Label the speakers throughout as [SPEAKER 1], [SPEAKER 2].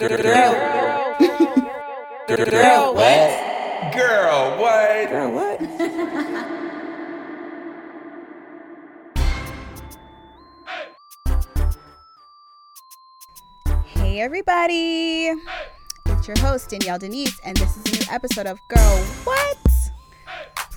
[SPEAKER 1] Girl, girl, girl, girl, what? Girl, what? Girl, what?
[SPEAKER 2] Hey, everybody. It's your host, Danielle Denise, and this is a new episode of Girl What?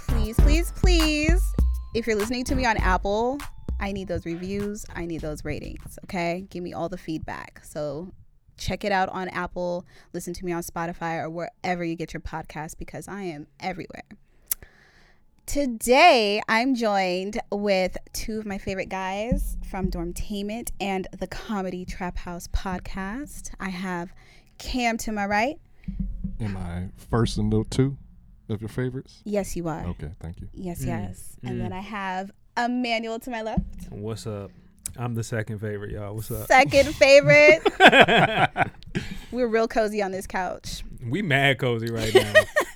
[SPEAKER 2] Please, please, please, if you're listening to me on Apple, I need those reviews. I need those ratings, okay? Give me all the feedback. So check it out on Apple, listen to me on Spotify, or wherever you get your podcast because I am everywhere. Today, I'm joined with two of my favorite guys from Dormtainment and the Comedy Trap House podcast. I have Cam to my right.
[SPEAKER 3] Am I first and the two of your favorites?
[SPEAKER 2] Yes, you are.
[SPEAKER 3] Okay, thank you.
[SPEAKER 2] Yes, yes. And then I have Emmanuel to my left.
[SPEAKER 4] What's up? I'm the second favorite, y'all. What's
[SPEAKER 3] Uh.
[SPEAKER 4] up?
[SPEAKER 2] Second favorite. We're real cozy on this couch.
[SPEAKER 4] We mad cozy right now.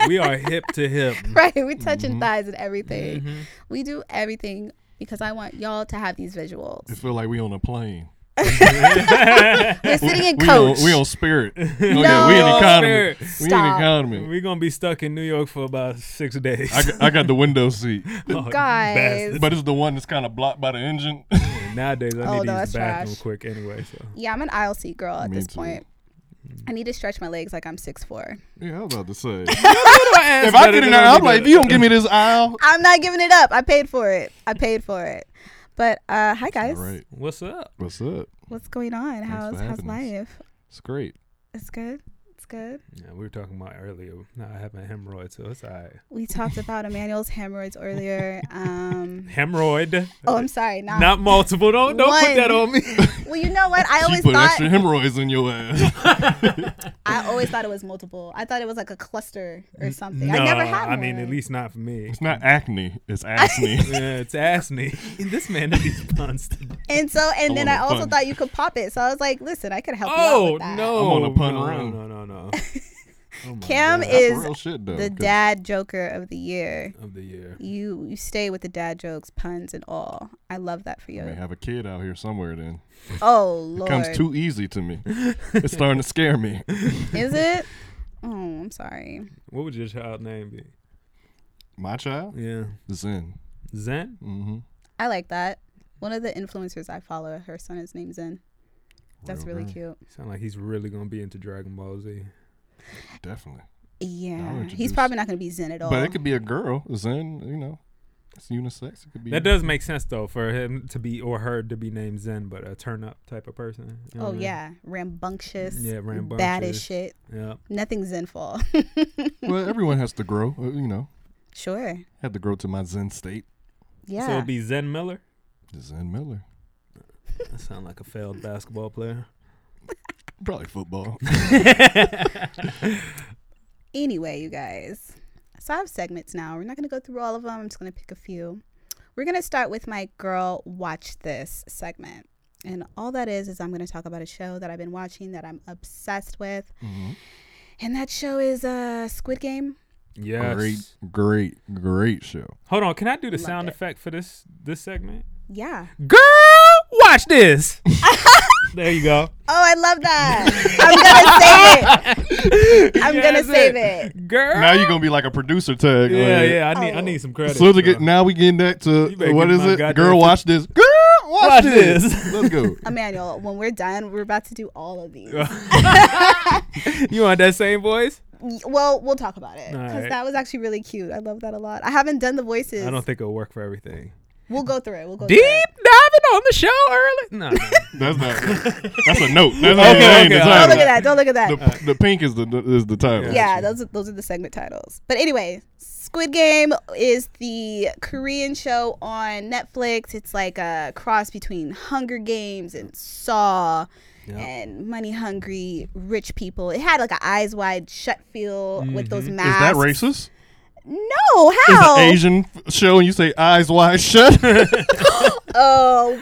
[SPEAKER 4] we are hip to hip.
[SPEAKER 2] Right. We're touching
[SPEAKER 3] Mm-hmm.
[SPEAKER 2] thighs and everything. We do everything because I want y'all to have these visuals.
[SPEAKER 3] It feel like we on a plane.
[SPEAKER 2] We're sitting in
[SPEAKER 3] We on,
[SPEAKER 2] coach.
[SPEAKER 3] we on spirit. no, we in
[SPEAKER 2] No.
[SPEAKER 3] economy.
[SPEAKER 4] Spirit.
[SPEAKER 3] We in
[SPEAKER 2] Stop.
[SPEAKER 3] economy.
[SPEAKER 4] We're gonna be stuck in New York for about six days.
[SPEAKER 3] I got, I got the window seat,
[SPEAKER 4] Oh, you
[SPEAKER 2] Guys.
[SPEAKER 4] bastard.
[SPEAKER 3] but it's the one that's kind of blocked by the engine.
[SPEAKER 4] Nowadays, I need to
[SPEAKER 2] Oh, no,
[SPEAKER 4] use
[SPEAKER 2] that's
[SPEAKER 4] the bathroom
[SPEAKER 2] trash.
[SPEAKER 4] quick anyway. So
[SPEAKER 2] Yeah, I'm an aisle seat girl at
[SPEAKER 3] Me
[SPEAKER 2] this
[SPEAKER 3] too.
[SPEAKER 2] point. I need to stretch my legs like I'm six four.
[SPEAKER 3] yeah, I was about to say. if I get in there, I'm like, if you don't give me this aisle.
[SPEAKER 2] I'm not giving it up. I paid for it. I paid for it. But uh hi guys.
[SPEAKER 3] All right,
[SPEAKER 4] What's up?
[SPEAKER 3] what's up?
[SPEAKER 2] What's going on?
[SPEAKER 3] for
[SPEAKER 2] How's how's
[SPEAKER 3] having us.
[SPEAKER 2] life?
[SPEAKER 3] It's great.
[SPEAKER 2] It's good. It's good.
[SPEAKER 4] Yeah, we were talking about earlier. Nah, I have a hemorrhoid, so it's all right.
[SPEAKER 2] We talked about Emmanuel's hemorrhoids earlier. Um
[SPEAKER 4] Hemorrhoid,
[SPEAKER 2] Oh, I'm sorry. Nah.
[SPEAKER 4] not multiple. Don't don't
[SPEAKER 2] One.
[SPEAKER 4] put that on me.
[SPEAKER 2] well, you know what? I
[SPEAKER 3] She
[SPEAKER 2] always
[SPEAKER 3] put
[SPEAKER 2] thought
[SPEAKER 3] extra hemorrhoids in your ass.
[SPEAKER 2] I always thought it was multiple. I thought it was like a cluster or something.
[SPEAKER 4] no,
[SPEAKER 2] I never had
[SPEAKER 4] I mean,
[SPEAKER 2] one.
[SPEAKER 4] at least not for me.
[SPEAKER 3] it's not acne. It's acne.
[SPEAKER 4] yeah, it's acne. this man did these puns today.
[SPEAKER 2] And so, and
[SPEAKER 3] I
[SPEAKER 2] then
[SPEAKER 3] wanna
[SPEAKER 2] I also
[SPEAKER 3] punch.
[SPEAKER 2] thought you could pop it. So I was like, listen, I could help you out
[SPEAKER 4] Oh
[SPEAKER 2] with that.
[SPEAKER 4] no!
[SPEAKER 3] I'm on a pun
[SPEAKER 4] no,
[SPEAKER 3] round.
[SPEAKER 4] No, no, no. no. Oh my
[SPEAKER 2] Cam
[SPEAKER 4] God.
[SPEAKER 3] That's
[SPEAKER 2] is
[SPEAKER 3] real shit though.
[SPEAKER 2] the
[SPEAKER 3] 'cause
[SPEAKER 2] dad joker of the year.
[SPEAKER 4] of the year.
[SPEAKER 2] You you stay with the dad jokes, puns, and all. I love that for
[SPEAKER 3] I
[SPEAKER 2] you.
[SPEAKER 3] may have a kid out here somewhere. Then
[SPEAKER 2] Oh
[SPEAKER 3] it
[SPEAKER 2] lord,
[SPEAKER 3] comes too easy to me. It's starting to scare me.
[SPEAKER 2] is it? Oh, I'm sorry.
[SPEAKER 4] What would your child name be?
[SPEAKER 3] My child,
[SPEAKER 4] Yeah,
[SPEAKER 3] Zen.
[SPEAKER 4] Zen.
[SPEAKER 3] Mm-hmm.
[SPEAKER 2] I like that. One of the influencers I follow, her son is named Zen. That's really cute.
[SPEAKER 4] Sound like he's really gonna be into Dragon Ball Z.
[SPEAKER 3] Definitely.
[SPEAKER 2] Yeah, he's
[SPEAKER 3] introduce-
[SPEAKER 2] probably not going to be Zen at all.
[SPEAKER 3] But it could be a girl. Zen, you know, it's unisex. It could be.
[SPEAKER 4] That does make sense though for him to be or her to be named Zen, but a turn up type of person. You know
[SPEAKER 2] oh
[SPEAKER 4] what I mean?
[SPEAKER 2] yeah, rambunctious.
[SPEAKER 4] Yeah,
[SPEAKER 2] Bad as
[SPEAKER 4] rambunctious.
[SPEAKER 2] shit.
[SPEAKER 4] yeah.
[SPEAKER 2] Nothing zenful.
[SPEAKER 3] Well, everyone has to grow. uh, You know,
[SPEAKER 2] sure.
[SPEAKER 3] had to grow to my Zen state.
[SPEAKER 2] Yeah.
[SPEAKER 4] So it'd be Zen Miller.
[SPEAKER 3] Zen Miller,
[SPEAKER 4] That sound like a failed basketball player.
[SPEAKER 3] probably football.
[SPEAKER 2] Anyway, you guys, so I have segments now. We're not going to go through all of them. I'm just going to pick a few. We're going to start with my girl watch this segment. And all that is, is I'm going to talk about a show that I've been watching that I'm obsessed with.
[SPEAKER 4] Mm-hmm.
[SPEAKER 3] Mhm.
[SPEAKER 2] And that show is uh, Squid Game.
[SPEAKER 4] Yes.
[SPEAKER 3] Great, great, great show.
[SPEAKER 4] Hold on. Can I do the
[SPEAKER 2] Loved
[SPEAKER 4] sound
[SPEAKER 2] it.
[SPEAKER 4] effect for this this segment?
[SPEAKER 2] Yeah.
[SPEAKER 4] Girl, watch this. there you go.
[SPEAKER 2] Oh, I love that. I'm going to save it. I'm
[SPEAKER 4] Yeah,
[SPEAKER 2] going to
[SPEAKER 4] that's
[SPEAKER 2] save it.
[SPEAKER 4] Girl.
[SPEAKER 3] Now you're gonna be like a producer tag.
[SPEAKER 4] yeah,
[SPEAKER 3] like,
[SPEAKER 4] yeah. I need I
[SPEAKER 2] Oh.
[SPEAKER 4] need some credit.
[SPEAKER 3] So to get now we getting back to
[SPEAKER 4] You better
[SPEAKER 3] what
[SPEAKER 4] get
[SPEAKER 3] is
[SPEAKER 4] my
[SPEAKER 3] it?
[SPEAKER 4] goddamn
[SPEAKER 3] Girl,
[SPEAKER 4] fi-
[SPEAKER 3] watch this. Girl, watch,
[SPEAKER 4] Watch
[SPEAKER 3] this.
[SPEAKER 4] this.
[SPEAKER 3] Let's go.
[SPEAKER 2] Emmanuel, when we're done, we're about to do all of these.
[SPEAKER 4] you want that same voice?
[SPEAKER 2] Y- Well, we'll talk about it
[SPEAKER 4] All
[SPEAKER 2] because
[SPEAKER 4] right.
[SPEAKER 2] that was actually really cute. I love that a lot. I haven't done the voices.
[SPEAKER 4] I don't think it'll work for everything.
[SPEAKER 2] we'll go through it. We'll go
[SPEAKER 4] Deep
[SPEAKER 2] through it.
[SPEAKER 4] diving on the show early. No, no.
[SPEAKER 3] That's not. That's a note. That's
[SPEAKER 4] Okay,
[SPEAKER 3] that ain't
[SPEAKER 4] okay, all right.
[SPEAKER 3] the
[SPEAKER 2] Don't
[SPEAKER 3] title.
[SPEAKER 2] look at that. Don't look at that.
[SPEAKER 3] The, the pink is the is the title.
[SPEAKER 2] yeah, those are, those are the segment titles. But anyway, Squid Game is the Korean show on Netflix. It's like a cross between Hunger Games and Saw
[SPEAKER 4] Yeah.
[SPEAKER 2] and Money Hungry Rich People. It had like an eyes wide shut feel with those
[SPEAKER 3] Mm-hmm. Is
[SPEAKER 2] masks.
[SPEAKER 3] that racist?
[SPEAKER 2] No,
[SPEAKER 3] It's
[SPEAKER 2] how?
[SPEAKER 3] an Asian f- show and you say eyes wide shut.
[SPEAKER 2] Oh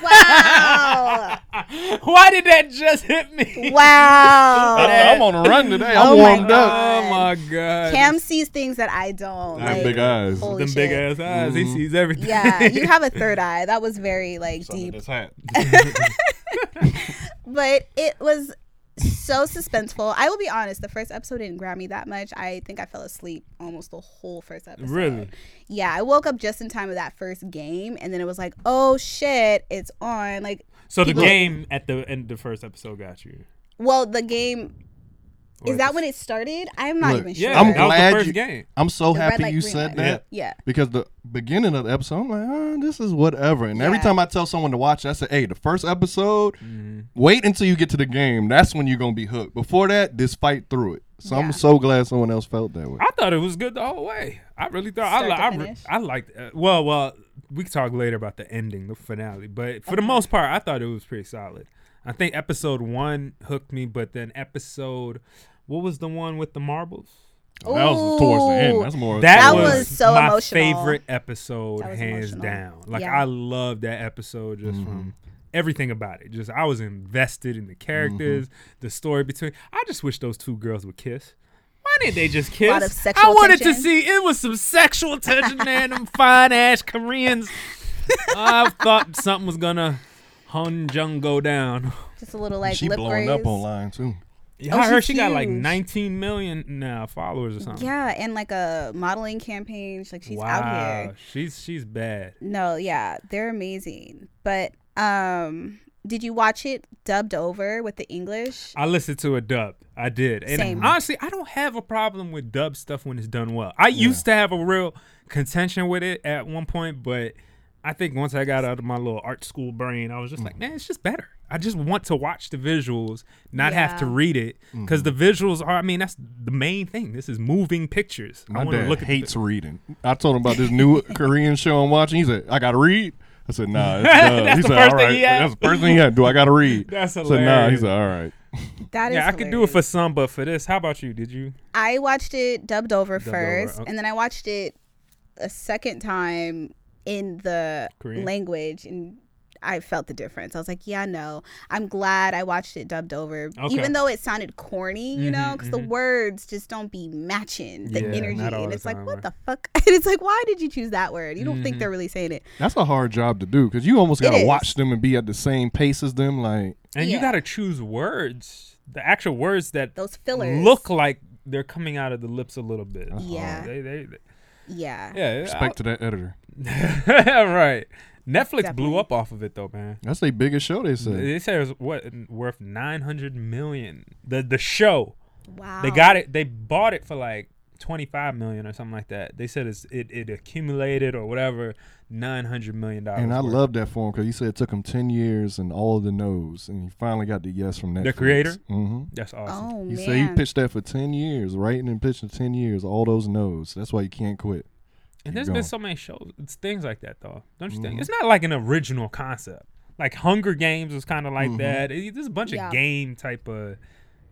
[SPEAKER 2] wow,
[SPEAKER 4] Why did that just hit me?
[SPEAKER 2] wow.
[SPEAKER 3] I'm on a run today. I'm
[SPEAKER 2] Oh my
[SPEAKER 3] warmed up.
[SPEAKER 2] God.
[SPEAKER 4] Oh my god.
[SPEAKER 2] Cam sees things that I don't.
[SPEAKER 3] I have
[SPEAKER 2] like,
[SPEAKER 3] big eyes.
[SPEAKER 2] holy
[SPEAKER 4] Them big ass
[SPEAKER 2] shit.
[SPEAKER 4] eyes. He sees everything.
[SPEAKER 2] Yeah, you have a third eye. That was very like deep,
[SPEAKER 3] hat.
[SPEAKER 2] but it was so suspenseful. I will be honest, the first episode didn't grab me that much. I think I fell asleep almost the whole first episode.
[SPEAKER 4] Really?
[SPEAKER 2] Yeah, I woke up just in time of that first game, and then it was like, oh shit, it's on. Like,
[SPEAKER 4] So the
[SPEAKER 2] People-
[SPEAKER 4] game at the end of the first episode got you.
[SPEAKER 2] well, the game
[SPEAKER 4] Or
[SPEAKER 2] is that when it started? I'm not
[SPEAKER 3] Look,
[SPEAKER 2] even sure.
[SPEAKER 4] Yeah,
[SPEAKER 3] I'm
[SPEAKER 4] that was
[SPEAKER 3] glad
[SPEAKER 4] the first
[SPEAKER 3] you-
[SPEAKER 4] game.
[SPEAKER 3] I'm so
[SPEAKER 2] The red
[SPEAKER 3] happy
[SPEAKER 2] light,
[SPEAKER 3] you
[SPEAKER 2] green
[SPEAKER 3] said
[SPEAKER 2] light.
[SPEAKER 3] that.
[SPEAKER 2] yeah.
[SPEAKER 3] Because the beginning of the episode, I'm like, oh, this is whatever. And every
[SPEAKER 2] Yeah.
[SPEAKER 3] time I tell someone to watch it, I say, hey, the first episode, wait until you get to the game. That's when you're going to be hooked. Before that, just fight through it. So
[SPEAKER 2] Yeah.
[SPEAKER 3] I'm so glad someone else felt that way.
[SPEAKER 4] I thought it was good the whole way. I really thought I,
[SPEAKER 2] Start
[SPEAKER 4] li-
[SPEAKER 2] to
[SPEAKER 4] I, re-
[SPEAKER 2] finish?
[SPEAKER 4] I liked. Uh, well, well, we can talk later about the ending, the finale. But for the most part, I thought it was pretty solid. I think episode one hooked me, but then episode, what was the one with the marbles?
[SPEAKER 3] That was towards the end. That's more.
[SPEAKER 4] That,
[SPEAKER 2] That
[SPEAKER 4] was,
[SPEAKER 2] was so
[SPEAKER 4] my
[SPEAKER 2] emotional.
[SPEAKER 4] favorite episode,
[SPEAKER 2] That was
[SPEAKER 4] hands
[SPEAKER 2] emotional.
[SPEAKER 4] down. Like
[SPEAKER 2] Yeah.
[SPEAKER 4] I loved that episode just from everything about it. Just I was invested in the characters, the story between. I just wish those two girls would kiss. Why didn't they just kiss?
[SPEAKER 2] lot of sexual
[SPEAKER 4] I wanted to
[SPEAKER 2] tension.
[SPEAKER 4] see. It was some sexual tension there. Them fine ass Koreans. I thought something was gonna Hunjung go down.
[SPEAKER 2] Just a little like
[SPEAKER 3] she
[SPEAKER 2] lip
[SPEAKER 3] blowing
[SPEAKER 2] raise.
[SPEAKER 3] up online, too.
[SPEAKER 4] Yeah,
[SPEAKER 2] Oh,
[SPEAKER 4] I heard
[SPEAKER 2] she's
[SPEAKER 4] she got like
[SPEAKER 2] huge.
[SPEAKER 4] 19 million now followers or something.
[SPEAKER 2] Yeah, and like a modeling campaign. Like she's
[SPEAKER 4] wow,
[SPEAKER 2] out here.
[SPEAKER 4] she's she's bad.
[SPEAKER 2] No, yeah, they're amazing. But um did you watch it dubbed over with the English?
[SPEAKER 4] I listened to a dub. I did. And
[SPEAKER 2] Same.
[SPEAKER 4] honestly, I don't have a problem with dub stuff when it's done well. I used to have a real contention with it at one point, but I think once I got out of my little art school brain, I was just
[SPEAKER 2] Mm.
[SPEAKER 4] like, man, it's just better. I just want to watch the visuals, not have to
[SPEAKER 2] Yeah.
[SPEAKER 4] read it, because
[SPEAKER 3] Mm-hmm.
[SPEAKER 4] the visuals are. I mean, that's the main thing. This is moving pictures. I
[SPEAKER 3] My
[SPEAKER 4] want to
[SPEAKER 3] dad
[SPEAKER 4] look at the-
[SPEAKER 3] hates reading. I told him about this new Korean show I'm watching. He said, I got to read. I said, nah. It's dubbed."
[SPEAKER 4] That's
[SPEAKER 3] he
[SPEAKER 4] the
[SPEAKER 3] said,
[SPEAKER 4] first
[SPEAKER 3] all
[SPEAKER 4] thing
[SPEAKER 3] right.
[SPEAKER 4] he asked.
[SPEAKER 3] That's the first thing he had. Do I got to read?
[SPEAKER 4] That's
[SPEAKER 3] I said, nah. He
[SPEAKER 4] hilarious.
[SPEAKER 3] said, all right.
[SPEAKER 2] That is
[SPEAKER 4] yeah, I could do it for
[SPEAKER 2] hilarious.
[SPEAKER 4] some, but for this, how about you? Did you?
[SPEAKER 2] I watched it dubbed over
[SPEAKER 4] Dubbed over,
[SPEAKER 2] first
[SPEAKER 4] okay.
[SPEAKER 2] and then I watched it a second time in the
[SPEAKER 4] Korean?
[SPEAKER 2] language and I felt the difference. I was like, yeah, no. I'm glad I watched it dubbed over.
[SPEAKER 4] Okay.
[SPEAKER 2] Even though it sounded corny, you know,
[SPEAKER 4] Mhm,
[SPEAKER 2] because
[SPEAKER 4] mhm.
[SPEAKER 2] the words just don't be matching the
[SPEAKER 4] Yeah,
[SPEAKER 2] energy.
[SPEAKER 4] not all
[SPEAKER 2] And
[SPEAKER 4] the
[SPEAKER 2] it's like,
[SPEAKER 4] time,
[SPEAKER 2] what
[SPEAKER 4] right.
[SPEAKER 2] the fuck? And it's like, why did you choose that word? You don't think
[SPEAKER 4] Mhm.
[SPEAKER 2] they're really saying it.
[SPEAKER 3] That's a hard job to do because you almost
[SPEAKER 2] It
[SPEAKER 3] got to
[SPEAKER 2] is.
[SPEAKER 3] watch them and be at the same pace as them. Like,
[SPEAKER 4] And you
[SPEAKER 2] Yeah.
[SPEAKER 4] got to choose words, the actual words that
[SPEAKER 2] Those fillers.
[SPEAKER 4] look like they're coming out of the lips a little bit.
[SPEAKER 2] Yeah.
[SPEAKER 4] They, they, they-
[SPEAKER 2] Yeah.
[SPEAKER 4] yeah.
[SPEAKER 3] Uh-huh. respect to that editor.
[SPEAKER 4] I'll- right. Netflix blew
[SPEAKER 2] Definitely.
[SPEAKER 4] up off of it though, man.
[SPEAKER 3] That's their biggest show, they said.
[SPEAKER 4] They said it was what worth nine hundred million. The the show
[SPEAKER 2] Wow.
[SPEAKER 4] they got it. They bought it for like twenty five million or something like that. They said it's it, it accumulated or whatever nine hundred million dollars.
[SPEAKER 3] And I love that for him because he said it took him 10 years and all of the no's, and he finally got the yes from Netflix.
[SPEAKER 4] creator?
[SPEAKER 3] hmm
[SPEAKER 4] that's awesome.
[SPEAKER 2] Oh
[SPEAKER 3] He
[SPEAKER 2] man.
[SPEAKER 3] said he pitched that for 10 years, writing and pitching 10 years, all those no's. That's why you can't quit.
[SPEAKER 4] And
[SPEAKER 3] Keep
[SPEAKER 4] there's
[SPEAKER 3] going. Mm-hmm.
[SPEAKER 4] been so many shows, it's things like that though. Don't you think? It's not like an original concept. Like Hunger Games was kind of
[SPEAKER 3] Mm-hmm.
[SPEAKER 4] like that. It- there's a bunch
[SPEAKER 2] Yeah.
[SPEAKER 4] of game type of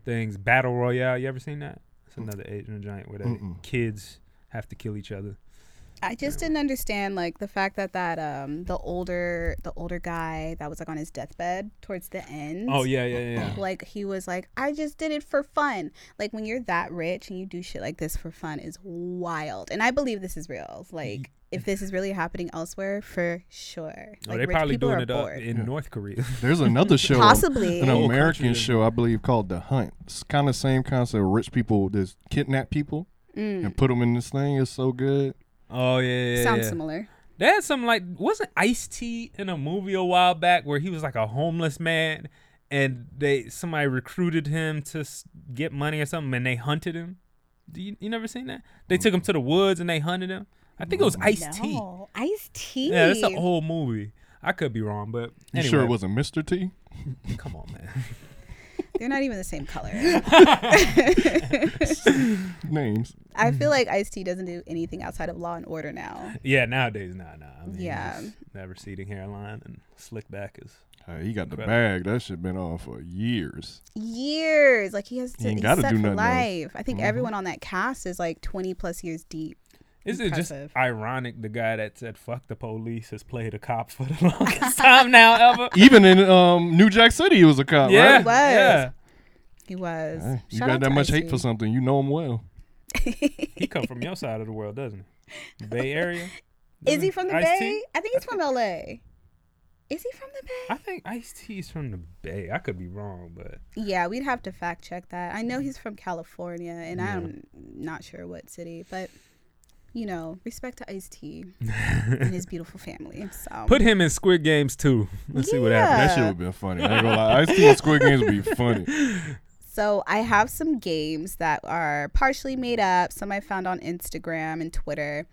[SPEAKER 4] things. Battle Royale. You ever seen that? It's
[SPEAKER 3] Mm.
[SPEAKER 4] another Asian giant where the kids have to kill each other.
[SPEAKER 2] I just didn't understand like the fact that that um the older the older guy that was like on his deathbed towards the end.
[SPEAKER 4] Oh yeah, yeah, yeah.
[SPEAKER 2] Like he was like, I just did it for fun. Like when you're that rich and you do shit like this for fun is wild. And I believe this is real. Like if this is really happening elsewhere, for sure.
[SPEAKER 4] Oh,
[SPEAKER 2] like
[SPEAKER 4] they
[SPEAKER 2] rich
[SPEAKER 4] probably
[SPEAKER 2] people
[SPEAKER 4] doing
[SPEAKER 2] are
[SPEAKER 4] it up
[SPEAKER 2] bored.
[SPEAKER 4] in North Korea.
[SPEAKER 3] There's another show.
[SPEAKER 2] Possibly.
[SPEAKER 3] An
[SPEAKER 4] Oh,
[SPEAKER 3] American
[SPEAKER 4] country.
[SPEAKER 3] show, I believe, called The Hunt. It's kind of same concept. Rich people just kidnap people and put them in this thing. It's so good.
[SPEAKER 4] oh yeah, yeah.
[SPEAKER 2] Mm. Sounds
[SPEAKER 4] yeah.
[SPEAKER 2] similar.
[SPEAKER 4] They had some like wasn't Ice T in a movie a while back where he was like a homeless man and they somebody recruited him to s- get money or something and they hunted him. Do you, you never seen that? They took him to the woods and they hunted him. I think it was Ice T.
[SPEAKER 2] No. Iced tea.
[SPEAKER 4] Yeah, that's an old movie. I could be wrong, but
[SPEAKER 3] You
[SPEAKER 4] anyway,
[SPEAKER 3] sure it wasn't Mr. T?
[SPEAKER 4] Come on, man.
[SPEAKER 2] They're not even the same color.
[SPEAKER 3] Names.
[SPEAKER 2] I feel like Ice T doesn't do anything outside of Law and Order now.
[SPEAKER 4] yeah, nowadays, nah, nah. I mean,
[SPEAKER 2] Yeah.
[SPEAKER 4] just that receding hairline and slick back is.
[SPEAKER 3] Hey, he got the
[SPEAKER 4] Right.
[SPEAKER 3] bag. That shit been on for years.
[SPEAKER 2] Years, like he has to
[SPEAKER 3] ain't
[SPEAKER 2] he's
[SPEAKER 3] gotta
[SPEAKER 2] set
[SPEAKER 3] do
[SPEAKER 2] for
[SPEAKER 3] nothing else. Mm-hmm.
[SPEAKER 2] life. I think everyone on that cast is like twenty plus years deep.
[SPEAKER 4] Isn't it just
[SPEAKER 2] Impressive.
[SPEAKER 4] ironic the guy that said "fuck the police" has played a cop for the longest time now ever?
[SPEAKER 3] Even in um, New Jack City, he was a cop,
[SPEAKER 4] Yeah,
[SPEAKER 3] right?
[SPEAKER 2] was.
[SPEAKER 4] yeah.
[SPEAKER 2] He was.
[SPEAKER 3] Hey, you
[SPEAKER 2] Shout out
[SPEAKER 3] got that
[SPEAKER 2] to
[SPEAKER 3] much
[SPEAKER 2] Ice
[SPEAKER 3] hate
[SPEAKER 2] T.
[SPEAKER 3] for something, you know him well.
[SPEAKER 4] He come from your side of the world, doesn't he? Bay Area.
[SPEAKER 2] Is he from the
[SPEAKER 4] Ice-T?
[SPEAKER 2] Bay? I think he's from LA. Is he from the Bay?
[SPEAKER 4] I think Ice T's from the Bay. I could be wrong, but
[SPEAKER 2] Yeah, we'd have to fact check that. I know
[SPEAKER 3] Mm.
[SPEAKER 2] he's from California, and I'm not sure what city, but you know, respect to Ice T and his beautiful family. So
[SPEAKER 4] put him in Squid Games too. Let's see what happens.
[SPEAKER 2] Yeah.
[SPEAKER 3] That shit would been funny. I ain't gonna lie. Ice T and Squid Games would be funny.
[SPEAKER 2] So I have some games that are partially made up, some I found on Instagram and Twitter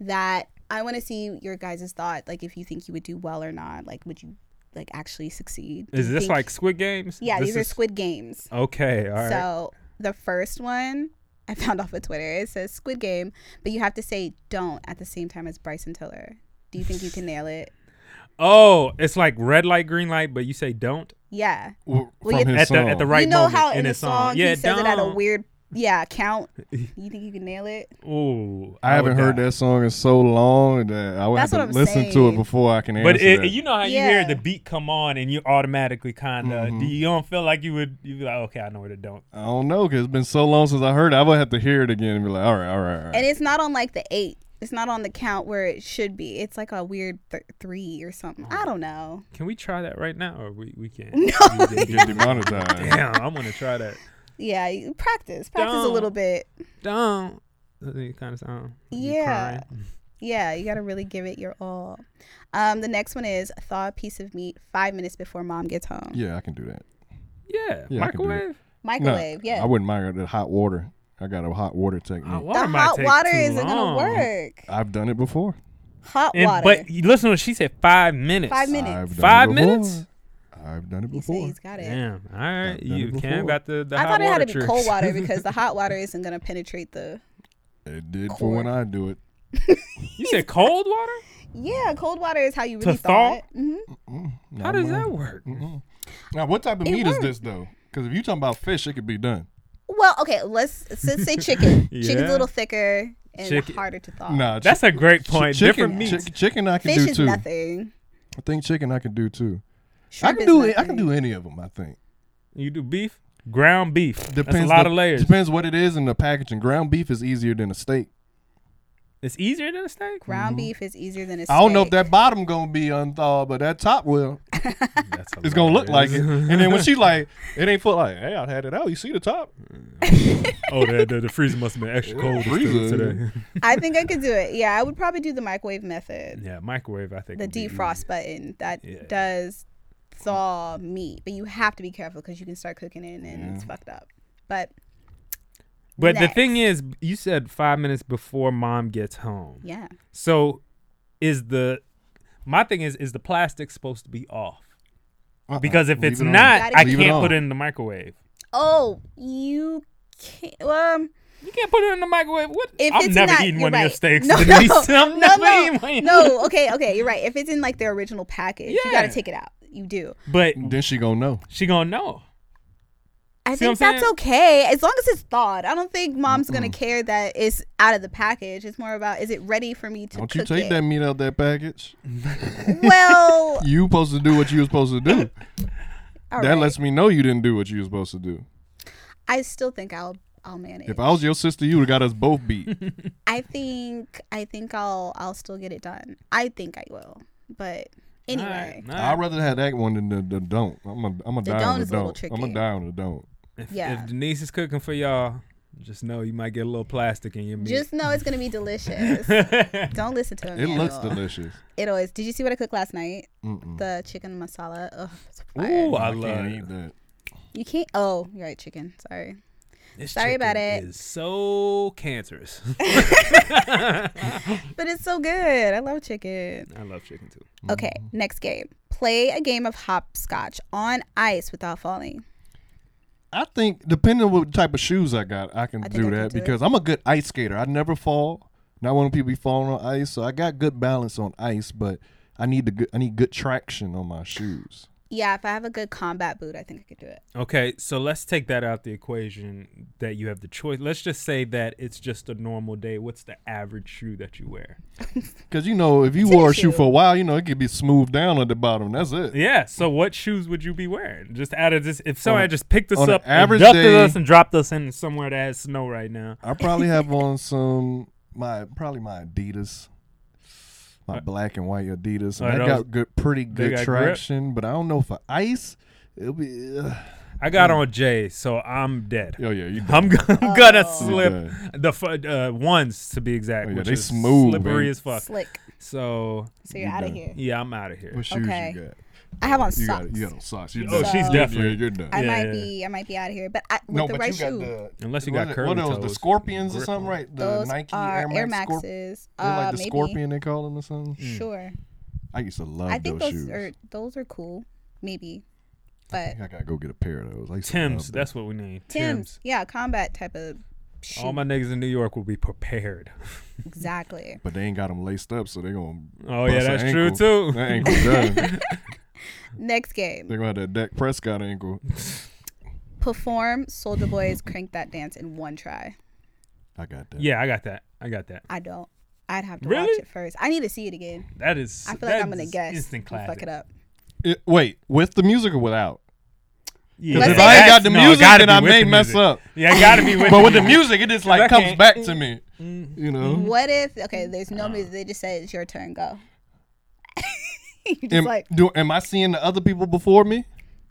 [SPEAKER 2] that I want to see your guys' thought. Like, if you think you would do well or not, like, would you like actually succeed? Do
[SPEAKER 4] Is
[SPEAKER 2] you
[SPEAKER 4] this
[SPEAKER 2] think-
[SPEAKER 4] like Squid Games?
[SPEAKER 2] Yeah,
[SPEAKER 4] This
[SPEAKER 2] these are
[SPEAKER 4] is-
[SPEAKER 2] Squid Games.
[SPEAKER 4] Okay, all right.
[SPEAKER 2] So the first one I found off of Twitter. It says Squid Game, but you have to say don't at the same time as Bryson Tiller. Do you think you can nail it?
[SPEAKER 4] oh, it's like red light, green light, but you say don't
[SPEAKER 2] Yeah.
[SPEAKER 3] Well,
[SPEAKER 2] Well,
[SPEAKER 3] from
[SPEAKER 2] you-
[SPEAKER 3] his
[SPEAKER 4] at the
[SPEAKER 3] song.
[SPEAKER 4] at the right
[SPEAKER 2] you know
[SPEAKER 4] moment
[SPEAKER 2] how
[SPEAKER 4] in,
[SPEAKER 2] in the
[SPEAKER 4] his
[SPEAKER 2] song,
[SPEAKER 4] song. Yeah,
[SPEAKER 2] he says it at a
[SPEAKER 4] don't.
[SPEAKER 2] weird yeah count. You think you can nail it?
[SPEAKER 4] Ooh,
[SPEAKER 3] I haven't
[SPEAKER 4] would
[SPEAKER 3] heard
[SPEAKER 4] die.
[SPEAKER 3] that song in so long that I would
[SPEAKER 2] That's
[SPEAKER 3] have
[SPEAKER 2] what
[SPEAKER 3] to
[SPEAKER 2] I'm
[SPEAKER 3] listen to
[SPEAKER 2] saying.
[SPEAKER 3] it before I can answer
[SPEAKER 4] But it,
[SPEAKER 3] that.
[SPEAKER 4] you know how you hear
[SPEAKER 2] Yeah.
[SPEAKER 4] the beat come on and you automatically kind
[SPEAKER 3] Mm-hmm.
[SPEAKER 4] of you don't feel like you would you be like okay I know where to don't.
[SPEAKER 3] I don't know because it's been so long since I heard it. I would have to hear it again and be like, all right, all right, all right.
[SPEAKER 2] And it's not on like the eight. It's not on the count where it should be. It's like a weird th- three or something.
[SPEAKER 4] Uh-huh.
[SPEAKER 2] I don't know.
[SPEAKER 4] Can we try that right now or we we can't?
[SPEAKER 2] No.
[SPEAKER 4] We didn't
[SPEAKER 3] Get
[SPEAKER 4] do-
[SPEAKER 3] demonetized.
[SPEAKER 4] Damn, I'm gonna try that.
[SPEAKER 2] Yeah, you practice, practice a
[SPEAKER 4] Don't.
[SPEAKER 2] little bit.
[SPEAKER 4] Don't. Kind of sound. you
[SPEAKER 2] Yeah.
[SPEAKER 4] crying.
[SPEAKER 2] Yeah, you gotta really give it your all. Um, the next one is thaw a piece of meat five minutes before mom gets home.
[SPEAKER 3] Yeah, I can do that.
[SPEAKER 4] Yeah.
[SPEAKER 3] Yeah, I can do it.
[SPEAKER 4] Microwave.
[SPEAKER 3] No,
[SPEAKER 2] Microwave, yeah. Oh,
[SPEAKER 3] I wouldn't mind the hot water. I got a hot water technique.
[SPEAKER 4] Hot
[SPEAKER 2] the
[SPEAKER 4] water might
[SPEAKER 2] hot
[SPEAKER 4] take
[SPEAKER 2] water
[SPEAKER 4] too
[SPEAKER 2] isn't gonna
[SPEAKER 4] long. Uh,
[SPEAKER 2] work.
[SPEAKER 3] I've done it before.
[SPEAKER 2] Hot
[SPEAKER 4] And-
[SPEAKER 2] water.
[SPEAKER 4] But you listen to what she said. Five minutes.
[SPEAKER 2] Five minutes.
[SPEAKER 3] I've done
[SPEAKER 4] Five
[SPEAKER 3] it before.
[SPEAKER 4] minutes?
[SPEAKER 3] I've done it
[SPEAKER 2] You say
[SPEAKER 3] before.
[SPEAKER 2] he's got it.
[SPEAKER 4] Oh, Damn. All right.
[SPEAKER 3] done
[SPEAKER 4] You
[SPEAKER 3] it
[SPEAKER 4] Cam
[SPEAKER 3] before.
[SPEAKER 4] got the the
[SPEAKER 2] I
[SPEAKER 4] hot
[SPEAKER 2] thought it
[SPEAKER 4] water
[SPEAKER 2] had to be
[SPEAKER 4] tricks.
[SPEAKER 2] cold water because the hot water isn't gonna penetrate the.
[SPEAKER 3] It did for when I do it.
[SPEAKER 4] you said cold water.
[SPEAKER 2] Yeah, cold water is how you really
[SPEAKER 4] thaw?
[SPEAKER 2] thaw it. hmm
[SPEAKER 3] No,
[SPEAKER 4] How does
[SPEAKER 3] man.
[SPEAKER 4] that work?
[SPEAKER 3] Now, what type of
[SPEAKER 2] It
[SPEAKER 3] meat
[SPEAKER 2] worked.
[SPEAKER 3] is this though? Because if you talking about fish, it could be done.
[SPEAKER 2] Well, okay, let's, let's say chicken. Chicken's
[SPEAKER 4] Yeah.
[SPEAKER 2] a little thicker and
[SPEAKER 4] Chicken.
[SPEAKER 2] harder to thaw.
[SPEAKER 3] Nah, chi-
[SPEAKER 4] That's a great
[SPEAKER 3] chi-
[SPEAKER 4] point. Different
[SPEAKER 3] chicken,
[SPEAKER 4] meats.
[SPEAKER 3] chi- chicken, I can
[SPEAKER 2] Oh. Fish
[SPEAKER 3] do
[SPEAKER 2] is
[SPEAKER 3] too.
[SPEAKER 2] nothing.
[SPEAKER 3] I think chicken, I can do too.
[SPEAKER 2] Shrimp
[SPEAKER 3] I can
[SPEAKER 2] is
[SPEAKER 3] do it. I
[SPEAKER 2] nothing.
[SPEAKER 3] can do any of them. I think.
[SPEAKER 4] You do beef, ground beef. Depends. That's a
[SPEAKER 3] Depends
[SPEAKER 4] lot
[SPEAKER 3] the-
[SPEAKER 4] of layers.
[SPEAKER 3] Depends what it is in the packaging. Ground beef is easier than a steak.
[SPEAKER 4] It's easier than a steak.
[SPEAKER 2] Ground beef is easier than a steak.
[SPEAKER 3] I don't know if that bottom gonna be unthawed, but that top will.
[SPEAKER 4] Mm, That's a
[SPEAKER 3] It's gonna
[SPEAKER 4] lot
[SPEAKER 3] look
[SPEAKER 4] of
[SPEAKER 3] like it.
[SPEAKER 4] layers.
[SPEAKER 3] And then when she like, it ain't full. Like, hey, I had it out. You see the top?
[SPEAKER 4] oh, the, the, the freezer must have been extra cold
[SPEAKER 3] freezer.
[SPEAKER 4] today.
[SPEAKER 2] I think I could do it. Yeah, I would probably do the microwave method,
[SPEAKER 4] yeah, microwave. I think
[SPEAKER 2] the
[SPEAKER 4] would be
[SPEAKER 2] defrost button that
[SPEAKER 4] Yeah.
[SPEAKER 2] does thaw meat, but you have to be careful because you can start cooking it and it's fucked up. But
[SPEAKER 4] But the thing
[SPEAKER 2] Next.
[SPEAKER 4] is, you said five minutes before mom gets home.
[SPEAKER 2] yeah,
[SPEAKER 4] So, is the my thing is is the plastic supposed to be off?
[SPEAKER 3] Uh-uh.
[SPEAKER 4] Because if
[SPEAKER 3] Leave
[SPEAKER 4] it's
[SPEAKER 3] it on.
[SPEAKER 4] not,
[SPEAKER 2] Gotta
[SPEAKER 4] I
[SPEAKER 3] keep it
[SPEAKER 4] can't
[SPEAKER 3] on.
[SPEAKER 4] put it in the microwave.
[SPEAKER 2] oh, you can't. Um,
[SPEAKER 4] You can't put it in the microwave. What?
[SPEAKER 2] if
[SPEAKER 4] I'm
[SPEAKER 2] it's
[SPEAKER 4] never
[SPEAKER 2] not,
[SPEAKER 4] eating
[SPEAKER 2] you're
[SPEAKER 4] one
[SPEAKER 2] right.
[SPEAKER 4] of your steaks.
[SPEAKER 2] No,
[SPEAKER 4] Denise.
[SPEAKER 2] no,
[SPEAKER 4] I'm
[SPEAKER 2] no,
[SPEAKER 4] never
[SPEAKER 2] no,
[SPEAKER 4] eating one of your-
[SPEAKER 2] no. Okay, okay, you're right. If it's in like their original package, you got to
[SPEAKER 4] Yeah.
[SPEAKER 2] take it out. You do.
[SPEAKER 4] But
[SPEAKER 3] Then she gonna know.
[SPEAKER 4] she gonna know.
[SPEAKER 2] I
[SPEAKER 4] See what
[SPEAKER 2] think
[SPEAKER 4] I'm
[SPEAKER 2] that's
[SPEAKER 4] saying?
[SPEAKER 2] okay as long as it's thawed. I don't think mom's gonna care that it's out of the package. It's more about is it ready for me to
[SPEAKER 3] Don't you
[SPEAKER 2] cook
[SPEAKER 3] take
[SPEAKER 2] it?
[SPEAKER 3] that meat out that package.
[SPEAKER 2] Well,
[SPEAKER 3] You supposed to do what you was supposed to do.
[SPEAKER 2] all
[SPEAKER 3] that
[SPEAKER 2] right.
[SPEAKER 3] lets me know you didn't do what you was supposed to do.
[SPEAKER 2] I still think I'll I'll manage.
[SPEAKER 3] If I was your sister, you would have got us both beat.
[SPEAKER 2] I think I think I'll I'll still get it done. I think I will. But
[SPEAKER 4] All
[SPEAKER 2] anyway,
[SPEAKER 4] right, all right.
[SPEAKER 3] I'd rather have that one than the, the don't. I'm a, I'm a
[SPEAKER 2] The
[SPEAKER 3] die
[SPEAKER 2] don't
[SPEAKER 3] on the
[SPEAKER 2] is a little
[SPEAKER 3] don't. I'm
[SPEAKER 2] tricky.
[SPEAKER 3] a die on the don't.
[SPEAKER 4] If,
[SPEAKER 2] Yeah.
[SPEAKER 4] if Denise is cooking for y'all, just know you might get a little plastic in your meat.
[SPEAKER 2] just know it's gonna be delicious. Don't listen to him.
[SPEAKER 3] It looks
[SPEAKER 2] Manuel.
[SPEAKER 3] delicious.
[SPEAKER 2] It always. Did you see what I cooked last night?
[SPEAKER 3] Mm-mm.
[SPEAKER 2] The chicken masala. Ugh, it's fire.
[SPEAKER 4] Ooh, I,
[SPEAKER 3] can't
[SPEAKER 4] love it.
[SPEAKER 3] eat that.
[SPEAKER 2] You can't. Oh, you're right. Chicken. Sorry.
[SPEAKER 4] This
[SPEAKER 2] Sorry about
[SPEAKER 4] chicken
[SPEAKER 2] it.
[SPEAKER 4] Is so cancerous.
[SPEAKER 2] But it's so good. I love chicken.
[SPEAKER 4] I love chicken too.
[SPEAKER 3] Mm.
[SPEAKER 2] Okay, next game. Play a game of hopscotch on ice without falling.
[SPEAKER 3] I think depending on what type of shoes I got, I can
[SPEAKER 2] I think
[SPEAKER 3] do
[SPEAKER 2] I can
[SPEAKER 3] that
[SPEAKER 2] do it.
[SPEAKER 3] because I'm a good ice skater. I never fall. Not one of the people be falling on ice, so I got good balance on ice, but I need the good, I need good traction on my shoes.
[SPEAKER 2] Yeah, if I have a good combat boot, I think I could do it.
[SPEAKER 4] Okay, so let's take that out the equation that you have the choice. Let's just say that it's just a normal day. What's the average shoe that you wear?
[SPEAKER 3] Cause you know, if you wore a shoe
[SPEAKER 2] Tissue.
[SPEAKER 3] for a while, you know it could be smooth down at the bottom. That's it.
[SPEAKER 4] Yeah, so what shoes would you be wearing? Just out of this, if somebody
[SPEAKER 3] a-
[SPEAKER 4] just picked us
[SPEAKER 3] on an
[SPEAKER 4] up, and
[SPEAKER 3] average
[SPEAKER 4] dusted
[SPEAKER 3] day-
[SPEAKER 4] us, and dropped us in somewhere that has snow right now.
[SPEAKER 3] I probably have on some my probably my Adidas. my black and white Adidas, and
[SPEAKER 4] I
[SPEAKER 3] I,
[SPEAKER 4] know.
[SPEAKER 3] got good, pretty
[SPEAKER 4] Uh, They
[SPEAKER 3] good
[SPEAKER 4] got grip.
[SPEAKER 3] traction. But I don't know for ice, it'll be. Ugh.
[SPEAKER 4] I got on Jay, so I'm dead.
[SPEAKER 3] Oh yeah, you done.
[SPEAKER 4] I'm, g- I'm gonna
[SPEAKER 2] Oh.
[SPEAKER 4] slip the f- uh, ones to be exact,
[SPEAKER 3] Oh, yeah,
[SPEAKER 4] which
[SPEAKER 3] they
[SPEAKER 4] is
[SPEAKER 3] smooth,
[SPEAKER 4] slippery
[SPEAKER 3] man.
[SPEAKER 4] as fuck.
[SPEAKER 2] Slick.
[SPEAKER 4] So
[SPEAKER 2] So you're
[SPEAKER 3] You
[SPEAKER 2] out of
[SPEAKER 3] done.
[SPEAKER 2] here.
[SPEAKER 4] yeah, I'm out of here.
[SPEAKER 3] What shoes
[SPEAKER 2] Okay.
[SPEAKER 3] you got?
[SPEAKER 2] I have on
[SPEAKER 3] You
[SPEAKER 2] socks.
[SPEAKER 3] got you got on socks.
[SPEAKER 4] Oh,
[SPEAKER 3] You
[SPEAKER 2] she's
[SPEAKER 4] definitely-
[SPEAKER 3] Yeah, you're done.
[SPEAKER 2] I
[SPEAKER 4] Yeah,
[SPEAKER 2] might
[SPEAKER 4] yeah.
[SPEAKER 2] be I might be out of here, but I, with
[SPEAKER 3] no,
[SPEAKER 2] the
[SPEAKER 3] but
[SPEAKER 2] right
[SPEAKER 3] you got
[SPEAKER 2] shoe.
[SPEAKER 3] the
[SPEAKER 4] Unless you
[SPEAKER 3] what
[SPEAKER 4] got
[SPEAKER 3] are-
[SPEAKER 4] curly
[SPEAKER 3] What are those? The
[SPEAKER 4] toes.
[SPEAKER 3] scorpions or
[SPEAKER 4] Grip
[SPEAKER 3] something, right? The
[SPEAKER 2] Those
[SPEAKER 3] Nike
[SPEAKER 2] are
[SPEAKER 3] Air Max, scorp-
[SPEAKER 2] Maxes.
[SPEAKER 3] They're
[SPEAKER 2] Uh,
[SPEAKER 3] like the
[SPEAKER 2] maybe.
[SPEAKER 3] scorpion they call them or something.
[SPEAKER 4] Mm.
[SPEAKER 2] Sure.
[SPEAKER 3] I used to love
[SPEAKER 2] I think
[SPEAKER 3] those,
[SPEAKER 2] those
[SPEAKER 3] shoes.
[SPEAKER 2] are those are cool. Maybe. But
[SPEAKER 3] I gotta go get a pair of those. I used to love
[SPEAKER 4] Tim's.
[SPEAKER 3] them.
[SPEAKER 4] That's what we need.
[SPEAKER 2] Tim's, yeah, combat type of shoe.
[SPEAKER 4] All my niggas in New York will be prepared.
[SPEAKER 2] exactly.
[SPEAKER 3] but they ain't got them laced up, so they gonna.
[SPEAKER 4] Oh
[SPEAKER 3] bust
[SPEAKER 4] yeah,
[SPEAKER 3] her
[SPEAKER 4] that's true
[SPEAKER 3] ankle.
[SPEAKER 4] too.
[SPEAKER 3] That ankle done.
[SPEAKER 2] Next game.
[SPEAKER 3] they gonna have that Dak Prescott ankle.
[SPEAKER 2] Perform Soldier Boys crank that dance in one try.
[SPEAKER 3] I got that.
[SPEAKER 4] Yeah, I got that. I got that.
[SPEAKER 2] I don't. I'd have to watch
[SPEAKER 4] Really?
[SPEAKER 2] it first. I need to see it again.
[SPEAKER 4] That is.
[SPEAKER 2] I feel like I'm
[SPEAKER 4] that
[SPEAKER 2] gonna
[SPEAKER 4] is
[SPEAKER 2] guess.
[SPEAKER 4] Instant
[SPEAKER 2] and
[SPEAKER 4] classic.
[SPEAKER 2] Fuck it up.
[SPEAKER 3] It- wait, with the music or without?
[SPEAKER 4] Yeah.
[SPEAKER 3] Because
[SPEAKER 2] Let's
[SPEAKER 3] if
[SPEAKER 2] say
[SPEAKER 3] I ain't got
[SPEAKER 4] that's-
[SPEAKER 3] the
[SPEAKER 4] no, it
[SPEAKER 3] music,
[SPEAKER 4] gotta
[SPEAKER 3] then
[SPEAKER 4] be
[SPEAKER 3] I
[SPEAKER 4] with
[SPEAKER 3] may
[SPEAKER 4] the
[SPEAKER 3] mess
[SPEAKER 4] music.
[SPEAKER 3] up.
[SPEAKER 4] Yeah, it gotta be with.
[SPEAKER 3] But with the music, it just
[SPEAKER 4] I
[SPEAKER 3] like comes
[SPEAKER 4] can't- Mm.
[SPEAKER 3] back to me. You know,
[SPEAKER 2] What if okay, there's no music, they just say it's your turn, go. you just
[SPEAKER 3] am,
[SPEAKER 2] like
[SPEAKER 3] do, am I seeing the other people before me?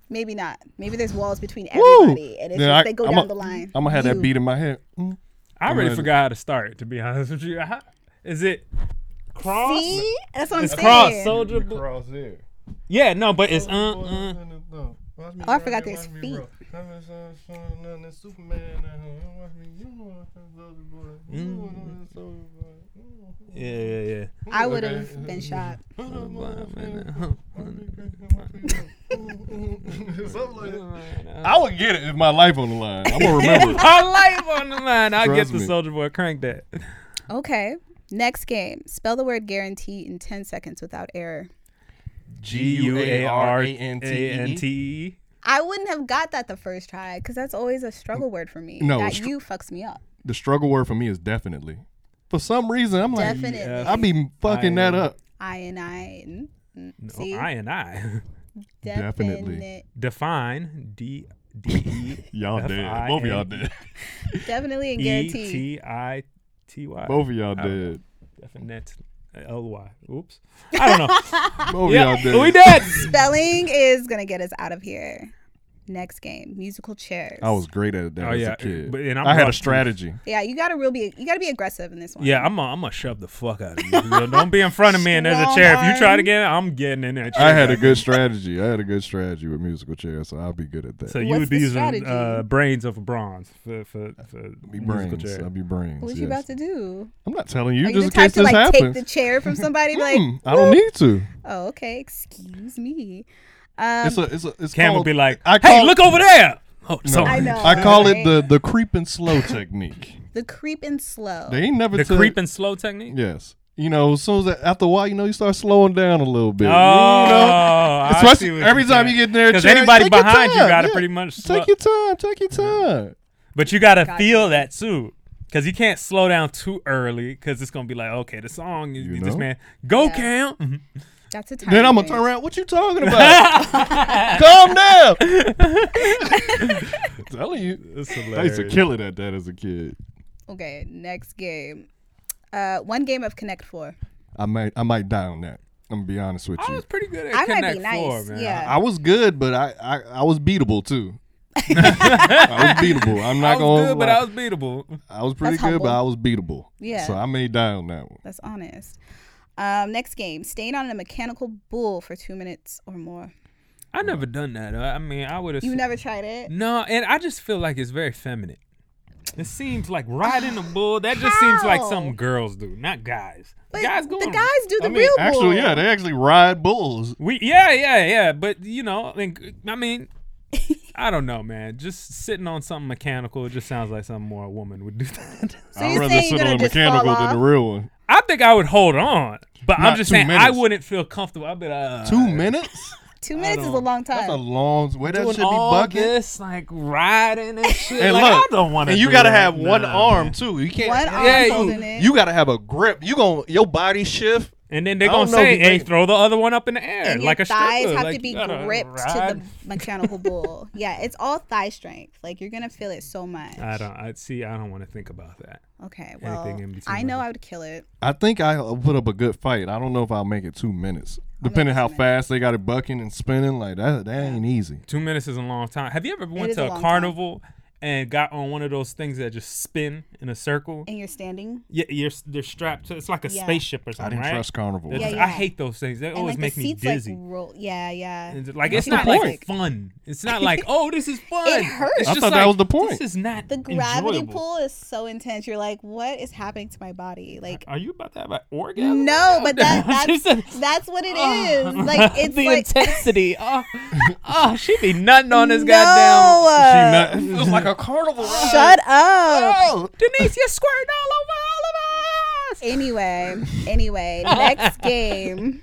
[SPEAKER 2] maybe not. Maybe there's walls between
[SPEAKER 3] Woo!
[SPEAKER 2] everybody and it's
[SPEAKER 3] Then
[SPEAKER 2] just
[SPEAKER 3] I-
[SPEAKER 2] they go
[SPEAKER 3] I'm
[SPEAKER 2] down
[SPEAKER 3] a-
[SPEAKER 2] the line.
[SPEAKER 3] I'm gonna have
[SPEAKER 2] You.
[SPEAKER 3] that beat in my head. Mm.
[SPEAKER 4] I already
[SPEAKER 3] Come on.
[SPEAKER 4] forgot how to start. To be honest with you, How- is it cross?
[SPEAKER 2] See? That's what I'm
[SPEAKER 4] It's
[SPEAKER 2] saying.
[SPEAKER 4] cross soldier. Bo-
[SPEAKER 3] Cross there.
[SPEAKER 4] Yeah, no, but it's uh, uh
[SPEAKER 2] Oh, I forgot there's feet.
[SPEAKER 4] Mm. Yeah, yeah, yeah.
[SPEAKER 2] I would have been shocked.
[SPEAKER 3] I would get it if my life on the line. I'm gonna remember. it.
[SPEAKER 4] Our life on the line. I get
[SPEAKER 3] Trust
[SPEAKER 4] the
[SPEAKER 3] me.
[SPEAKER 4] soldier boy. Crank that.
[SPEAKER 2] Okay. Next game. Spell the word guarantee in 10 seconds without error.
[SPEAKER 4] G U A R A N E. T E.
[SPEAKER 2] I wouldn't have got that the first try because that's always a struggle word for me.
[SPEAKER 3] No,
[SPEAKER 2] that
[SPEAKER 3] str-
[SPEAKER 2] you fucks me up.
[SPEAKER 3] The struggle word for me is definitely. For some reason, I'm like,
[SPEAKER 2] Definitely.
[SPEAKER 3] I be fucking that up.
[SPEAKER 2] I and I. mm, mm, See?
[SPEAKER 4] Oh, I and I.
[SPEAKER 3] Definitely.
[SPEAKER 2] Definite-
[SPEAKER 4] Define D D E.
[SPEAKER 3] Y'all
[SPEAKER 4] F
[SPEAKER 3] dead.
[SPEAKER 4] I
[SPEAKER 3] Both of y'all
[SPEAKER 4] N
[SPEAKER 3] dead.
[SPEAKER 2] Definitely and
[SPEAKER 4] E
[SPEAKER 2] guarantee.
[SPEAKER 4] T I T Y.
[SPEAKER 3] Both of y'all
[SPEAKER 4] I don't
[SPEAKER 3] dead.
[SPEAKER 4] Definite. L Y. Oops. I don't know.
[SPEAKER 3] Both of y'all
[SPEAKER 4] yeah,
[SPEAKER 3] dead.
[SPEAKER 4] we dead.
[SPEAKER 2] Spelling is going to get us out of here. Next game. Musical chairs.
[SPEAKER 3] I was great at that
[SPEAKER 4] Oh,
[SPEAKER 3] as
[SPEAKER 4] yeah,
[SPEAKER 3] a kid.
[SPEAKER 4] but- and I'm
[SPEAKER 3] I had a
[SPEAKER 4] rough, too.
[SPEAKER 3] strategy.
[SPEAKER 2] Yeah, you gotta real be you gotta be aggressive in this one.
[SPEAKER 4] Yeah, I'm gonna I'm shove the fuck out of you. Yo, Don't be in front of me and there's a chair. If you try to get it, I'm getting in that chair.
[SPEAKER 3] I had a good strategy. I had a good strategy with musical chairs, so I'll be good at that.
[SPEAKER 4] So you
[SPEAKER 2] What's
[SPEAKER 4] would be
[SPEAKER 2] the
[SPEAKER 4] using
[SPEAKER 2] strategy?
[SPEAKER 4] uh, brains of bronze for for, for
[SPEAKER 3] be
[SPEAKER 4] musical
[SPEAKER 3] brains.
[SPEAKER 4] chair.
[SPEAKER 3] I'll be brains.
[SPEAKER 2] What
[SPEAKER 3] yes.
[SPEAKER 2] you about to do?
[SPEAKER 3] I'm not telling you,
[SPEAKER 2] Are you
[SPEAKER 3] just
[SPEAKER 2] the type
[SPEAKER 3] in case
[SPEAKER 2] to
[SPEAKER 3] this
[SPEAKER 2] like take
[SPEAKER 3] happens.
[SPEAKER 2] the chair from somebody? Be like,
[SPEAKER 3] Mm, I don't need to.
[SPEAKER 2] oh, okay, excuse me. Um,
[SPEAKER 3] It's a. It's a. It's
[SPEAKER 4] Cam
[SPEAKER 3] called,
[SPEAKER 4] would be like,
[SPEAKER 3] I
[SPEAKER 4] "Hey,
[SPEAKER 3] call-
[SPEAKER 4] look over there." Oh,
[SPEAKER 3] No,
[SPEAKER 4] sorry.
[SPEAKER 2] I know,
[SPEAKER 3] I call
[SPEAKER 2] right?
[SPEAKER 3] it the the creep and slow technique.
[SPEAKER 2] the creep and slow.
[SPEAKER 3] They ain't never
[SPEAKER 4] The
[SPEAKER 3] tell-
[SPEAKER 4] creep and slow technique.
[SPEAKER 3] Yes. You know, as soon as that, after a while, you know, you start slowing down a little bit.
[SPEAKER 4] Oh,
[SPEAKER 3] you know,
[SPEAKER 4] I
[SPEAKER 3] especially
[SPEAKER 4] see what
[SPEAKER 3] every
[SPEAKER 4] you're
[SPEAKER 3] time
[SPEAKER 4] saying.
[SPEAKER 3] you get there,
[SPEAKER 4] 'Cause
[SPEAKER 3] chair,
[SPEAKER 4] anybody
[SPEAKER 3] take your
[SPEAKER 4] behind you
[SPEAKER 3] time.
[SPEAKER 4] gotta
[SPEAKER 3] Yeah.
[SPEAKER 4] pretty much slow-
[SPEAKER 3] take your time. Take your time.
[SPEAKER 4] but you gotta
[SPEAKER 2] Got
[SPEAKER 4] feel
[SPEAKER 2] you.
[SPEAKER 4] that too, because you can't slow down too early, because it's gonna be like, okay, the song is
[SPEAKER 3] You
[SPEAKER 4] this
[SPEAKER 3] know? Mm-hmm.
[SPEAKER 4] man. Go,
[SPEAKER 2] Yeah.
[SPEAKER 4] Cam. Mhm.
[SPEAKER 2] That's a time.
[SPEAKER 3] Then I'm gonna
[SPEAKER 2] waste.
[SPEAKER 3] turn around. What you talking about? Calm down. telling you,
[SPEAKER 4] That's
[SPEAKER 3] I used to
[SPEAKER 4] hilarious.
[SPEAKER 3] kill it at that as a kid.
[SPEAKER 2] Okay, next game. Uh, one game of Connect Four.
[SPEAKER 3] I might, I might die on that. I'm gonna be honest with
[SPEAKER 4] I
[SPEAKER 3] you.
[SPEAKER 4] was pretty good at
[SPEAKER 2] I might be
[SPEAKER 4] Connect Four,
[SPEAKER 2] nice,
[SPEAKER 4] man.
[SPEAKER 2] yeah.
[SPEAKER 3] I was good, but I, I, I was beatable too. I was beatable. I'm
[SPEAKER 4] I, I was
[SPEAKER 3] not gonna.
[SPEAKER 4] good, but
[SPEAKER 3] lie.
[SPEAKER 4] I was beatable.
[SPEAKER 3] I was pretty
[SPEAKER 2] That's
[SPEAKER 3] good,
[SPEAKER 2] humble.
[SPEAKER 3] but I was beatable.
[SPEAKER 2] Yeah.
[SPEAKER 3] So I may die on that one.
[SPEAKER 2] That's honest. Um, next game. Staying on a mechanical bull for two minutes or more.
[SPEAKER 4] I never done that. I I mean, I would have.
[SPEAKER 2] You never tried it.
[SPEAKER 4] No, and I just feel like it's very feminine. It seems like riding a bull. That just seems like
[SPEAKER 2] How?
[SPEAKER 4] something girls do, not guys.
[SPEAKER 2] But
[SPEAKER 4] guys go
[SPEAKER 2] the
[SPEAKER 4] on-
[SPEAKER 2] guys do the
[SPEAKER 3] I mean,
[SPEAKER 2] real bull.
[SPEAKER 3] actually, yeah, they actually ride bulls.
[SPEAKER 4] We yeah yeah yeah, but you know, I mean, I mean, I don't know, man. Just sitting on something mechanical, it just sounds like something more a woman would do. That.
[SPEAKER 2] So you're saying you're gonna just fall
[SPEAKER 3] mechanical than
[SPEAKER 2] off?
[SPEAKER 3] the real one.
[SPEAKER 4] I think I would hold on, but I'm
[SPEAKER 3] Not
[SPEAKER 4] just
[SPEAKER 3] two
[SPEAKER 4] saying I
[SPEAKER 3] minutes.
[SPEAKER 4] wouldn't feel comfortable. I'd be like, uh,
[SPEAKER 3] Two minutes?
[SPEAKER 2] Two minutes is a
[SPEAKER 4] don't-
[SPEAKER 2] long
[SPEAKER 3] That's a
[SPEAKER 2] time.
[SPEAKER 3] long way. That
[SPEAKER 4] doing
[SPEAKER 3] should be
[SPEAKER 4] all
[SPEAKER 3] bucket.
[SPEAKER 4] this like riding and shit.
[SPEAKER 3] And
[SPEAKER 4] like,
[SPEAKER 3] look,
[SPEAKER 4] I don't want to.
[SPEAKER 3] and you gotta have one arm too. You can't.
[SPEAKER 2] One arm
[SPEAKER 4] Yeah, you-
[SPEAKER 2] holding it.
[SPEAKER 3] You gotta have a grip. You gon' your body shift
[SPEAKER 4] And then they're
[SPEAKER 3] I don't
[SPEAKER 4] gonna
[SPEAKER 3] know if
[SPEAKER 4] say,
[SPEAKER 3] you
[SPEAKER 4] "Hey,
[SPEAKER 3] make-
[SPEAKER 4] throw the other one up in the air
[SPEAKER 2] and
[SPEAKER 4] like
[SPEAKER 2] your
[SPEAKER 4] a
[SPEAKER 2] thighs
[SPEAKER 4] stripper."
[SPEAKER 2] have
[SPEAKER 4] like,
[SPEAKER 2] to be
[SPEAKER 4] you gotta
[SPEAKER 2] gripped to
[SPEAKER 4] ride.
[SPEAKER 2] the mechanical bull. Yeah, it's all thigh strength. Like you're gonna feel it so much.
[SPEAKER 4] I don't. I see. I don't want to think about that.
[SPEAKER 2] Okay, well,
[SPEAKER 4] in between
[SPEAKER 2] I know
[SPEAKER 4] that.
[SPEAKER 2] I would kill it.
[SPEAKER 3] I think I'll put up a good fight. I don't know if I'll make it two minutes, depending how fast they got it bucking and spinning. Like that, that ain't easy.
[SPEAKER 4] Two minutes is a long time. Have you ever went
[SPEAKER 2] is a
[SPEAKER 4] to a,
[SPEAKER 2] long time.
[SPEAKER 4] carnival and got on one of those things that just spin in a circle?
[SPEAKER 2] And you're standing.
[SPEAKER 4] Yeah, you're they're strapped to. It's like a
[SPEAKER 2] Yeah.
[SPEAKER 4] spaceship or something,
[SPEAKER 3] I didn't
[SPEAKER 4] right?
[SPEAKER 3] trust carnival.
[SPEAKER 4] They're
[SPEAKER 2] Yeah,
[SPEAKER 4] just-
[SPEAKER 2] yeah.
[SPEAKER 4] I hate those things. They always
[SPEAKER 2] and like
[SPEAKER 4] make
[SPEAKER 2] the
[SPEAKER 4] me
[SPEAKER 2] seats
[SPEAKER 4] dizzy.
[SPEAKER 2] like roll. Yeah, yeah.
[SPEAKER 4] And it's like it's
[SPEAKER 2] the
[SPEAKER 4] not like
[SPEAKER 2] point.
[SPEAKER 4] fun. It's not like oh this is fun.
[SPEAKER 2] It hurts.
[SPEAKER 4] It's
[SPEAKER 3] I
[SPEAKER 4] just
[SPEAKER 3] thought that
[SPEAKER 4] like,
[SPEAKER 3] was the point.
[SPEAKER 4] This is not
[SPEAKER 2] The gravity
[SPEAKER 4] enjoyable.
[SPEAKER 2] pull is so intense. You're like, what is happening to my body? Like.
[SPEAKER 4] Are you about to have an orgasm?
[SPEAKER 2] No, but that, "Ah."
[SPEAKER 4] Just
[SPEAKER 2] that's
[SPEAKER 4] a-
[SPEAKER 2] that's what it is. Like it's
[SPEAKER 4] the
[SPEAKER 2] like
[SPEAKER 4] intensity. Oh, oh, she be nutting on this
[SPEAKER 2] No.
[SPEAKER 4] goddamn.
[SPEAKER 3] It was like a carnival ride.
[SPEAKER 2] shut up.
[SPEAKER 3] Oh,
[SPEAKER 4] Denise, you're squirting all over all of us.
[SPEAKER 2] Anyway, anyway, next game.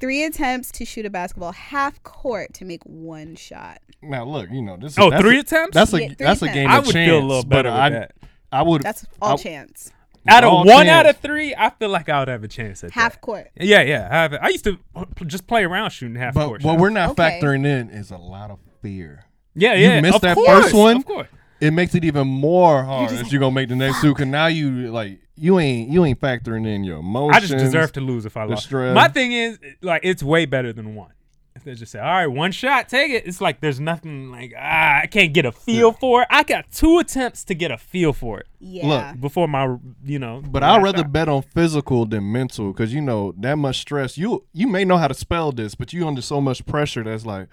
[SPEAKER 2] Three attempts to shoot a basketball half court to make one shot.
[SPEAKER 3] now look, you know this.
[SPEAKER 4] Oh,
[SPEAKER 3] that's
[SPEAKER 4] three
[SPEAKER 3] a,
[SPEAKER 4] attempts?
[SPEAKER 3] That's a
[SPEAKER 2] Yeah, three
[SPEAKER 3] that's a
[SPEAKER 2] attempts.
[SPEAKER 3] game
[SPEAKER 4] I
[SPEAKER 3] of
[SPEAKER 4] would
[SPEAKER 3] chance.
[SPEAKER 4] feel a little
[SPEAKER 3] but
[SPEAKER 4] better with
[SPEAKER 3] I,
[SPEAKER 4] that.
[SPEAKER 3] I would.
[SPEAKER 2] That's all
[SPEAKER 3] I-
[SPEAKER 2] chance.
[SPEAKER 4] Out of
[SPEAKER 3] all
[SPEAKER 4] one out
[SPEAKER 3] chance.
[SPEAKER 4] of three, I feel like I would have a chance at
[SPEAKER 2] Half
[SPEAKER 4] that.
[SPEAKER 2] court.
[SPEAKER 4] Yeah, yeah. I, have it. I used to uh, pl- just play around shooting half
[SPEAKER 3] But
[SPEAKER 4] court.
[SPEAKER 3] what
[SPEAKER 4] shots.
[SPEAKER 3] we're not
[SPEAKER 2] Okay.
[SPEAKER 3] factoring in is a lot of fear.
[SPEAKER 4] yeah,
[SPEAKER 3] you
[SPEAKER 4] yeah.
[SPEAKER 3] missed
[SPEAKER 4] of
[SPEAKER 3] that
[SPEAKER 4] course,
[SPEAKER 3] first one?
[SPEAKER 4] Of course.
[SPEAKER 3] It makes it even more hard if you're gonna make the next two. Cause now you like you ain't you ain't factoring in your emotions.
[SPEAKER 4] I just deserve to lose if I lost.
[SPEAKER 3] stress.
[SPEAKER 4] My thing is, like, it's way better than one. If they just say, all right, one shot, take it. It's like there's nothing like ah, I can't get a feel for it. I got two attempts to get a feel for it
[SPEAKER 2] Yeah.
[SPEAKER 3] Look,
[SPEAKER 4] before my, you know.
[SPEAKER 3] But
[SPEAKER 4] last
[SPEAKER 3] I'd rather
[SPEAKER 4] shot.
[SPEAKER 3] bet on physical than mental, because you know that much stress. You you may know how to spell this, but you under so much pressure that's like,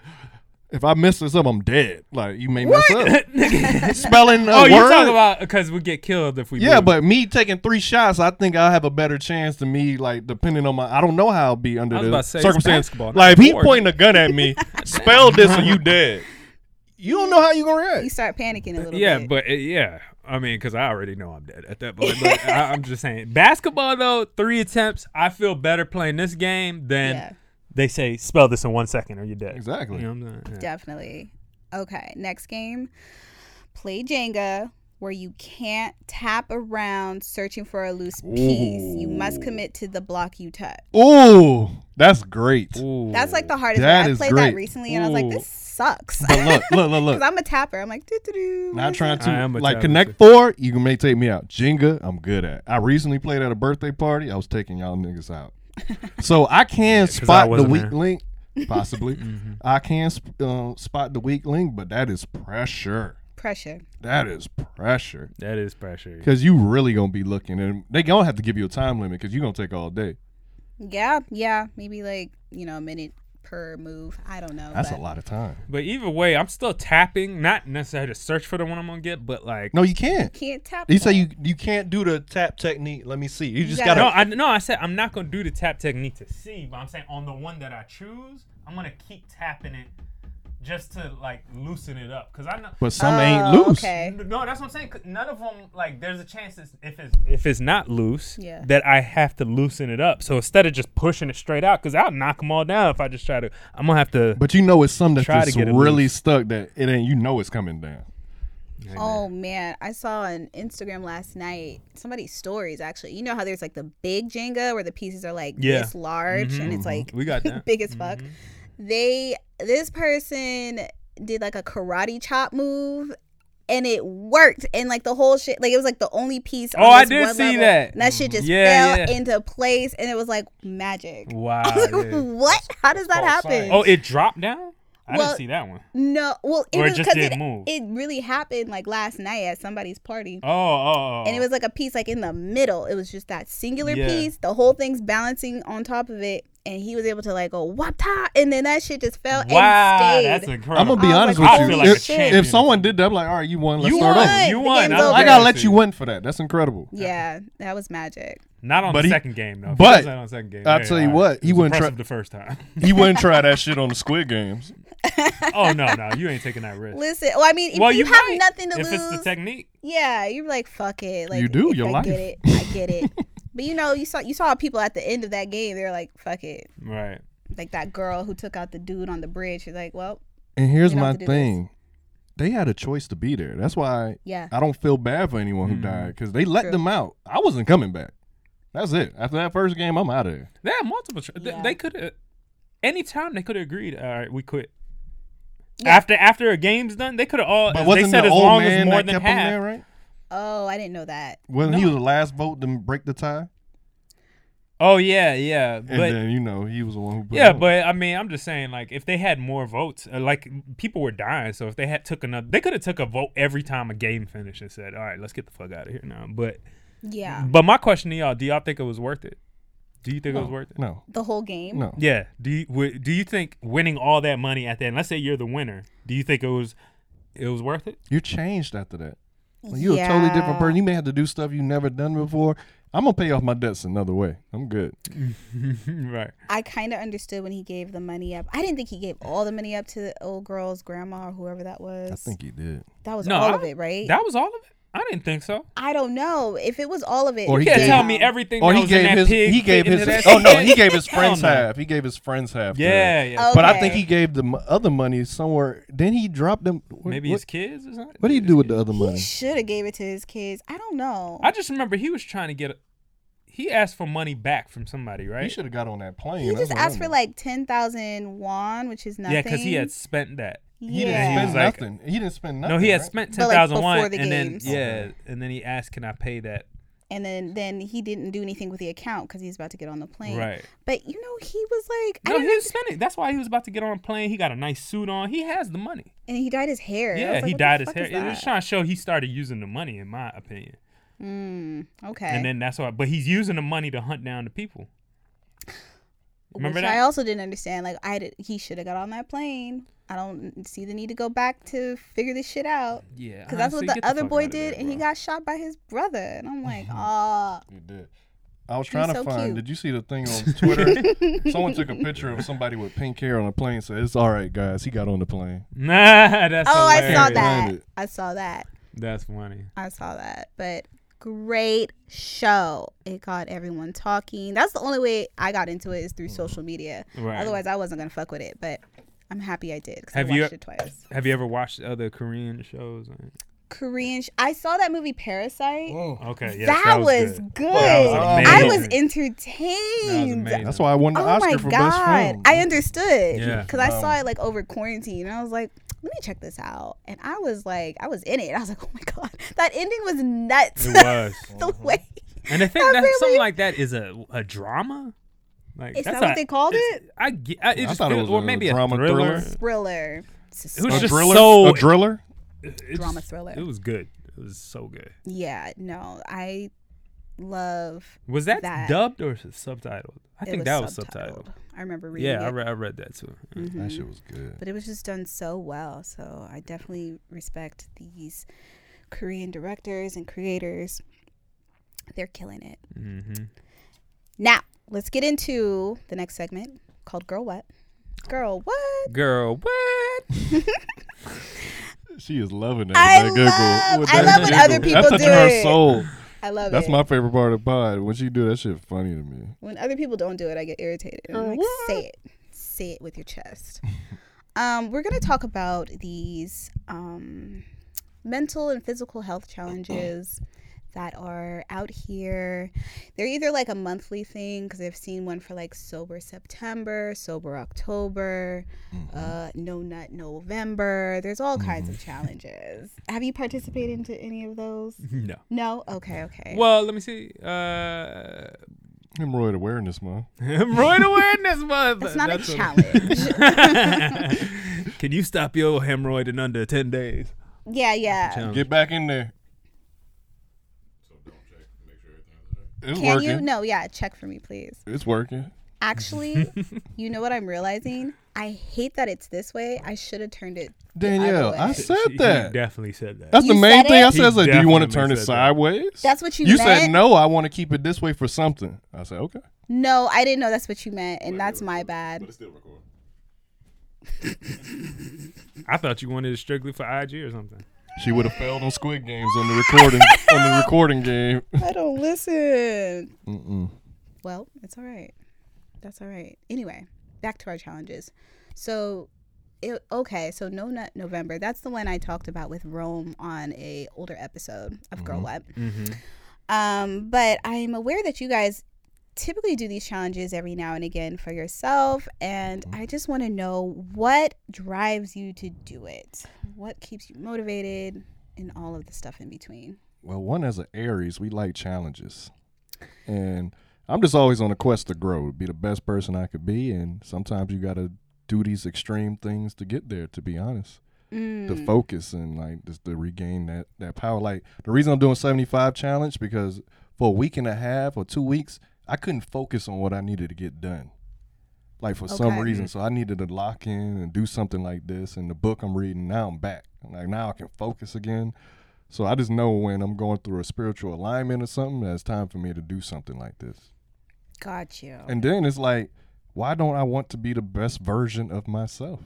[SPEAKER 3] if I mess this up, I'm dead. Like you may mess up spelling. A
[SPEAKER 4] Oh,
[SPEAKER 3] word?
[SPEAKER 4] you talk about because we get killed if we.
[SPEAKER 3] Yeah,
[SPEAKER 4] lose.
[SPEAKER 3] but me taking three shots, I think I have a better chance than me. Like depending on my, I don't know how I'll be under
[SPEAKER 4] I was
[SPEAKER 3] the
[SPEAKER 4] about to say, it's
[SPEAKER 3] circumstance.
[SPEAKER 4] basketball, not
[SPEAKER 3] Like if he
[SPEAKER 4] sports.
[SPEAKER 3] pointing a gun at me, spell this or you dead. You don't know how you gonna
[SPEAKER 2] you
[SPEAKER 3] react.
[SPEAKER 2] start panicking a little
[SPEAKER 4] yeah,
[SPEAKER 2] bit.
[SPEAKER 4] but uh, yeah, I mean, because I already know I'm dead at that point. But I, I'm just saying, basketball though, three attempts, I feel better playing this game than
[SPEAKER 2] Yeah.
[SPEAKER 4] they say spell this in one second or you're dead.
[SPEAKER 3] Exactly.
[SPEAKER 4] You know what I'm saying? Yeah.
[SPEAKER 2] Definitely. Okay, next game. Play Jenga where you can't tap around searching for a loose piece. You must commit to the block you touch.
[SPEAKER 3] Ooh, that's great.
[SPEAKER 4] Ooh.
[SPEAKER 2] That's like the hardest
[SPEAKER 3] That
[SPEAKER 2] one. I
[SPEAKER 3] is
[SPEAKER 2] played
[SPEAKER 3] great.
[SPEAKER 2] that recently and I was like,
[SPEAKER 4] Ooh.
[SPEAKER 2] this sucks.
[SPEAKER 3] But look, look, look, look.
[SPEAKER 2] Because I'm a tapper. I'm like, doo doo doo.
[SPEAKER 3] Not trying
[SPEAKER 4] I
[SPEAKER 3] to
[SPEAKER 4] am a
[SPEAKER 3] like
[SPEAKER 4] child
[SPEAKER 3] connect four. You may take me out. Jenga, I'm good at. I recently played at a birthday party. I was taking y'all niggas out, so I can
[SPEAKER 4] 'cause I
[SPEAKER 3] spot the
[SPEAKER 4] wasn't
[SPEAKER 3] weak
[SPEAKER 4] there. Mm-hmm.
[SPEAKER 3] link. Possibly, I can sp- uh, spot the weak link, but that is pressure.
[SPEAKER 2] Pressure.
[SPEAKER 3] That is pressure
[SPEAKER 4] that is pressure.
[SPEAKER 3] because you really gonna be looking, and they gonna have to give you a time limit because you gonna take all day.
[SPEAKER 2] Yeah, yeah. Maybe like, you know, a minute per move. I don't know.
[SPEAKER 3] That's
[SPEAKER 2] but
[SPEAKER 3] a lot of time.
[SPEAKER 4] But either way, I'm still tapping, not necessarily to search for the one I'm gonna get, but like
[SPEAKER 3] No, you can't.
[SPEAKER 2] Can't tap.
[SPEAKER 3] You say
[SPEAKER 2] though.
[SPEAKER 3] you you can't do the tap technique. Let me see. You just
[SPEAKER 2] gotta-
[SPEAKER 3] gotta.
[SPEAKER 4] No, I no, I said I'm not gonna do the tap technique to see, but I'm saying on the one that I choose, I'm gonna keep tapping it just to like loosen it up, cause I know.
[SPEAKER 3] but some
[SPEAKER 2] Oh,
[SPEAKER 3] ain't loose.
[SPEAKER 2] Okay.
[SPEAKER 4] No, that's what I'm saying. 'cause None of them like there's a chance it's- if it's if it's not loose
[SPEAKER 2] Yeah.
[SPEAKER 4] that I have to loosen it up. So instead of just pushing it straight out, because I'll knock them all down if I just try to. I'm gonna have to.
[SPEAKER 3] But you know it's something that's
[SPEAKER 4] Try to
[SPEAKER 3] just
[SPEAKER 4] get it
[SPEAKER 3] really
[SPEAKER 4] loose.
[SPEAKER 3] stuck that it ain't. You know it's coming down.
[SPEAKER 2] Oh man, I saw on Instagram last night somebody's stories actually. You know how there's like the big Jenga where the pieces are like
[SPEAKER 4] Yeah. Mm-hmm.
[SPEAKER 2] this large and it's like
[SPEAKER 4] We Mm-hmm. got that.
[SPEAKER 2] big as fuck. They this person did like a karate chop move and it worked and like the whole shit like it was like the only piece on
[SPEAKER 4] Oh, I
[SPEAKER 2] this
[SPEAKER 4] did
[SPEAKER 2] one
[SPEAKER 4] see
[SPEAKER 2] level,
[SPEAKER 4] that.
[SPEAKER 2] and that shit just
[SPEAKER 4] Yeah,
[SPEAKER 2] fell
[SPEAKER 4] yeah.
[SPEAKER 2] into place and it was like magic
[SPEAKER 4] Wow.
[SPEAKER 2] I was like,
[SPEAKER 4] yeah.
[SPEAKER 2] what how does that happen
[SPEAKER 4] Oh, it dropped down. I
[SPEAKER 2] Well,
[SPEAKER 4] didn't see that one.
[SPEAKER 2] no well it
[SPEAKER 4] Or it
[SPEAKER 2] was
[SPEAKER 4] just
[SPEAKER 2] because
[SPEAKER 4] didn't
[SPEAKER 2] it,
[SPEAKER 4] move.
[SPEAKER 2] it really happened like last night at somebody's party
[SPEAKER 4] Oh, oh, oh.
[SPEAKER 2] and it was like a piece like in the middle. It was just that singular
[SPEAKER 4] Yeah.
[SPEAKER 2] piece. The whole thing's balancing on top of it, and he was able to like go wapta, and then that shit just fell
[SPEAKER 4] wow.
[SPEAKER 2] and stayed.
[SPEAKER 4] That's incredible.
[SPEAKER 3] I'm gonna be
[SPEAKER 2] I
[SPEAKER 3] honest
[SPEAKER 2] was like,
[SPEAKER 3] with you.
[SPEAKER 2] I feel like a
[SPEAKER 3] if,
[SPEAKER 4] champion.
[SPEAKER 3] if someone did that, I'm like, all right, you won. Let's
[SPEAKER 4] You
[SPEAKER 3] start
[SPEAKER 4] won.
[SPEAKER 3] over.
[SPEAKER 4] You
[SPEAKER 2] The
[SPEAKER 4] won.
[SPEAKER 2] game's
[SPEAKER 4] I
[SPEAKER 2] over.
[SPEAKER 3] I
[SPEAKER 4] like
[SPEAKER 3] gotta
[SPEAKER 4] that
[SPEAKER 3] let
[SPEAKER 4] too.
[SPEAKER 3] you win for that. That's incredible.
[SPEAKER 2] yeah, that was magic.
[SPEAKER 4] Not on
[SPEAKER 3] But
[SPEAKER 4] the
[SPEAKER 3] he-
[SPEAKER 4] second game though.
[SPEAKER 3] but-
[SPEAKER 4] He was on the second game.
[SPEAKER 3] I'll
[SPEAKER 4] Yeah,
[SPEAKER 3] tell you
[SPEAKER 4] all right.
[SPEAKER 3] what,
[SPEAKER 4] It
[SPEAKER 3] he
[SPEAKER 4] was
[SPEAKER 3] wouldn't try-
[SPEAKER 4] impressive the first time.
[SPEAKER 3] You wouldn't try that shit on the Squid Games.
[SPEAKER 4] oh no, no, you ain't taking that risk.
[SPEAKER 2] Listen, well, I mean, if
[SPEAKER 4] well,
[SPEAKER 2] you,
[SPEAKER 4] you,
[SPEAKER 2] have
[SPEAKER 4] might,
[SPEAKER 2] nothing to
[SPEAKER 4] if
[SPEAKER 2] lose,
[SPEAKER 4] it's the technique.
[SPEAKER 2] yeah, you're like fuck it. Like
[SPEAKER 3] You do,
[SPEAKER 2] if
[SPEAKER 3] your
[SPEAKER 2] I
[SPEAKER 3] life.
[SPEAKER 2] get it. I get it. but you know, you saw you saw people at the end of that game. They're like fuck it.
[SPEAKER 4] Right.
[SPEAKER 2] Like that girl who took out the dude on the bridge. She's like, well,
[SPEAKER 3] And here's
[SPEAKER 2] You don't
[SPEAKER 3] my
[SPEAKER 2] have to do
[SPEAKER 3] thing. They had a choice to be there. That's why
[SPEAKER 4] Uh,
[SPEAKER 2] yeah.
[SPEAKER 4] Hmm.
[SPEAKER 3] I don't feel bad for anyone who died because they let
[SPEAKER 2] True.
[SPEAKER 3] them out. I wasn't coming back. That's it. After that first game, I'm out of here.
[SPEAKER 4] They had multiple. Tra- th-
[SPEAKER 2] Yeah.
[SPEAKER 4] They could have. Anytime they could have agreed. All right, we quit.
[SPEAKER 2] Yeah.
[SPEAKER 4] After after a game's done, they could have all.
[SPEAKER 3] But
[SPEAKER 4] they
[SPEAKER 3] wasn't
[SPEAKER 4] said
[SPEAKER 3] the
[SPEAKER 4] as
[SPEAKER 3] old
[SPEAKER 4] long
[SPEAKER 3] man
[SPEAKER 4] as more
[SPEAKER 3] that
[SPEAKER 4] than
[SPEAKER 3] kept him there,
[SPEAKER 4] half.
[SPEAKER 3] right?
[SPEAKER 2] Oh, I didn't know that.
[SPEAKER 3] Wasn't he the last vote to break the tie?
[SPEAKER 4] Oh yeah, yeah.
[SPEAKER 3] And
[SPEAKER 4] But
[SPEAKER 3] then you know he was the one who. Put
[SPEAKER 4] yeah,
[SPEAKER 3] it on.
[SPEAKER 4] but I mean, I'm just saying, like, if they had more votes, uh, like people were dying, so if they had took another, they could have took a vote every time a game finished and said, "All right, let's get the fuck out of here now." But
[SPEAKER 2] Yeah.
[SPEAKER 4] but my question to y'all: Do y'all think it was worth it? Do you think it was worth it?
[SPEAKER 3] Oh.
[SPEAKER 4] Mm.
[SPEAKER 3] no,
[SPEAKER 2] The whole game.
[SPEAKER 3] no.
[SPEAKER 4] Yeah. Do you w- do you think winning all that money at the end? Let's say you're the winner. Do you think it was it was worth it?
[SPEAKER 3] You changed after that. Like, you a totally different person. You may have to do stuff you never done before. I'm gonna pay off my debts another way. I'm good.
[SPEAKER 4] right.
[SPEAKER 2] I kind of understood when he gave the money up. I didn't think he gave all the money up to the old girl's grandma or whoever that was.
[SPEAKER 3] I think he did.
[SPEAKER 2] that was
[SPEAKER 4] No,
[SPEAKER 2] all
[SPEAKER 4] I-
[SPEAKER 2] of it, right?
[SPEAKER 4] That was all of it. I didn't think so.
[SPEAKER 2] I don't know if it was all of it.
[SPEAKER 3] Or
[SPEAKER 2] it
[SPEAKER 3] he
[SPEAKER 4] You can't
[SPEAKER 2] was
[SPEAKER 3] gave-
[SPEAKER 4] tell
[SPEAKER 2] all-
[SPEAKER 4] me everything.
[SPEAKER 3] Or
[SPEAKER 4] that
[SPEAKER 3] he
[SPEAKER 4] was in
[SPEAKER 3] gave
[SPEAKER 4] that
[SPEAKER 3] his.
[SPEAKER 4] pig
[SPEAKER 3] He gave
[SPEAKER 4] fit into
[SPEAKER 3] his.
[SPEAKER 4] that
[SPEAKER 3] Oh no,
[SPEAKER 4] shit.
[SPEAKER 3] he gave his friends
[SPEAKER 4] no.
[SPEAKER 3] half. He gave his friends half. to-
[SPEAKER 4] Yeah, yeah.
[SPEAKER 2] Oh,
[SPEAKER 3] But I think
[SPEAKER 2] Okay.
[SPEAKER 3] he gave the m- other money somewhere. Then he dropped them. What,
[SPEAKER 4] Maybe
[SPEAKER 3] what,
[SPEAKER 4] his kids or something.
[SPEAKER 3] what do you do with the other
[SPEAKER 2] He
[SPEAKER 3] money?
[SPEAKER 2] should have gave it to his kids. I don't know.
[SPEAKER 4] I just remember he was trying to get. A, he asked for money back from somebody,
[SPEAKER 3] He
[SPEAKER 4] right?
[SPEAKER 3] should have got on that plane.
[SPEAKER 2] he
[SPEAKER 3] That's
[SPEAKER 2] just
[SPEAKER 3] what
[SPEAKER 2] asked
[SPEAKER 3] I
[SPEAKER 2] for
[SPEAKER 3] mean.
[SPEAKER 2] like ten thousand won, which is nothing.
[SPEAKER 4] Yeah, because he had spent that.
[SPEAKER 3] He
[SPEAKER 2] Yeah.
[SPEAKER 3] didn't
[SPEAKER 4] He
[SPEAKER 3] spend
[SPEAKER 4] was like-
[SPEAKER 3] nothing. He didn't spend nothing.
[SPEAKER 4] No, he had
[SPEAKER 3] right?
[SPEAKER 4] spent
[SPEAKER 2] But,
[SPEAKER 4] ten
[SPEAKER 2] like,
[SPEAKER 4] thousand one,
[SPEAKER 2] before the
[SPEAKER 4] and then
[SPEAKER 2] games.
[SPEAKER 4] yeah, and then he asked, "Can I pay that?"
[SPEAKER 2] and then then he didn't do anything with the account because he's about to get on the plane.
[SPEAKER 4] Right.
[SPEAKER 2] But you know, he was like, I
[SPEAKER 4] No,
[SPEAKER 2] don't
[SPEAKER 4] he was spending. That's why he was about to get on a plane. He got a nice suit on. He has the money.
[SPEAKER 2] and he dyed his hair. I
[SPEAKER 4] Yeah,
[SPEAKER 2] was like,
[SPEAKER 4] he
[SPEAKER 2] what the
[SPEAKER 4] dyed his
[SPEAKER 2] fuck
[SPEAKER 4] hair.
[SPEAKER 2] is
[SPEAKER 4] It was
[SPEAKER 2] that?
[SPEAKER 4] trying to show he started using the money, in my opinion.
[SPEAKER 2] Mm, okay.
[SPEAKER 4] And then that's why. But he's using the money to hunt down the people. Remember
[SPEAKER 2] Which
[SPEAKER 4] that?
[SPEAKER 2] I also didn't understand. Like I, did, he should have got on that plane. I don't see the need to go back to figure this shit out
[SPEAKER 4] yeah.
[SPEAKER 2] because that's
[SPEAKER 4] honestly,
[SPEAKER 2] what
[SPEAKER 4] get
[SPEAKER 2] the other
[SPEAKER 4] fuck
[SPEAKER 2] boy
[SPEAKER 4] outta there,
[SPEAKER 2] did, and he
[SPEAKER 4] bro.
[SPEAKER 2] got shot by his brother. And I'm like, ah,
[SPEAKER 3] He did. I was trying to
[SPEAKER 2] so
[SPEAKER 3] find.
[SPEAKER 2] cute.
[SPEAKER 3] Did you see the thing on Twitter? Someone took a picture of somebody with pink hair on a plane. Said it's all right, guys. He got on the plane.
[SPEAKER 4] Nah, that's.
[SPEAKER 2] oh, I saw
[SPEAKER 4] hilarious.
[SPEAKER 2] that.
[SPEAKER 3] Landed.
[SPEAKER 2] I saw that.
[SPEAKER 4] That's funny.
[SPEAKER 2] I saw that. But great show. It got everyone talking. That's the only way I got into it is through social media.
[SPEAKER 4] Mm. Right.
[SPEAKER 2] Otherwise, I wasn't gonna fuck with it. But I'm happy I did. 'cause I
[SPEAKER 4] Have
[SPEAKER 2] watched
[SPEAKER 4] you-
[SPEAKER 2] it twice.
[SPEAKER 4] Have you ever watched other Korean shows?
[SPEAKER 2] Korean. Sh- I saw that movie Parasite.
[SPEAKER 4] Okay, yeah,
[SPEAKER 2] that, was good.
[SPEAKER 4] That was
[SPEAKER 2] I was
[SPEAKER 4] amazing.
[SPEAKER 2] entertained.
[SPEAKER 4] amazing.
[SPEAKER 3] That's why I won the
[SPEAKER 2] oh
[SPEAKER 3] Oscar
[SPEAKER 2] my
[SPEAKER 3] for
[SPEAKER 2] god!
[SPEAKER 3] best film.
[SPEAKER 2] I understood.
[SPEAKER 4] Yeah.
[SPEAKER 2] Because I saw it like over quarantine, and I was like, "Let me check this out." And I was like, I was in it. I was like, "Oh my god, that ending was nuts."
[SPEAKER 4] It was.
[SPEAKER 2] the way
[SPEAKER 4] And I
[SPEAKER 2] I
[SPEAKER 4] think that
[SPEAKER 2] really-
[SPEAKER 4] something like that is a a drama. Like
[SPEAKER 2] is
[SPEAKER 4] that's
[SPEAKER 2] that what
[SPEAKER 4] a-
[SPEAKER 2] they called
[SPEAKER 4] it's-
[SPEAKER 2] it?
[SPEAKER 4] I, ge- I, it
[SPEAKER 3] I
[SPEAKER 4] just
[SPEAKER 3] thought it
[SPEAKER 4] feels- or
[SPEAKER 3] was a
[SPEAKER 4] maybe
[SPEAKER 3] drama
[SPEAKER 4] a thriller.
[SPEAKER 2] Thriller.
[SPEAKER 3] thriller.
[SPEAKER 4] It was
[SPEAKER 3] a
[SPEAKER 4] just
[SPEAKER 3] driller.
[SPEAKER 4] so
[SPEAKER 3] a driller.
[SPEAKER 4] it's-
[SPEAKER 2] Drama thriller.
[SPEAKER 4] It was good. It was so good.
[SPEAKER 2] yeah. No, I love.
[SPEAKER 4] Was that,
[SPEAKER 2] That-
[SPEAKER 4] dubbed or s- subtitled? I
[SPEAKER 2] it
[SPEAKER 4] think
[SPEAKER 2] was
[SPEAKER 4] that was
[SPEAKER 2] subtitled.
[SPEAKER 4] subtitled.
[SPEAKER 2] I remember reading
[SPEAKER 4] Yeah, I
[SPEAKER 2] it, Mm.
[SPEAKER 4] read, I read that too.
[SPEAKER 3] That shit was good.
[SPEAKER 2] but it was just done so well. So I definitely respect these Korean directors and creators. They're killing it.
[SPEAKER 4] Mm-hmm.
[SPEAKER 2] Now, let's get into the next segment called Girl What? Girl What?
[SPEAKER 4] Girl, what?
[SPEAKER 3] She is loving that.
[SPEAKER 2] I
[SPEAKER 3] with that
[SPEAKER 2] love-
[SPEAKER 3] Google.
[SPEAKER 2] I love when other people
[SPEAKER 3] That's
[SPEAKER 2] do
[SPEAKER 3] in her
[SPEAKER 2] it.
[SPEAKER 3] soul.
[SPEAKER 2] I love
[SPEAKER 3] That's
[SPEAKER 2] it.
[SPEAKER 3] my favorite part of pod. When she do that shit, funny to me.
[SPEAKER 2] when other people don't do it, I get irritated. I'm like, say it. Say it with your chest. um, we're going to talk about these um, mental and physical health challenges that are out here. They're either like a monthly thing, because I've seen one for like Sober September, Sober October, uh, No Nut November. There's all kinds of challenges. Have you participated into any of those?
[SPEAKER 4] No.
[SPEAKER 2] No? Okay, okay.
[SPEAKER 4] Well, let me see. Uh,
[SPEAKER 3] Hemorrhoid awareness month.
[SPEAKER 4] hemorrhoid awareness month.
[SPEAKER 2] That's not a
[SPEAKER 4] what-
[SPEAKER 2] challenge.
[SPEAKER 4] Can you stop your hemorrhoid in under ten days?
[SPEAKER 2] yeah, yeah.
[SPEAKER 4] Challenge.
[SPEAKER 3] Get back in there. It's
[SPEAKER 2] Can
[SPEAKER 3] working.
[SPEAKER 2] you? No, yeah, check for me, please.
[SPEAKER 3] It's working.
[SPEAKER 2] Actually, you know what I'm realizing? I hate that it's this way. I should have turned it. the other
[SPEAKER 3] Danielle,
[SPEAKER 2] way.
[SPEAKER 3] I said
[SPEAKER 4] She- he
[SPEAKER 3] that.
[SPEAKER 4] definitely said that.
[SPEAKER 3] That's
[SPEAKER 2] You
[SPEAKER 3] the main
[SPEAKER 2] said
[SPEAKER 3] thing
[SPEAKER 2] it?
[SPEAKER 3] I said. is
[SPEAKER 4] He
[SPEAKER 3] Like, do you want to
[SPEAKER 4] definitely
[SPEAKER 3] turn it
[SPEAKER 4] said that.
[SPEAKER 3] sideways?
[SPEAKER 2] That's what you,
[SPEAKER 3] you
[SPEAKER 2] meant.
[SPEAKER 3] said no. I want to keep it this way for something. I said okay.
[SPEAKER 2] No, I didn't know that's what you meant, and that's my bad.
[SPEAKER 4] I thought you wanted it strictly for IG or something.
[SPEAKER 3] She would have failed on Squid Games on the recording on the recording game.
[SPEAKER 2] I don't listen.
[SPEAKER 3] Mm-mm.
[SPEAKER 2] Well, it's all right. That's all right. Anyway, back to our challenges. So, it, okay, so No Nut November.
[SPEAKER 3] Mm-hmm.
[SPEAKER 2] That's the one I talked about with Rome on a older episode of Girl What. Um, but I'm aware that you guys typically do these challenges every now and again for yourself. And I just want to know what drives you to do it? What keeps you motivated and all of the stuff in between?
[SPEAKER 3] Well, one as an Aries, we like challenges, and I'm just always on a quest to grow, be the best person I could be, and sometimes you gotta do these extreme things to get there. To be honest, to
[SPEAKER 2] Mm.
[SPEAKER 3] focus and like just to regain that that power. Like the reason I'm doing 75 challenge because for a week and a half or two weeks, I couldn't focus on what I needed to get done. Like for some
[SPEAKER 2] Okay.
[SPEAKER 3] reason, so I needed to lock in and do something like this. And the book I'm reading now, I'm back. Like now I can focus again. So I just know when I'm going through a spiritual alignment or something, that it's time for me to do something like this.
[SPEAKER 2] Got you.
[SPEAKER 3] And then it's like, why don't I want to be the best version of myself?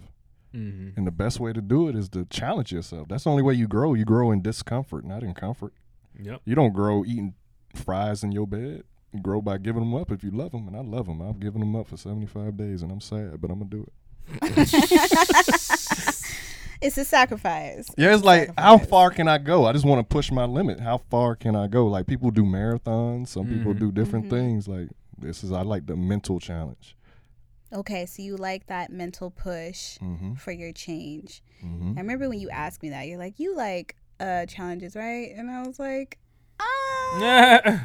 [SPEAKER 4] Mm-hmm.
[SPEAKER 3] And the best way to do it is to challenge yourself. That's the only way you grow. You grow in discomfort, not in comfort.
[SPEAKER 4] Yep.
[SPEAKER 3] You don't grow eating fries in your bed. You grow by giving them up if you love them. And I love them. I've given them up for 75 days and I'm sad, but I'm going to do it.
[SPEAKER 2] it's a sacrifice.
[SPEAKER 3] Yeah, it's like, how far can I go? I just want to push my limit. How far can I go? Like, people do marathons, some people do different things. Like, this is, I like the mental challenge.
[SPEAKER 2] Okay, so you like that mental push
[SPEAKER 3] Mm-hmm.
[SPEAKER 2] for your change. I remember when you asked me that, you're like, you like uh, challenges, right? And I was like, ah,
[SPEAKER 4] Mm-hmm.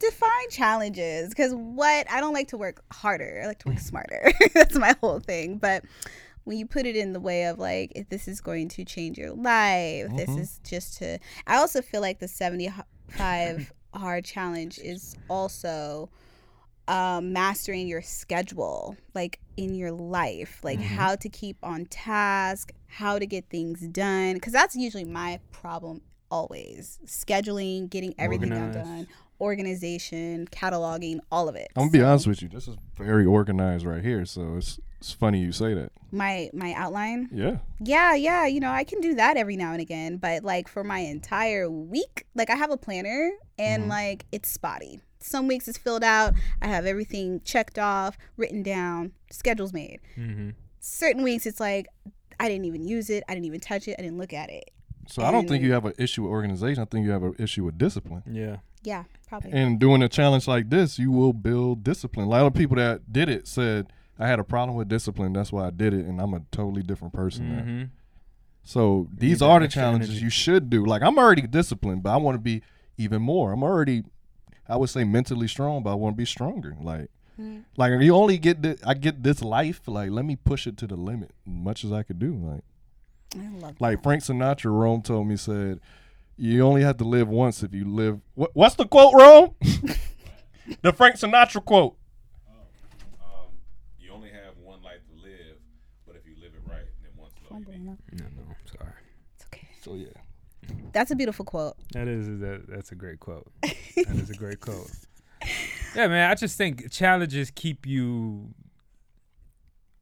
[SPEAKER 2] define challenges because what I don't like to work harder, I like to work smarter. That's my whole thing. But when you put it in the way of like, if this is going to change your life, this is just to. I also feel like the 75 hard challenge is also um, mastering your schedule, like in your life, like how to keep on task, how to get things done. Because that's usually my problem always scheduling, getting everything
[SPEAKER 4] Organized.
[SPEAKER 2] done, organization, cataloging, all of it.
[SPEAKER 3] I'm going to be honest with you. This is very organized right here. So it's, it's funny you say that.
[SPEAKER 2] my my outline.
[SPEAKER 3] Yeah.
[SPEAKER 2] Yeah, yeah, you know, I can do that every now and again, but like for my entire week, like I have a planner and
[SPEAKER 3] Mm-hmm.
[SPEAKER 2] like it's spotty. Some weeks it's filled out, I have everything checked off, written down, schedules made.
[SPEAKER 4] mm-hmm.
[SPEAKER 2] Certain weeks it's like I didn't even use it, I didn't even touch it, I didn't look at it.
[SPEAKER 3] So I don't think you have an issue with organization. I think you have an issue with discipline.
[SPEAKER 4] Yeah.
[SPEAKER 2] Yeah, probably.
[SPEAKER 3] And doing a challenge like this, you will build discipline. A lot of people that did it said, I had a problem with discipline. That's why I did it. And I'm a totally different person now.
[SPEAKER 4] Mm-hmm.
[SPEAKER 3] So these
[SPEAKER 4] that
[SPEAKER 3] are the
[SPEAKER 4] extra
[SPEAKER 3] challenges
[SPEAKER 4] energy.
[SPEAKER 3] you should do. Like I'm already disciplined, but I want to be even more. I'm already, I would say mentally strong, but I want to be stronger. Like, like you only get this, I get this life. Like let me push it to the limit, much as I could do. Like,
[SPEAKER 2] I love
[SPEAKER 3] like Frank Sinatra, Rome told me said, you only have to live once. If you live, what, what's the quote, Rome? the Frank Sinatra quote.
[SPEAKER 5] You only have one life to live, but if you live it right, then once love you need.
[SPEAKER 4] No, no, I'm sorry.
[SPEAKER 2] it's okay.
[SPEAKER 3] So yeah,
[SPEAKER 2] That's a beautiful quote.
[SPEAKER 4] That is that. That's a great quote. that is a great quote. Yeah, man. I just think challenges keep you.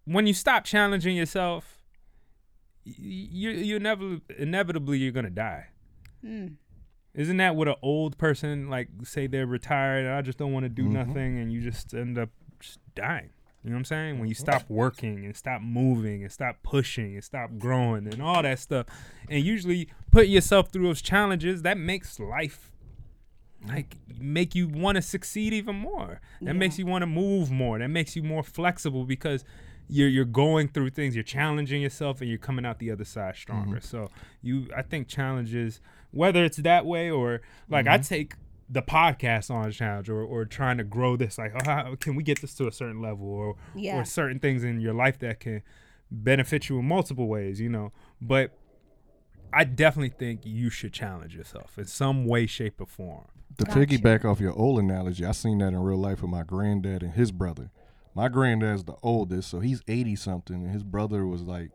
[SPEAKER 4] When you stop challenging yourself, y- you you never inevitably you're gonna die. Isn't that what an old person like say they're retired and I just don't want to do nothing and you just end up just dying. You know what I'm saying? When you stop working and stop moving and stop pushing and stop growing and all that stuff, and usually put yourself through those challenges, that makes life like make you want to succeed even more. That makes you want to move more. That makes you more flexible because you're you're going through things, you're challenging yourself and you're coming out the other side stronger. So you I think challenges whether it's that way or like I take the podcast on a challenge or, or trying to grow this like oh, how can we get this to a certain level or
[SPEAKER 2] Yeah.
[SPEAKER 4] or certain things in your life that can benefit you in multiple ways, you know. But I definitely think you should challenge yourself in some way, shape, or form.
[SPEAKER 3] To piggyback off your old analogy, I seen that in real life with my granddad and his brother. My granddad's the oldest, so he's 80 something, and his brother was like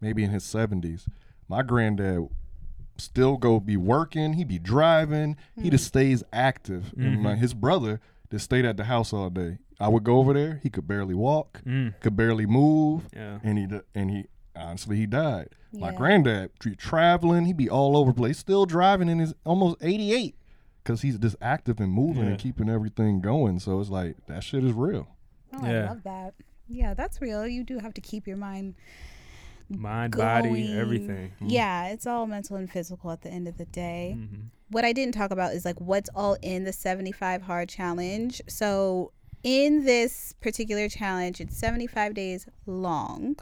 [SPEAKER 3] maybe in his 70s. My granddad still go be working, he be driving, he just stays active.
[SPEAKER 4] Mm-hmm.
[SPEAKER 3] And my, his brother just stayed at the house all day. I would go over there, he could barely walk, could barely move,
[SPEAKER 4] Mm. Yeah.
[SPEAKER 3] and he d- and he honestly he died. My
[SPEAKER 2] Yeah.
[SPEAKER 3] granddad be traveling, he be all over the place, still driving in his almost 88 because he's just active and moving
[SPEAKER 4] Yeah.
[SPEAKER 3] and keeping everything going. So it's like that shit is real.
[SPEAKER 2] Oh,
[SPEAKER 4] Yeah.
[SPEAKER 2] I love that. Yeah, that's real. You do have to keep your mind
[SPEAKER 4] mind, body,
[SPEAKER 2] going.
[SPEAKER 4] everything. Mm-hmm.
[SPEAKER 2] Yeah, it's all mental and physical at the end of the day. What I didn't talk about is like what's all in the 75 hard challenge. So, in this particular challenge, it's 75 days long.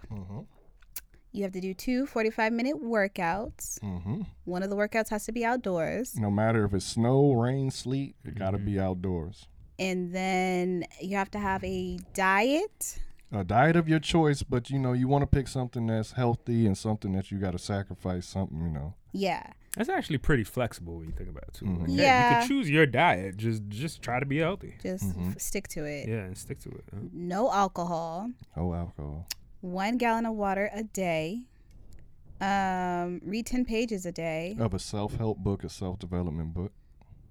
[SPEAKER 2] You have to do two 45 minute workouts.
[SPEAKER 3] hmm
[SPEAKER 2] One of the workouts has to be outdoors.
[SPEAKER 3] No matter if it's snow, rain, sleet, it gotta
[SPEAKER 4] Mm-hmm.
[SPEAKER 3] be outdoors.
[SPEAKER 2] And then you have to have a diet.
[SPEAKER 3] A diet of your choice, but you know you want to pick something that's healthy and something that you gotta sacrifice something. You know,
[SPEAKER 2] Yeah.
[SPEAKER 4] That's actually pretty flexible when you think about it too.
[SPEAKER 3] Mm-hmm.
[SPEAKER 4] Like, hey, you
[SPEAKER 2] Yeah.
[SPEAKER 4] can choose your diet. Just just try to be healthy.
[SPEAKER 2] Just f- stick to it.
[SPEAKER 4] Mm-hmm. Yeah, and stick to it. huh?
[SPEAKER 2] No alcohol.
[SPEAKER 3] oh alcohol.
[SPEAKER 2] one gallon of water a day. Um, read ten pages a day.
[SPEAKER 3] of a self-help book, a self-development book.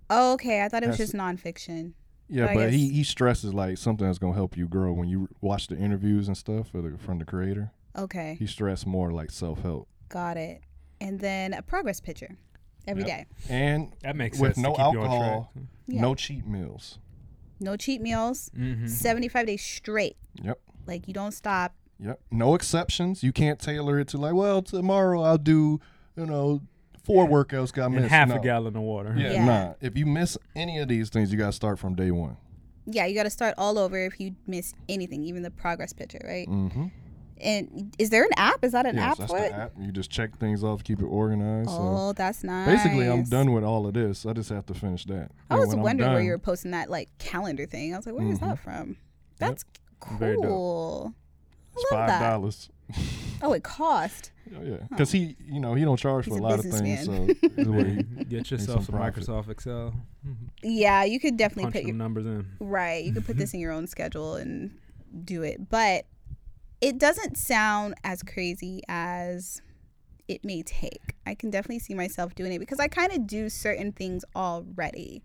[SPEAKER 2] Oh, okay, I thought it was
[SPEAKER 3] That's-
[SPEAKER 2] just nonfiction.
[SPEAKER 3] Yeah,
[SPEAKER 2] I
[SPEAKER 3] but he,
[SPEAKER 2] guess-
[SPEAKER 3] he stresses like something that's gonna help you grow when you watch the interviews and stuff for the, from the creator.
[SPEAKER 2] Okay,
[SPEAKER 3] He stressed more like self-help
[SPEAKER 2] got it. And then a progress picture every day.
[SPEAKER 3] and
[SPEAKER 4] That makes
[SPEAKER 3] with
[SPEAKER 4] sense
[SPEAKER 3] no
[SPEAKER 4] to keep you on
[SPEAKER 3] alcohol,
[SPEAKER 4] track.
[SPEAKER 3] no cheat meals.
[SPEAKER 2] No cheat meals.
[SPEAKER 4] Mm-hmm.
[SPEAKER 2] Seventy-five days straight.
[SPEAKER 3] Mm-hmm. Yep,
[SPEAKER 2] Like you don't stop.
[SPEAKER 3] yep. No exceptions. You can't tailor it to like, well, tomorrow I'll do, you know, four workouts got
[SPEAKER 4] And
[SPEAKER 3] missed.
[SPEAKER 4] half
[SPEAKER 3] no.
[SPEAKER 4] a gallon of water.
[SPEAKER 3] Yeah,
[SPEAKER 2] Yeah.
[SPEAKER 3] nah. If you miss any of these things, you gotta start from day one.
[SPEAKER 2] Yeah, you got to start all over if you miss anything, even the progress picture, right?
[SPEAKER 3] Mm-hmm.
[SPEAKER 2] And is there an app? Is that an
[SPEAKER 3] Yes,
[SPEAKER 2] app
[SPEAKER 3] that's
[SPEAKER 2] for it?
[SPEAKER 3] the app. You just check things off, keep it organized. so.
[SPEAKER 2] Oh, that's nice.
[SPEAKER 3] Basically, I'm done with all of this. I just have to finish that.
[SPEAKER 2] I
[SPEAKER 3] And
[SPEAKER 2] was
[SPEAKER 3] when
[SPEAKER 2] wondering
[SPEAKER 3] I'm
[SPEAKER 2] where
[SPEAKER 3] done- Mm-hmm.
[SPEAKER 2] you were posting that like calendar thing. I was like, where is that from? That's
[SPEAKER 4] Very dope.
[SPEAKER 2] cool. I
[SPEAKER 3] It's
[SPEAKER 2] love
[SPEAKER 3] five
[SPEAKER 2] that.
[SPEAKER 3] dollars.
[SPEAKER 2] Oh, it cost.
[SPEAKER 3] Oh, yeah, because he, you know, he don't charge
[SPEAKER 2] He's
[SPEAKER 3] for
[SPEAKER 2] a
[SPEAKER 3] a lot of things. So
[SPEAKER 2] businessman.
[SPEAKER 3] it's the way-
[SPEAKER 4] Get yourself
[SPEAKER 3] some
[SPEAKER 4] some
[SPEAKER 3] profit.
[SPEAKER 4] Microsoft Excel.
[SPEAKER 2] Yeah, you could definitely
[SPEAKER 4] Punch
[SPEAKER 2] put
[SPEAKER 4] them
[SPEAKER 2] your
[SPEAKER 4] numbers in.
[SPEAKER 2] right. You could put
[SPEAKER 3] Mm-hmm.
[SPEAKER 2] this in your own schedule and do it, but it doesn't sound as crazy as it may take. I can definitely see myself doing it because I kind of do certain things already.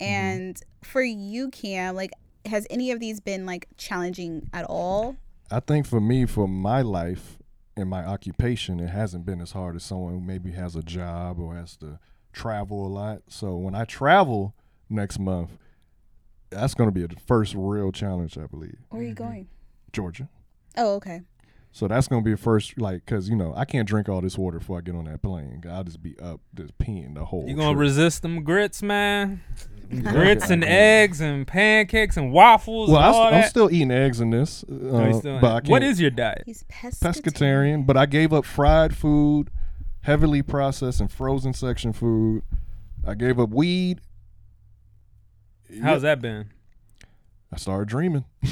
[SPEAKER 3] Mm-hmm.
[SPEAKER 2] And for you, Cam, like, has any of these been like challenging at all?
[SPEAKER 3] I think for me, for my life and my occupation, it hasn't been as hard as someone who maybe has a job or has to travel a lot. So when I travel next month, that's going to be the first real challenge, I believe.
[SPEAKER 2] Where are you going?
[SPEAKER 3] Georgia.
[SPEAKER 2] Oh, okay.
[SPEAKER 3] So that's gonna be the first, like, cause you know I can't drink all this water before I get on that plane. I'll just be up, just peeing the whole.
[SPEAKER 4] You gonna
[SPEAKER 3] trip.
[SPEAKER 4] resist them grits, man? grits and eggs and pancakes and waffles.
[SPEAKER 3] Well,
[SPEAKER 4] and
[SPEAKER 3] I,
[SPEAKER 4] all
[SPEAKER 3] am
[SPEAKER 4] that.
[SPEAKER 3] still eating eggs in this, uh,
[SPEAKER 4] No, you still-
[SPEAKER 3] but I
[SPEAKER 4] what
[SPEAKER 3] can't-
[SPEAKER 4] is your diet?
[SPEAKER 2] He's pescatarian.
[SPEAKER 3] pescatarian? But I gave up fried food, heavily processed and frozen section food. I gave up weed.
[SPEAKER 4] How's that been?
[SPEAKER 3] I started dreaming. you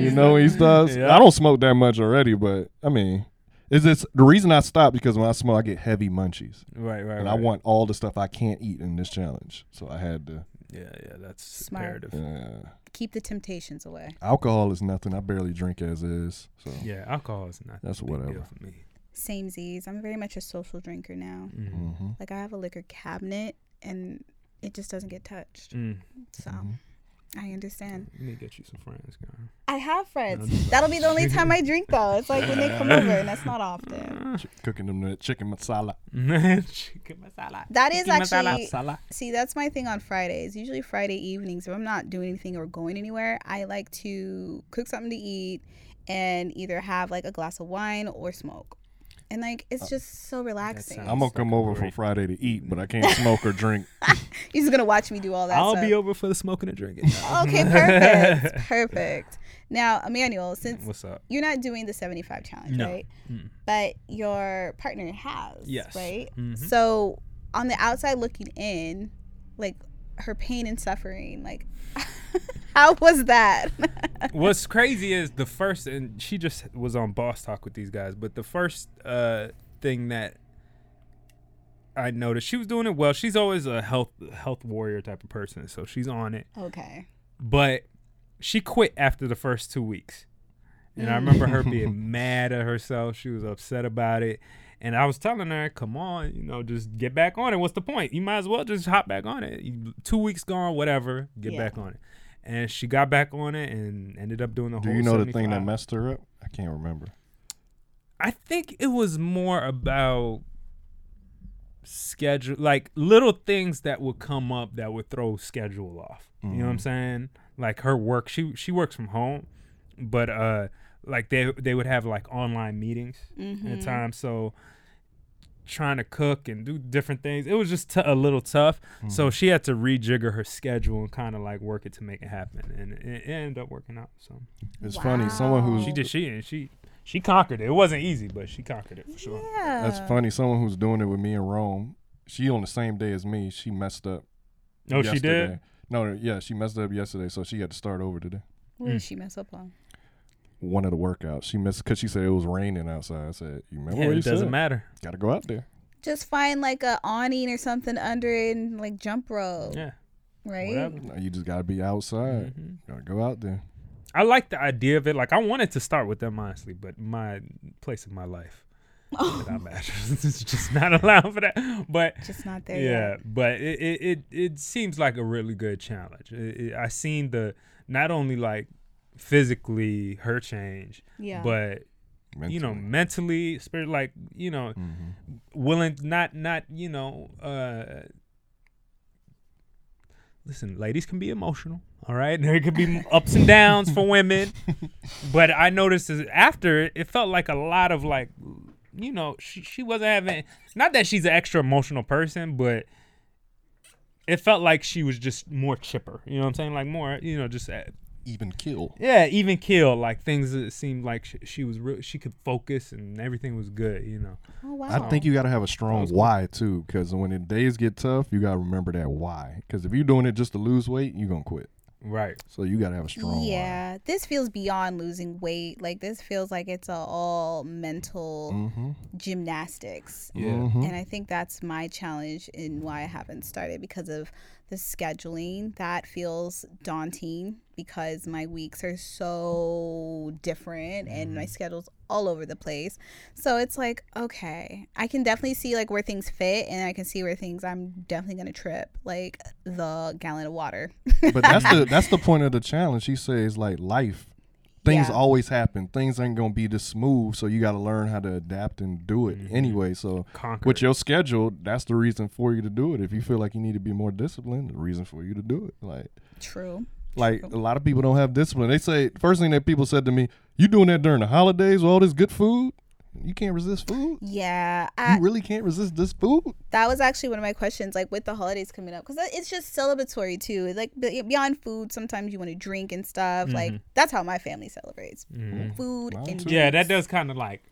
[SPEAKER 4] you
[SPEAKER 3] know, he does.
[SPEAKER 4] Yeah.
[SPEAKER 3] I don't smoke that much already, but I mean, is this the reason I stopped? Because when I smoke, I get heavy munchies,
[SPEAKER 4] right, right, right.
[SPEAKER 3] and I want all the stuff I can't eat in this challenge. So I had to.
[SPEAKER 4] Yeah, yeah, that's
[SPEAKER 2] Smart.
[SPEAKER 4] imperative.
[SPEAKER 3] Uh,
[SPEAKER 2] Keep the temptations away.
[SPEAKER 3] alcohol is nothing. I barely drink as is. So
[SPEAKER 4] Yeah, alcohol is not.
[SPEAKER 3] That's
[SPEAKER 4] a big deal
[SPEAKER 3] whatever.
[SPEAKER 4] for me.
[SPEAKER 2] Same Z's. I'm very much a social drinker now.
[SPEAKER 3] mhm.
[SPEAKER 2] Like I have a liquor cabinet and it just doesn't get touched.
[SPEAKER 4] Mm.
[SPEAKER 2] So
[SPEAKER 3] Mm-hmm.
[SPEAKER 2] I understand.
[SPEAKER 4] Let me get you some friends, girl.
[SPEAKER 2] I have friends. That'll be the only time I drink though. It's like when they come over and that's not often.
[SPEAKER 3] Ch- cooking them that chicken masala.
[SPEAKER 4] Chicken masala.
[SPEAKER 2] That is
[SPEAKER 4] Chicken masala,
[SPEAKER 2] actually
[SPEAKER 4] masala.
[SPEAKER 2] See, that's my thing on Fridays. Usually Friday evenings, if I'm not doing anything or going anywhere, I like to cook something to eat and either have like a glass of wine or smoke. And like it's just so relaxing.
[SPEAKER 4] sounds-
[SPEAKER 3] Uh, I'm gonna come over for Friday to eat, but I can't smoke or drink.
[SPEAKER 2] He's gonna watch me do all that.
[SPEAKER 4] I'll
[SPEAKER 2] stuff.
[SPEAKER 4] be over for the smoking and drinking.
[SPEAKER 2] Okay, perfect. perfect. Now, Emmanuel, since
[SPEAKER 4] What's up?
[SPEAKER 2] you're not doing the 75 challenge,
[SPEAKER 4] No.
[SPEAKER 2] right? But your partner has,
[SPEAKER 4] Yes.
[SPEAKER 2] right?
[SPEAKER 4] Mhm.
[SPEAKER 2] So, on the outside looking in, like her pain and suffering, like how was that?
[SPEAKER 4] What's crazy is the first, and she just was on Boss Talk with these guys, but the first uh, thing that I noticed, she was doing it well. She's always a health health warrior type of person, so she's on it.
[SPEAKER 2] okay.
[SPEAKER 4] But she quit after the first two weeks, and I remember her being mad at herself. She was upset about it, and I was telling her, "Come on, you know, just get back on it. What's the point? You might as well just hop back on it. You- Two weeks gone, whatever. Get
[SPEAKER 2] Yeah.
[SPEAKER 4] back on it." And she got back on it and ended up doing the
[SPEAKER 3] Do
[SPEAKER 4] whole.
[SPEAKER 3] you know the thing
[SPEAKER 4] 75.
[SPEAKER 3] that messed her up? I can't remember.
[SPEAKER 4] I think it was more about schedule, like little things that would come up that would throw schedule off. You know what I'm saying? Like her work, she she works from home, but uh like they they would have like online meetings at the time. So trying to cook and do different things, it was just t- a little tough.
[SPEAKER 3] Hmm.
[SPEAKER 4] So
[SPEAKER 3] Mm.
[SPEAKER 4] she had to rejigger her schedule and kind of like work it to make it happen, and it, it ended up working out. So
[SPEAKER 3] It's funny. Someone who's
[SPEAKER 4] she did she and she she conquered it. It wasn't easy, but she conquered it for sure.
[SPEAKER 2] Yeah.
[SPEAKER 3] that's funny. Someone who's doing it with me in Rome. She on the same day as me. She messed up.
[SPEAKER 4] No, Oh, she did.
[SPEAKER 3] yesterday. No, no, yeah, she messed up yesterday, so she had to start over today.
[SPEAKER 2] What
[SPEAKER 4] Mm.
[SPEAKER 2] did she mess up on?
[SPEAKER 3] One of the workouts she missed because she said it was raining outside. I said, "You remember
[SPEAKER 4] Yeah,
[SPEAKER 3] what you
[SPEAKER 4] it doesn't
[SPEAKER 3] said?
[SPEAKER 4] matter.
[SPEAKER 3] Got to go out there."
[SPEAKER 2] Just find like a awning or something under it and like jump
[SPEAKER 3] Oh.
[SPEAKER 2] rope,
[SPEAKER 4] Yeah,
[SPEAKER 2] right?
[SPEAKER 4] whatever.
[SPEAKER 3] No, you just got to be outside.
[SPEAKER 4] Mm-hmm.
[SPEAKER 3] Got to go out there.
[SPEAKER 4] I like the idea of it. Like I wanted to start with them honestly, but my place in my life
[SPEAKER 2] Oh,
[SPEAKER 4] that I'm at is just not allowing for that. But
[SPEAKER 2] Just not there.
[SPEAKER 4] yeah,
[SPEAKER 2] yet.
[SPEAKER 4] but it, it it it seems like a really good challenge. It, it, I seen the not only like physically her change,
[SPEAKER 2] Yeah.
[SPEAKER 4] but you know
[SPEAKER 3] Mentally.
[SPEAKER 4] mentally spirit like you know willing not not you know uh listen ladies can be emotional all right there could be ups and downs for women but i noticed is after it felt like a lot of like you know she, she wasn't having not that she's an extra emotional person but it felt like she was just more chipper you know what i'm saying like more you know just uh,
[SPEAKER 3] even kill.
[SPEAKER 4] yeah, even kill like things that seemed like she, she was real. She could focus and everything was good, you know.
[SPEAKER 2] Oh wow.
[SPEAKER 3] I think you got to have a strong why too, because when the days get tough, you got to remember that why. Because if you're doing it just to lose weight, you're gonna quit.
[SPEAKER 4] Right.
[SPEAKER 3] So you got to have a strong why.
[SPEAKER 2] Yeah, this feels beyond losing weight. Like this feels like it's a all mental gymnastics.
[SPEAKER 3] Mm-hmm.
[SPEAKER 2] And I think that's my challenge in why I haven't started because of the scheduling. That feels daunting because my weeks are so different and my schedule's all over the place. So it's like, okay, I can definitely see like where things fit and I can see where things I'm definitely going to trip, like the gallon of water.
[SPEAKER 3] but that's the that's the point of the challenge. She says like life, things
[SPEAKER 2] Yeah.
[SPEAKER 3] always happen. Things ain't gonna be this smooth, so you got to learn how to adapt and do it
[SPEAKER 4] Mm-hmm.
[SPEAKER 3] anyway. So
[SPEAKER 4] Conquer
[SPEAKER 3] with
[SPEAKER 4] it.
[SPEAKER 3] your schedule, that's the reason for you to do it. If you feel like you need to be more disciplined, the reason for you to do it. Like
[SPEAKER 2] True.
[SPEAKER 3] like a lot of people don't have discipline. They say first thing that people said to me, "You doing that during the holidays with all this good food? You can't resist food.
[SPEAKER 2] Yeah, I,
[SPEAKER 3] You really can't resist this food."
[SPEAKER 2] that was actually one of my questions. Like with the holidays coming up, because it's just celebratory too. Like be- beyond food, sometimes you want to drink and stuff. Like that's how my family celebrates: food
[SPEAKER 3] Mine
[SPEAKER 2] and
[SPEAKER 3] too.
[SPEAKER 4] Mm-hmm. Yeah,
[SPEAKER 2] drinks.
[SPEAKER 4] that does kind of like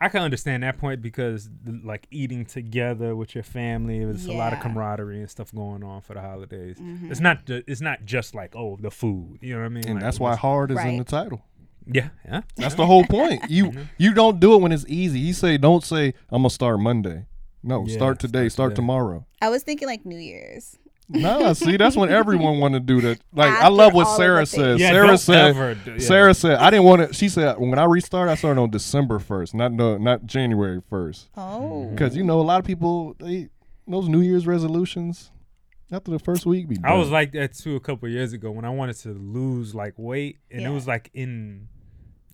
[SPEAKER 4] I can understand that point because th- like eating together with your family, there's a lot of
[SPEAKER 2] Yeah.
[SPEAKER 4] camaraderie and stuff going on for the holidays. It's not ju- it's not just like oh the food, you know what I mean?
[SPEAKER 3] And
[SPEAKER 4] Like,
[SPEAKER 3] that's why hard is in the
[SPEAKER 2] Right.
[SPEAKER 3] title.
[SPEAKER 4] Yeah, yeah.
[SPEAKER 3] That's the whole point. You you don't do it when it's easy. You say don't say I'm gonna start Monday. No,
[SPEAKER 4] Yeah,
[SPEAKER 3] start today. Start,
[SPEAKER 4] start today.
[SPEAKER 3] tomorrow.
[SPEAKER 2] I was thinking like New Year's.
[SPEAKER 3] Nah, see, that's when everyone want to do that. Like I
[SPEAKER 2] After
[SPEAKER 3] love
[SPEAKER 2] all
[SPEAKER 3] what
[SPEAKER 2] of
[SPEAKER 3] Sarah
[SPEAKER 2] the
[SPEAKER 3] said.
[SPEAKER 2] things.
[SPEAKER 4] Yeah,
[SPEAKER 3] Sarah
[SPEAKER 4] don't
[SPEAKER 3] said.
[SPEAKER 4] ever do- yeah.
[SPEAKER 3] Sarah said I didn't want to. She said when I restart, I started on December first, not no, not January first,
[SPEAKER 2] Oh,
[SPEAKER 3] because you know a lot of people they those New Year's resolutions after the first week be.
[SPEAKER 4] I
[SPEAKER 3] done.
[SPEAKER 4] was like that too a couple years ago when I wanted to lose like weight, and
[SPEAKER 2] Yeah.
[SPEAKER 4] it was like in,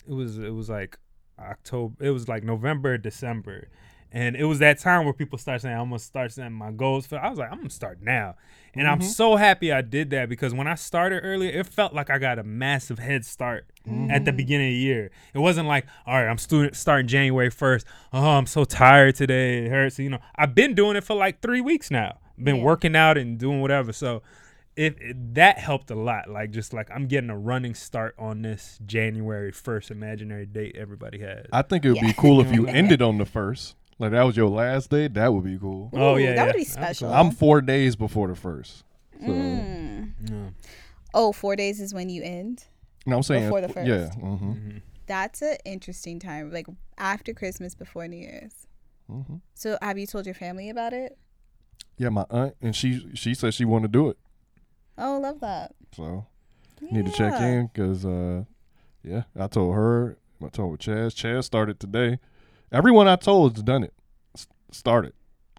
[SPEAKER 4] it was it was like October, it was like November, December, and it was that time where people start saying I'm gonna start setting my goals. For I was like I'm gonna start now, and I'm so happy I did that because when I started earlier, it felt like I got a massive head start at the beginning of the year. It wasn't like all right, I'm student starting January first. Oh, I'm so tired today. It hurts. You know, I've been doing it for like three weeks now. Been working out and doing whatever. So if it, that helped a lot like just like i'm getting a running start on this january 1st imaginary date everybody has
[SPEAKER 3] I think it would be
[SPEAKER 2] Yeah.
[SPEAKER 3] cool if you ended on the first. Like that was your last day. That would be cool.
[SPEAKER 4] oh
[SPEAKER 2] Ooh,
[SPEAKER 4] yeah
[SPEAKER 2] that
[SPEAKER 4] yeah.
[SPEAKER 2] would be
[SPEAKER 4] That was
[SPEAKER 2] special. Hmm.
[SPEAKER 4] cool.
[SPEAKER 3] I'm four days before the first. Mm. So.
[SPEAKER 2] oh, four days is when you end.
[SPEAKER 3] No, I'm saying
[SPEAKER 2] Before the
[SPEAKER 3] Yeah,
[SPEAKER 2] first.
[SPEAKER 3] hmm
[SPEAKER 2] That's an interesting time, like after Christmas, before New Year's. So, have you told your family about it?
[SPEAKER 3] mm-hmm. yeah. My aunt and she she said she wanted to do it,
[SPEAKER 2] Oh, love that.
[SPEAKER 3] so need to check
[SPEAKER 2] Yeah.
[SPEAKER 3] in because uh, yeah, I told her, I told Chaz. Chaz started today. Everyone I told has done it, S- started,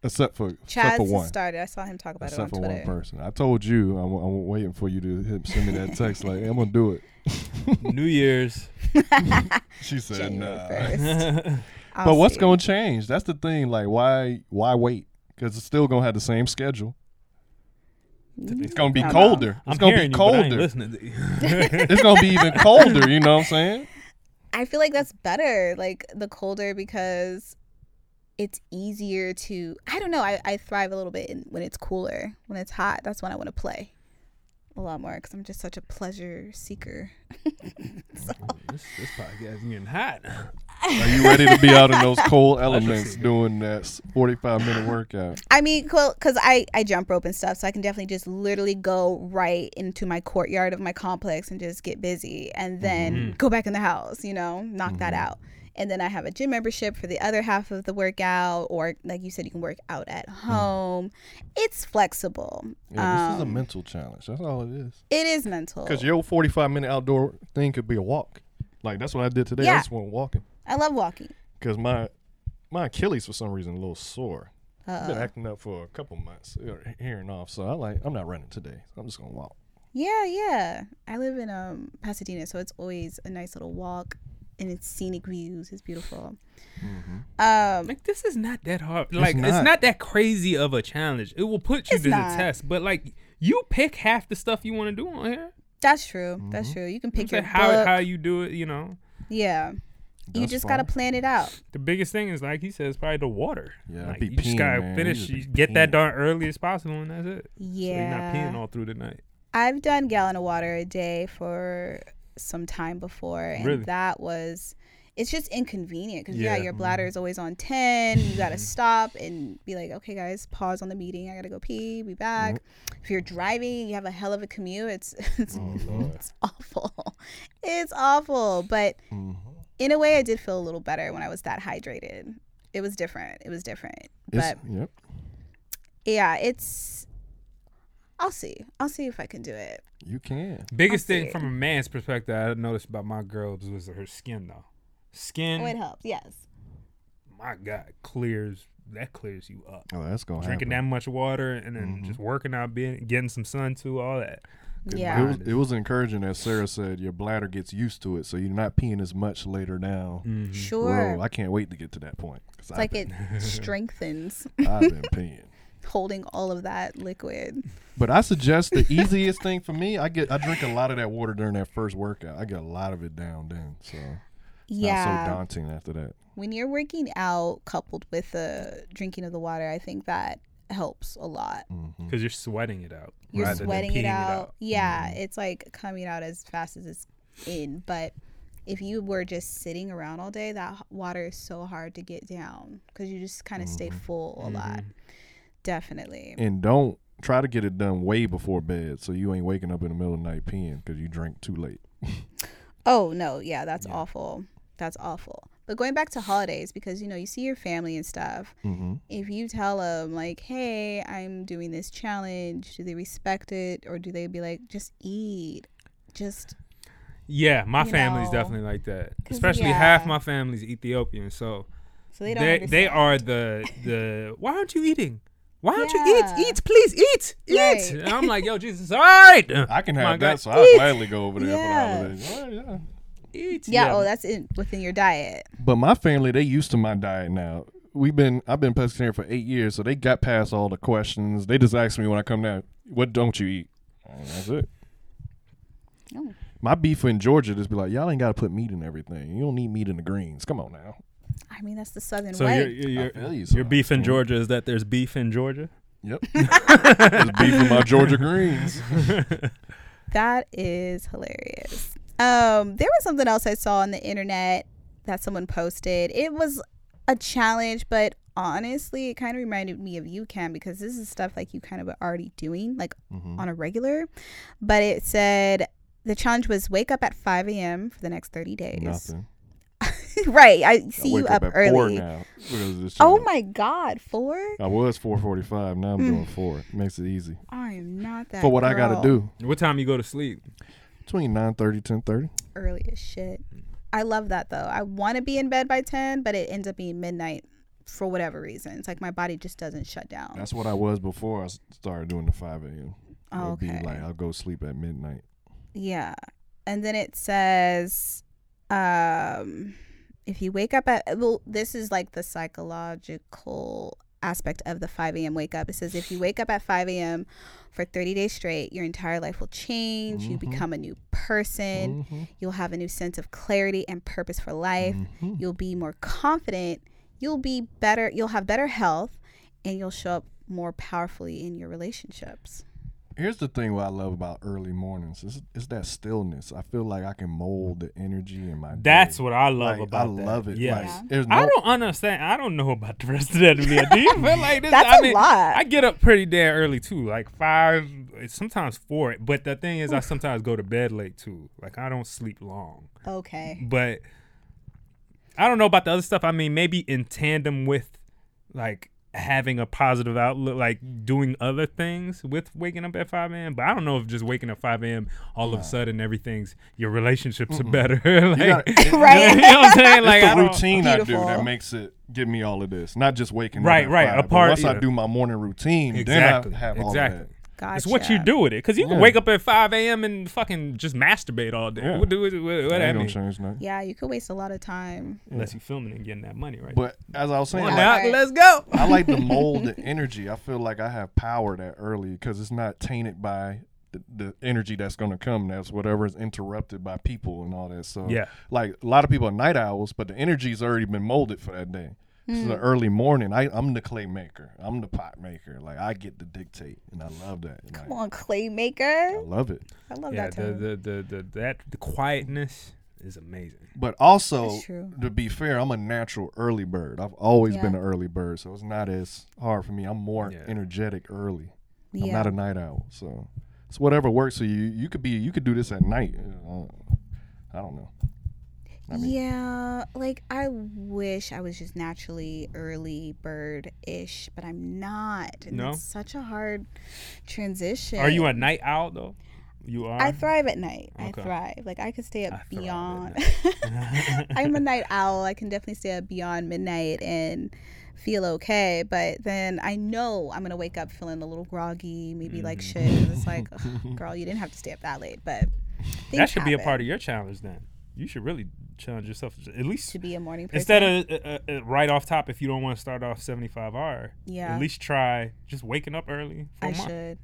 [SPEAKER 3] except for except
[SPEAKER 2] Chaz
[SPEAKER 3] for
[SPEAKER 2] has
[SPEAKER 3] one,
[SPEAKER 2] started. I saw him talk about
[SPEAKER 3] except
[SPEAKER 2] it
[SPEAKER 3] for
[SPEAKER 2] on
[SPEAKER 3] one
[SPEAKER 2] Twitter.
[SPEAKER 3] person. I told you, I'm, I'm waiting for you to hit, send me that text. like I'm gonna do it.
[SPEAKER 4] new year's
[SPEAKER 3] She said
[SPEAKER 2] January
[SPEAKER 3] no.
[SPEAKER 2] 1st. I'll
[SPEAKER 3] But what's
[SPEAKER 2] see.
[SPEAKER 3] gonna change? That's the thing. Like why why wait? Because it's still gonna have the same schedule. It's gonna be
[SPEAKER 2] I don't know.
[SPEAKER 3] colder. It's
[SPEAKER 4] i'm
[SPEAKER 3] gonna
[SPEAKER 4] hearing
[SPEAKER 3] be
[SPEAKER 4] you, but I ain't
[SPEAKER 3] colder.
[SPEAKER 4] listening to you.
[SPEAKER 3] it's gonna be even colder. You know what I'm saying?
[SPEAKER 2] I feel like that's better, like the colder because it's easier to I don't know, I, I thrive a little bit in, when it's cooler. When it's hot, that's when I want to play a lot more because I'm just such a pleasure seeker. so,
[SPEAKER 4] This, this podcast is getting hot.
[SPEAKER 3] Are you ready to be out in those cold elements doing that s- 45 minute workout?
[SPEAKER 2] I mean, cool, because I, I jump rope and stuff, so I can definitely just literally go right into my courtyard of my complex and just get busy and then
[SPEAKER 3] Mm-hmm.
[SPEAKER 2] go back in the house, you know, knock that out. And then I have a gym membership for the other half of the workout, or like you said, you can work out at home. It's flexible.
[SPEAKER 3] Mm-hmm. Yeah, this is a
[SPEAKER 2] Um,
[SPEAKER 3] mental challenge. That's all it is.
[SPEAKER 2] It is mental.
[SPEAKER 3] Because your 45 minute outdoor thing could be a walk. Like that's what I did today.
[SPEAKER 2] Yeah.
[SPEAKER 3] I just went walking
[SPEAKER 2] I love walking.
[SPEAKER 3] because my my Achilles for some reason a little sore. I've been
[SPEAKER 2] Uh,
[SPEAKER 3] acting up for a couple months, or hearing off. So I like I'm not running today. I'm just gonna walk.
[SPEAKER 2] yeah, yeah. I live in um Pasadena, so it's always a nice little walk, and it's scenic views. It's beautiful.
[SPEAKER 3] Mm-hmm.
[SPEAKER 2] Um,
[SPEAKER 4] Like this is not that hard. Like it's not,
[SPEAKER 3] not.
[SPEAKER 4] that crazy of a challenge. It will put you
[SPEAKER 2] It's
[SPEAKER 4] to
[SPEAKER 2] not.
[SPEAKER 4] the test. But like you pick half the stuff you want to do on here.
[SPEAKER 2] that's true.
[SPEAKER 4] Mm-hmm.
[SPEAKER 2] That's true. You can pick
[SPEAKER 4] It's like
[SPEAKER 2] your
[SPEAKER 4] how
[SPEAKER 2] book.
[SPEAKER 4] how you do it. You know,
[SPEAKER 2] yeah. you
[SPEAKER 3] That's
[SPEAKER 2] just gotta
[SPEAKER 3] fine.
[SPEAKER 2] plan it out.
[SPEAKER 4] the biggest thing is like he says probably the water.
[SPEAKER 3] Yeah, I'd
[SPEAKER 4] like,
[SPEAKER 3] be
[SPEAKER 4] you just
[SPEAKER 3] peeing,
[SPEAKER 4] gotta
[SPEAKER 3] man.
[SPEAKER 4] finish.
[SPEAKER 3] You'd be
[SPEAKER 4] You get that
[SPEAKER 3] peeing.
[SPEAKER 4] darn early as possible, and that's it. So you're not
[SPEAKER 2] Yeah.
[SPEAKER 4] peeing all through the night.
[SPEAKER 2] I've done gallon of water a day for some time before, and
[SPEAKER 4] Really?
[SPEAKER 2] that was. It's just inconvenient because yeah.
[SPEAKER 4] Yeah. mm-hmm.
[SPEAKER 2] your bladder is always on ten. You gotta stop and be like, okay, guys, pause on the meeting. I gotta go pee. Be back. If you're driving, you have a hell of a commute. It's it's,
[SPEAKER 4] Oh,
[SPEAKER 2] it's awful. It's awful. But in a way, I did feel a little better when I was that hydrated. It was different. It was different.
[SPEAKER 3] It's,
[SPEAKER 2] but
[SPEAKER 3] yep.
[SPEAKER 2] yeah, it's. I'll see. I'll see if I can do it.
[SPEAKER 3] You can.
[SPEAKER 4] Biggest
[SPEAKER 2] I'll
[SPEAKER 4] thing
[SPEAKER 2] see.
[SPEAKER 4] from a man's perspective I noticed about my girls was her skin though. Skin,
[SPEAKER 2] Oh, it helps. Yes.
[SPEAKER 4] my God, clears that clears you up.
[SPEAKER 3] Oh, that's gonna
[SPEAKER 4] Drinking that
[SPEAKER 3] happen.
[SPEAKER 4] much water and then
[SPEAKER 3] Mm-hmm.
[SPEAKER 4] just working out, being getting some sun too, all that.
[SPEAKER 2] Yeah.
[SPEAKER 3] It was, it was encouraging as Sarah said. Your bladder gets used to it, so you're not peeing as much later down.
[SPEAKER 4] Mm.
[SPEAKER 2] Sure.
[SPEAKER 3] Whoa, I can't wait to get to that point. 'cause
[SPEAKER 2] it's
[SPEAKER 3] I've
[SPEAKER 2] like
[SPEAKER 3] been-
[SPEAKER 2] it strengthens
[SPEAKER 3] I've been peeing.
[SPEAKER 2] holding all of that liquid.
[SPEAKER 3] But I suggest the easiest thing for me. I get I drink a lot of that water during that first workout. I get a lot of it down then, so it's not so
[SPEAKER 2] Yeah.
[SPEAKER 3] daunting after that.
[SPEAKER 2] When you're working out coupled with the drinking of the water, I think that helps a lot.
[SPEAKER 3] Mm.
[SPEAKER 4] Because you're sweating it out.
[SPEAKER 2] You're
[SPEAKER 4] rather than
[SPEAKER 2] sweating
[SPEAKER 4] peeing Mm-hmm.
[SPEAKER 2] it out. Yeah. It's like coming out as fast as it's in. But if you were just sitting around all day, that h- water is so hard to get down because you just kind of stay
[SPEAKER 4] Mm-hmm.
[SPEAKER 2] full a lot. Definitely.
[SPEAKER 3] And don't try to get it done way before bed, so you ain't waking up in the middle of the night peeing because you drink too late.
[SPEAKER 2] Oh no, yeah, that's awful. That's awful. But going back to holidays, because you know you see your family and stuff.
[SPEAKER 4] Mm-hmm.
[SPEAKER 2] If you tell them like, "Hey, I'm doing this challenge," do they respect it, or do they be like, "Just eat, just
[SPEAKER 4] Yeah, my
[SPEAKER 2] You
[SPEAKER 4] family's
[SPEAKER 2] know,
[SPEAKER 4] definitely like that.
[SPEAKER 2] 'cause,
[SPEAKER 4] Especially half
[SPEAKER 2] yeah.
[SPEAKER 4] my family's Ethiopian, so
[SPEAKER 2] so they
[SPEAKER 4] they
[SPEAKER 2] don't."
[SPEAKER 4] they,
[SPEAKER 2] understand.
[SPEAKER 4] are the the. Why aren't you eating? Why aren't
[SPEAKER 2] Yeah.
[SPEAKER 4] you eat? Eat, please eat, eat.
[SPEAKER 2] Right.
[SPEAKER 4] And I'm like, yo, Jesus, all right.
[SPEAKER 3] I can
[SPEAKER 4] My
[SPEAKER 3] have that,
[SPEAKER 4] God,
[SPEAKER 3] so I gladly go over there
[SPEAKER 2] Yeah.
[SPEAKER 3] for the holidays. Well, yeah.
[SPEAKER 4] eat.
[SPEAKER 2] Yeah, oh, that's in, within your diet.
[SPEAKER 3] But my family, they used to my diet now. We've been I've been pescatarian for eight years, so they got past all the questions. They just ask me when I come down, what don't you eat? And that's it.
[SPEAKER 2] Oh.
[SPEAKER 3] My beef in Georgia just be like, y'all ain't got to put meat in everything. You don't need meat in the greens. Come on now.
[SPEAKER 2] I mean, that's the southern
[SPEAKER 4] So
[SPEAKER 2] way.
[SPEAKER 4] your your,
[SPEAKER 3] feel you,
[SPEAKER 4] your,
[SPEAKER 3] son.
[SPEAKER 4] beef in Georgia is that there's beef in Georgia.
[SPEAKER 3] Yep. just beef with my Georgia greens.
[SPEAKER 2] That is hilarious. Um, there was something else I saw on the internet that someone posted. It was a challenge, but honestly, it kind of reminded me of you can because this is stuff like you kind of were already doing, like
[SPEAKER 3] Mm-hmm.
[SPEAKER 2] on a regular. But it said the challenge was wake up at 5 a.m. for the next 30 days.
[SPEAKER 3] Nothing.
[SPEAKER 2] right. I
[SPEAKER 3] I
[SPEAKER 2] see you
[SPEAKER 3] wake
[SPEAKER 2] up,
[SPEAKER 3] at four
[SPEAKER 2] early.
[SPEAKER 3] now. because of this
[SPEAKER 2] Oh
[SPEAKER 3] channel.
[SPEAKER 2] my God, four?
[SPEAKER 3] I was 4:45. Now I'm doing four. Makes it easy
[SPEAKER 2] I am not that.
[SPEAKER 3] for what I got
[SPEAKER 2] girl.
[SPEAKER 3] to do
[SPEAKER 4] What time you go to sleep?
[SPEAKER 3] between 9:30 10:30.
[SPEAKER 2] early as shit.
[SPEAKER 3] Mm.
[SPEAKER 2] I love that though. I want to be in bed by 10, but it ends up being midnight for whatever reason. It's like my body just doesn't shut down.
[SPEAKER 3] That's what I was before I s- started doing the 5 a.m.
[SPEAKER 2] Oh,
[SPEAKER 3] It'd
[SPEAKER 2] okay.
[SPEAKER 3] be like I'll go sleep at midnight.
[SPEAKER 2] yeah. And then it says um if you wake up at well this is like the psychological aspect of the 5 a.m wake up it says if you wake up at 5 a.m for 30 days straight, your entire life will change. You
[SPEAKER 3] Mm-hmm.
[SPEAKER 2] become a new person. You'll have a new sense of clarity and purpose for life.
[SPEAKER 3] mm-hmm.
[SPEAKER 2] You'll be more confident. You'll be better. You'll have better health and you'll show up more powerfully in your relationships.
[SPEAKER 3] Here's the thing what I love about early mornings is it's that stillness. I feel like I can mold the energy in my
[SPEAKER 4] That's
[SPEAKER 3] day.
[SPEAKER 4] what I love
[SPEAKER 3] Like,
[SPEAKER 4] about
[SPEAKER 3] I
[SPEAKER 4] that.
[SPEAKER 3] love it.
[SPEAKER 4] Yeah.
[SPEAKER 3] Like, there's
[SPEAKER 4] I
[SPEAKER 3] no-
[SPEAKER 4] don't understand. I don't know about the rest of that. Meal. Do you feel like this?
[SPEAKER 2] That's
[SPEAKER 4] I
[SPEAKER 2] a lot.
[SPEAKER 4] I get up pretty damn early too, like five, sometimes four. But the thing is, I sometimes go to bed late too. Like I don't sleep long.
[SPEAKER 2] Okay.
[SPEAKER 4] But I don't know about the other stuff. I mean, maybe in tandem with like having a positive outlook, like doing other things with waking up at 5 a.m. But I don't know if just waking up 5 a.m. all of a sudden everything's your relationships are better. like,
[SPEAKER 3] gotta- it-
[SPEAKER 4] You know what I'm saying? Like,
[SPEAKER 3] it's
[SPEAKER 4] I
[SPEAKER 3] the
[SPEAKER 4] don't-
[SPEAKER 3] routine I do
[SPEAKER 2] Beautiful.
[SPEAKER 3] that makes it give me all of this. Not just waking
[SPEAKER 4] Right,
[SPEAKER 3] up. at
[SPEAKER 4] right,
[SPEAKER 3] five,
[SPEAKER 4] a
[SPEAKER 3] but
[SPEAKER 4] part-
[SPEAKER 3] Once I
[SPEAKER 4] yeah.
[SPEAKER 3] do my morning routine,
[SPEAKER 4] Exactly.
[SPEAKER 3] then I have
[SPEAKER 4] exactly.
[SPEAKER 3] all of that.
[SPEAKER 2] Gotcha.
[SPEAKER 4] It's what you do with it, because you can
[SPEAKER 3] Yeah.
[SPEAKER 4] wake up at 5 a.m. and fucking just masturbate all day.
[SPEAKER 3] Yeah.
[SPEAKER 4] What do what, what
[SPEAKER 3] That
[SPEAKER 4] that
[SPEAKER 3] ain't gonna
[SPEAKER 4] mean?
[SPEAKER 3] change nothing.
[SPEAKER 2] Yeah, you could waste a lot of time.
[SPEAKER 4] Unless you filming and getting that money, right?
[SPEAKER 3] But as I was saying,
[SPEAKER 4] Come on,
[SPEAKER 3] like,
[SPEAKER 4] Doc,
[SPEAKER 2] Alright.
[SPEAKER 4] let's go.
[SPEAKER 3] I like to mold the energy. I feel like I have power that early because it's not tainted by the, the energy that's going to come. That's whatever is interrupted by people and all that. So
[SPEAKER 4] Yeah.
[SPEAKER 3] like a lot of people are night owls, but the energy's already been molded for that day. This is an early morning. I, I'm the clay maker. I'm the pot maker. Like I get to dictate, and I love that. Like,
[SPEAKER 2] Come on, clay
[SPEAKER 3] I
[SPEAKER 2] maker.
[SPEAKER 3] love it.
[SPEAKER 2] I love
[SPEAKER 4] yeah,
[SPEAKER 2] that
[SPEAKER 4] the,
[SPEAKER 2] term.
[SPEAKER 4] the, the, the, that, the quietness is amazing.
[SPEAKER 3] But also,
[SPEAKER 2] That's true.
[SPEAKER 3] to be fair, I'm a natural early bird. I've always been
[SPEAKER 2] Yeah.
[SPEAKER 3] an early bird, so it's not as hard for me. I'm more
[SPEAKER 4] Yeah.
[SPEAKER 3] energetic early. I'm
[SPEAKER 2] yeah.
[SPEAKER 3] not a night owl, so it's whatever works for you. You could be, you could do this at night. Uh, I don't know. I mean-
[SPEAKER 2] yeah, like I wish I was just naturally early bird ish, but I'm not. And
[SPEAKER 4] No?
[SPEAKER 2] It's such a hard transition.
[SPEAKER 4] Are you a night owl though? You are.
[SPEAKER 2] I thrive at night.
[SPEAKER 4] Okay.
[SPEAKER 2] I thrive. Like I could stay up
[SPEAKER 4] I thrive at
[SPEAKER 2] beyond. I'm a night owl. I can definitely stay up beyond midnight and feel okay. But then I know I'm gonna wake up feeling a little groggy, maybe
[SPEAKER 4] Mm.
[SPEAKER 2] like shit. 'cause It's like, "Ugh, girl, you didn't have to stay up that late. But
[SPEAKER 4] that should be a part of your challenge then. You should really challenge yourself at least
[SPEAKER 2] To be a morning person.
[SPEAKER 4] instead of uh, uh, uh, right off top. If you don't want to start off seventy five hour,
[SPEAKER 2] Yeah.
[SPEAKER 4] at least try just waking up early. For
[SPEAKER 2] I
[SPEAKER 4] a month.
[SPEAKER 2] should.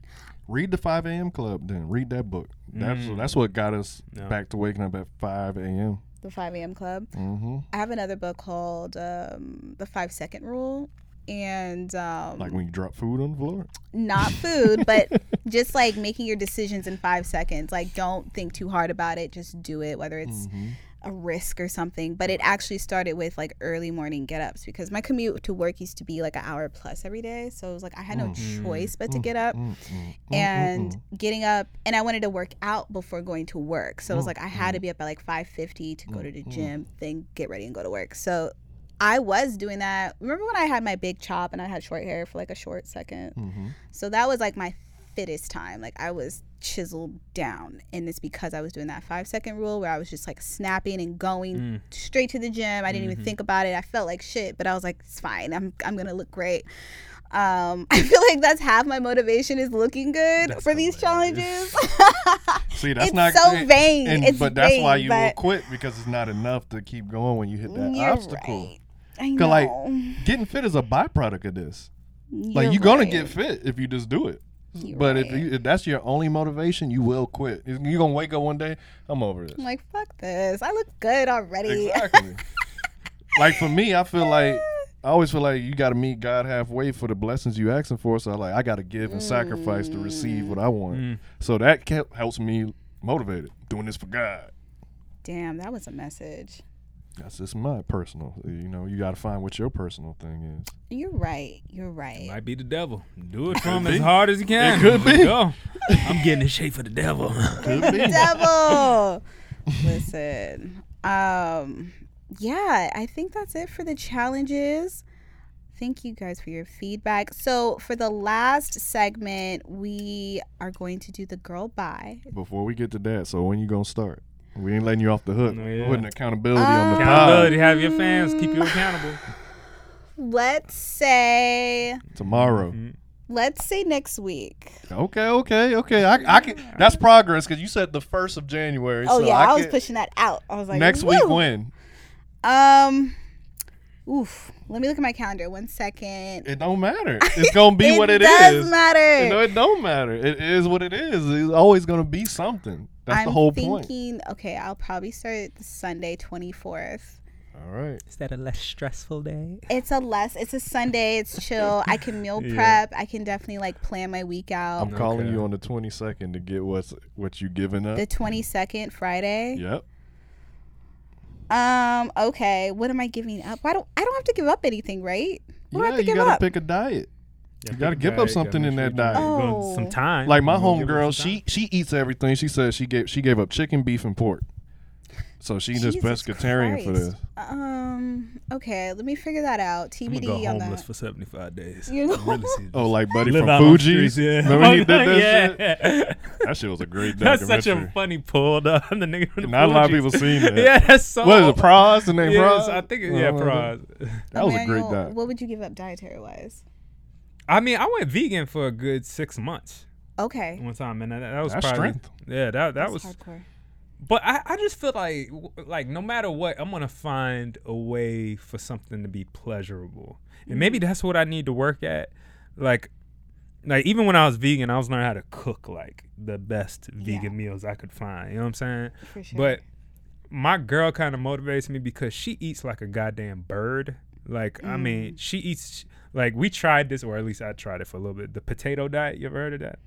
[SPEAKER 3] Read the 5 a.m. club. Then read that book. That's that's what got us
[SPEAKER 4] No.
[SPEAKER 3] back to waking up at 5 a.m.
[SPEAKER 2] The 5 a.m. club.
[SPEAKER 3] hmm
[SPEAKER 2] I have another book called um, The Five Second Rule, and um,
[SPEAKER 3] Like when you drop food on the floor.
[SPEAKER 2] not food, but just like making your decisions in five seconds. Like, don't think too hard about it. Just do it, whether
[SPEAKER 4] Mm.
[SPEAKER 2] it's
[SPEAKER 3] Mm-hmm.
[SPEAKER 2] a risk or something. But it actually started with like early morning get ups because my commute to work used to be like an hour plus every day. So it was like I had no choice but to get up
[SPEAKER 3] Mm-hmm.
[SPEAKER 2] and getting up. And I wanted to work out before going to work. So it was like I had to be up at like 5.50 to go to the gym, then get ready and go to work. So I was doing that. Remember when I had my big chop and I had short hair for like a short 2nd
[SPEAKER 3] Mm-hmm.
[SPEAKER 2] So that was like my fittest time. Like I was chiseled down. And it's because I was doing that five second rule where I was just like snapping and going
[SPEAKER 3] Mm.
[SPEAKER 2] straight to the gym. I didn't
[SPEAKER 3] Mm-hmm.
[SPEAKER 2] even think about it. I felt like shit, but I was like, it's fine. I'm, I'm going to look great. Um, I feel like that's half my motivation is looking good
[SPEAKER 4] That's
[SPEAKER 2] for these
[SPEAKER 4] hilarious.
[SPEAKER 2] challenges.
[SPEAKER 3] See, that's
[SPEAKER 2] It's
[SPEAKER 3] not
[SPEAKER 2] so
[SPEAKER 3] and-
[SPEAKER 2] vain.
[SPEAKER 3] and-
[SPEAKER 2] It's
[SPEAKER 3] but that's why
[SPEAKER 2] vain,
[SPEAKER 3] you will
[SPEAKER 2] but-
[SPEAKER 3] quit because it's not enough to keep going when you hit that
[SPEAKER 2] You're
[SPEAKER 3] obstacle.
[SPEAKER 2] right. I know.
[SPEAKER 3] Cause like getting fit is a byproduct of this. Like
[SPEAKER 2] You're
[SPEAKER 3] you're gonna
[SPEAKER 2] right.
[SPEAKER 3] get fit if you just do it.
[SPEAKER 2] You're
[SPEAKER 3] but if,
[SPEAKER 2] right.
[SPEAKER 3] you, if that's your only motivation, you will quit. You're gonna wake up one day. I'm over this.
[SPEAKER 2] I'm like, fuck this. I look good already.
[SPEAKER 3] Exactly. like for me, I feel like I always feel like you got to meet God halfway for the blessings you asking for. So like I got to give and sacrifice to receive what I want. So that kept, helps me motivated. Doing this for God.
[SPEAKER 2] Damn, that was a message.
[SPEAKER 3] That's just my personal. uh, You know, you got to find what your personal thing is.
[SPEAKER 2] You're right. You're right.
[SPEAKER 4] Might be the devil. Do it from
[SPEAKER 3] be.
[SPEAKER 4] as hard as you can.
[SPEAKER 3] could
[SPEAKER 4] Let's
[SPEAKER 3] be.
[SPEAKER 4] Go. I'm getting in shape for the devil.
[SPEAKER 3] Could be.
[SPEAKER 2] Devil. Listen. Um. Yeah, I think that's it for the challenges. Thank you guys for your feedback. So for the last segment, we are going to do the girl by.
[SPEAKER 3] Before we get to that, so when you gonna start? We ain't letting you off the hook.
[SPEAKER 4] Oh,
[SPEAKER 3] We're
[SPEAKER 4] yeah.
[SPEAKER 3] Putting accountability
[SPEAKER 2] Uh,
[SPEAKER 3] on the pod
[SPEAKER 4] Accountability. Have your fans keep you accountable.
[SPEAKER 2] Let's say.
[SPEAKER 3] tomorrow.
[SPEAKER 2] Let's say next week.
[SPEAKER 3] Okay, okay, okay. I, I can. That's progress because you said the first of January.
[SPEAKER 2] Oh
[SPEAKER 3] so
[SPEAKER 2] yeah,
[SPEAKER 3] I,
[SPEAKER 2] I, was
[SPEAKER 3] can-
[SPEAKER 2] pushing that out. I was like,
[SPEAKER 3] Next week
[SPEAKER 2] "Woo."
[SPEAKER 3] when?
[SPEAKER 2] Um, Oof. Let me look at my calendar one second.
[SPEAKER 3] It don't matter. It's gonna be what it is.
[SPEAKER 2] does matter.
[SPEAKER 3] You know, it don't matter. It is what it is. It's always gonna be something. That's
[SPEAKER 2] I'm
[SPEAKER 3] the whole point.
[SPEAKER 2] thinking, okay, I'll probably start the Sunday 24th.
[SPEAKER 3] All right.
[SPEAKER 4] Is that a less stressful day?
[SPEAKER 2] It's a less, it's a Sunday, it's chill. I can meal
[SPEAKER 4] Yeah.
[SPEAKER 2] prep. I can definitely like plan my week out.
[SPEAKER 3] I'm calling
[SPEAKER 4] Okay.
[SPEAKER 3] you on the 22nd to get what's what you giving up.
[SPEAKER 2] the 22nd, Friday.
[SPEAKER 3] Yep.
[SPEAKER 2] Um, okay, what am I giving up? Why don't I don't have to give up anything, right? What do I
[SPEAKER 3] yeah,
[SPEAKER 2] have to
[SPEAKER 3] you
[SPEAKER 2] give
[SPEAKER 3] gotta
[SPEAKER 2] up?
[SPEAKER 3] pick a diet. You gotta give up something in that diet.
[SPEAKER 2] Oh.
[SPEAKER 4] Some time.
[SPEAKER 3] Like my
[SPEAKER 4] You gonna give up
[SPEAKER 3] homegirl,
[SPEAKER 4] some time?
[SPEAKER 3] she she eats everything. She says she gave she gave up chicken, beef, and pork. So she just
[SPEAKER 2] Jesus
[SPEAKER 3] pescatarian for
[SPEAKER 2] Christ.
[SPEAKER 3] this.
[SPEAKER 2] Um, okay, let me figure that out.
[SPEAKER 4] I'm gonna
[SPEAKER 2] TBD
[SPEAKER 4] go
[SPEAKER 2] on
[SPEAKER 4] homeless
[SPEAKER 2] that.
[SPEAKER 4] for 75 days.
[SPEAKER 2] You
[SPEAKER 4] I'm really serious.
[SPEAKER 3] Oh, like Buddy
[SPEAKER 4] Live
[SPEAKER 3] from
[SPEAKER 4] out on the
[SPEAKER 3] Fuji.
[SPEAKER 4] streets, yeah. Oh,
[SPEAKER 3] Remember he did that shit?
[SPEAKER 4] yeah.
[SPEAKER 3] That shit was a great
[SPEAKER 4] That's
[SPEAKER 3] documentary.
[SPEAKER 4] such a funny pull, though. I'm the nigga from the
[SPEAKER 3] Not a lot of
[SPEAKER 4] Fugees.
[SPEAKER 3] people seen that.
[SPEAKER 4] yeah, that's so.
[SPEAKER 3] What is it? Pros? The name
[SPEAKER 4] Yes,
[SPEAKER 3] Pros?
[SPEAKER 4] I think it, yeah,
[SPEAKER 3] Uh,
[SPEAKER 4] prize.
[SPEAKER 3] That was a great
[SPEAKER 2] Emmanuel,
[SPEAKER 3] doc.
[SPEAKER 2] What would you give up dietary wise?
[SPEAKER 4] I mean, I went vegan for a good six months
[SPEAKER 2] Okay,
[SPEAKER 4] one time, and that, that was
[SPEAKER 3] That's
[SPEAKER 4] probably
[SPEAKER 3] strength.
[SPEAKER 4] yeah, that that
[SPEAKER 2] that's
[SPEAKER 4] was.
[SPEAKER 2] hardcore.
[SPEAKER 4] But I, I just feel like w- like no matter what, I'm gonna find a way for something to be pleasurable, and maybe
[SPEAKER 2] Mm-hmm.
[SPEAKER 4] that's what I need to work at. Like, like even when I was vegan, I was learning how to cook like the best vegan
[SPEAKER 2] Yeah.
[SPEAKER 4] meals I could find. You know what I'm saying?
[SPEAKER 2] For sure.
[SPEAKER 4] But my girl kind of motivates me because she eats like a goddamn bird. Like I
[SPEAKER 2] Mm.
[SPEAKER 4] mean, she eats like we tried this, or at least I tried it for a little bit. The potato diet. You ever heard of that?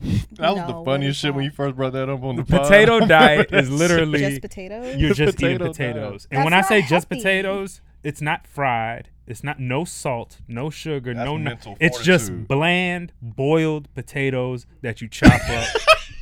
[SPEAKER 3] That was
[SPEAKER 2] No,
[SPEAKER 3] the
[SPEAKER 2] what
[SPEAKER 3] funniest
[SPEAKER 2] is
[SPEAKER 3] shit when
[SPEAKER 2] that?
[SPEAKER 3] you first brought that up on the, pod.
[SPEAKER 4] Potato diet is literally
[SPEAKER 2] just potatoes.
[SPEAKER 4] you're
[SPEAKER 3] The
[SPEAKER 4] just
[SPEAKER 3] potato
[SPEAKER 4] eating
[SPEAKER 3] diet.
[SPEAKER 4] potatoes. And
[SPEAKER 2] That's
[SPEAKER 4] when I
[SPEAKER 2] not
[SPEAKER 4] say just
[SPEAKER 2] healthy.
[SPEAKER 4] potatoes, it's not fried. It's not no salt, no sugar,
[SPEAKER 3] That's
[SPEAKER 4] no. no-
[SPEAKER 3] mental
[SPEAKER 4] it's just
[SPEAKER 3] fortitude.
[SPEAKER 4] bland boiled potatoes that you chop up.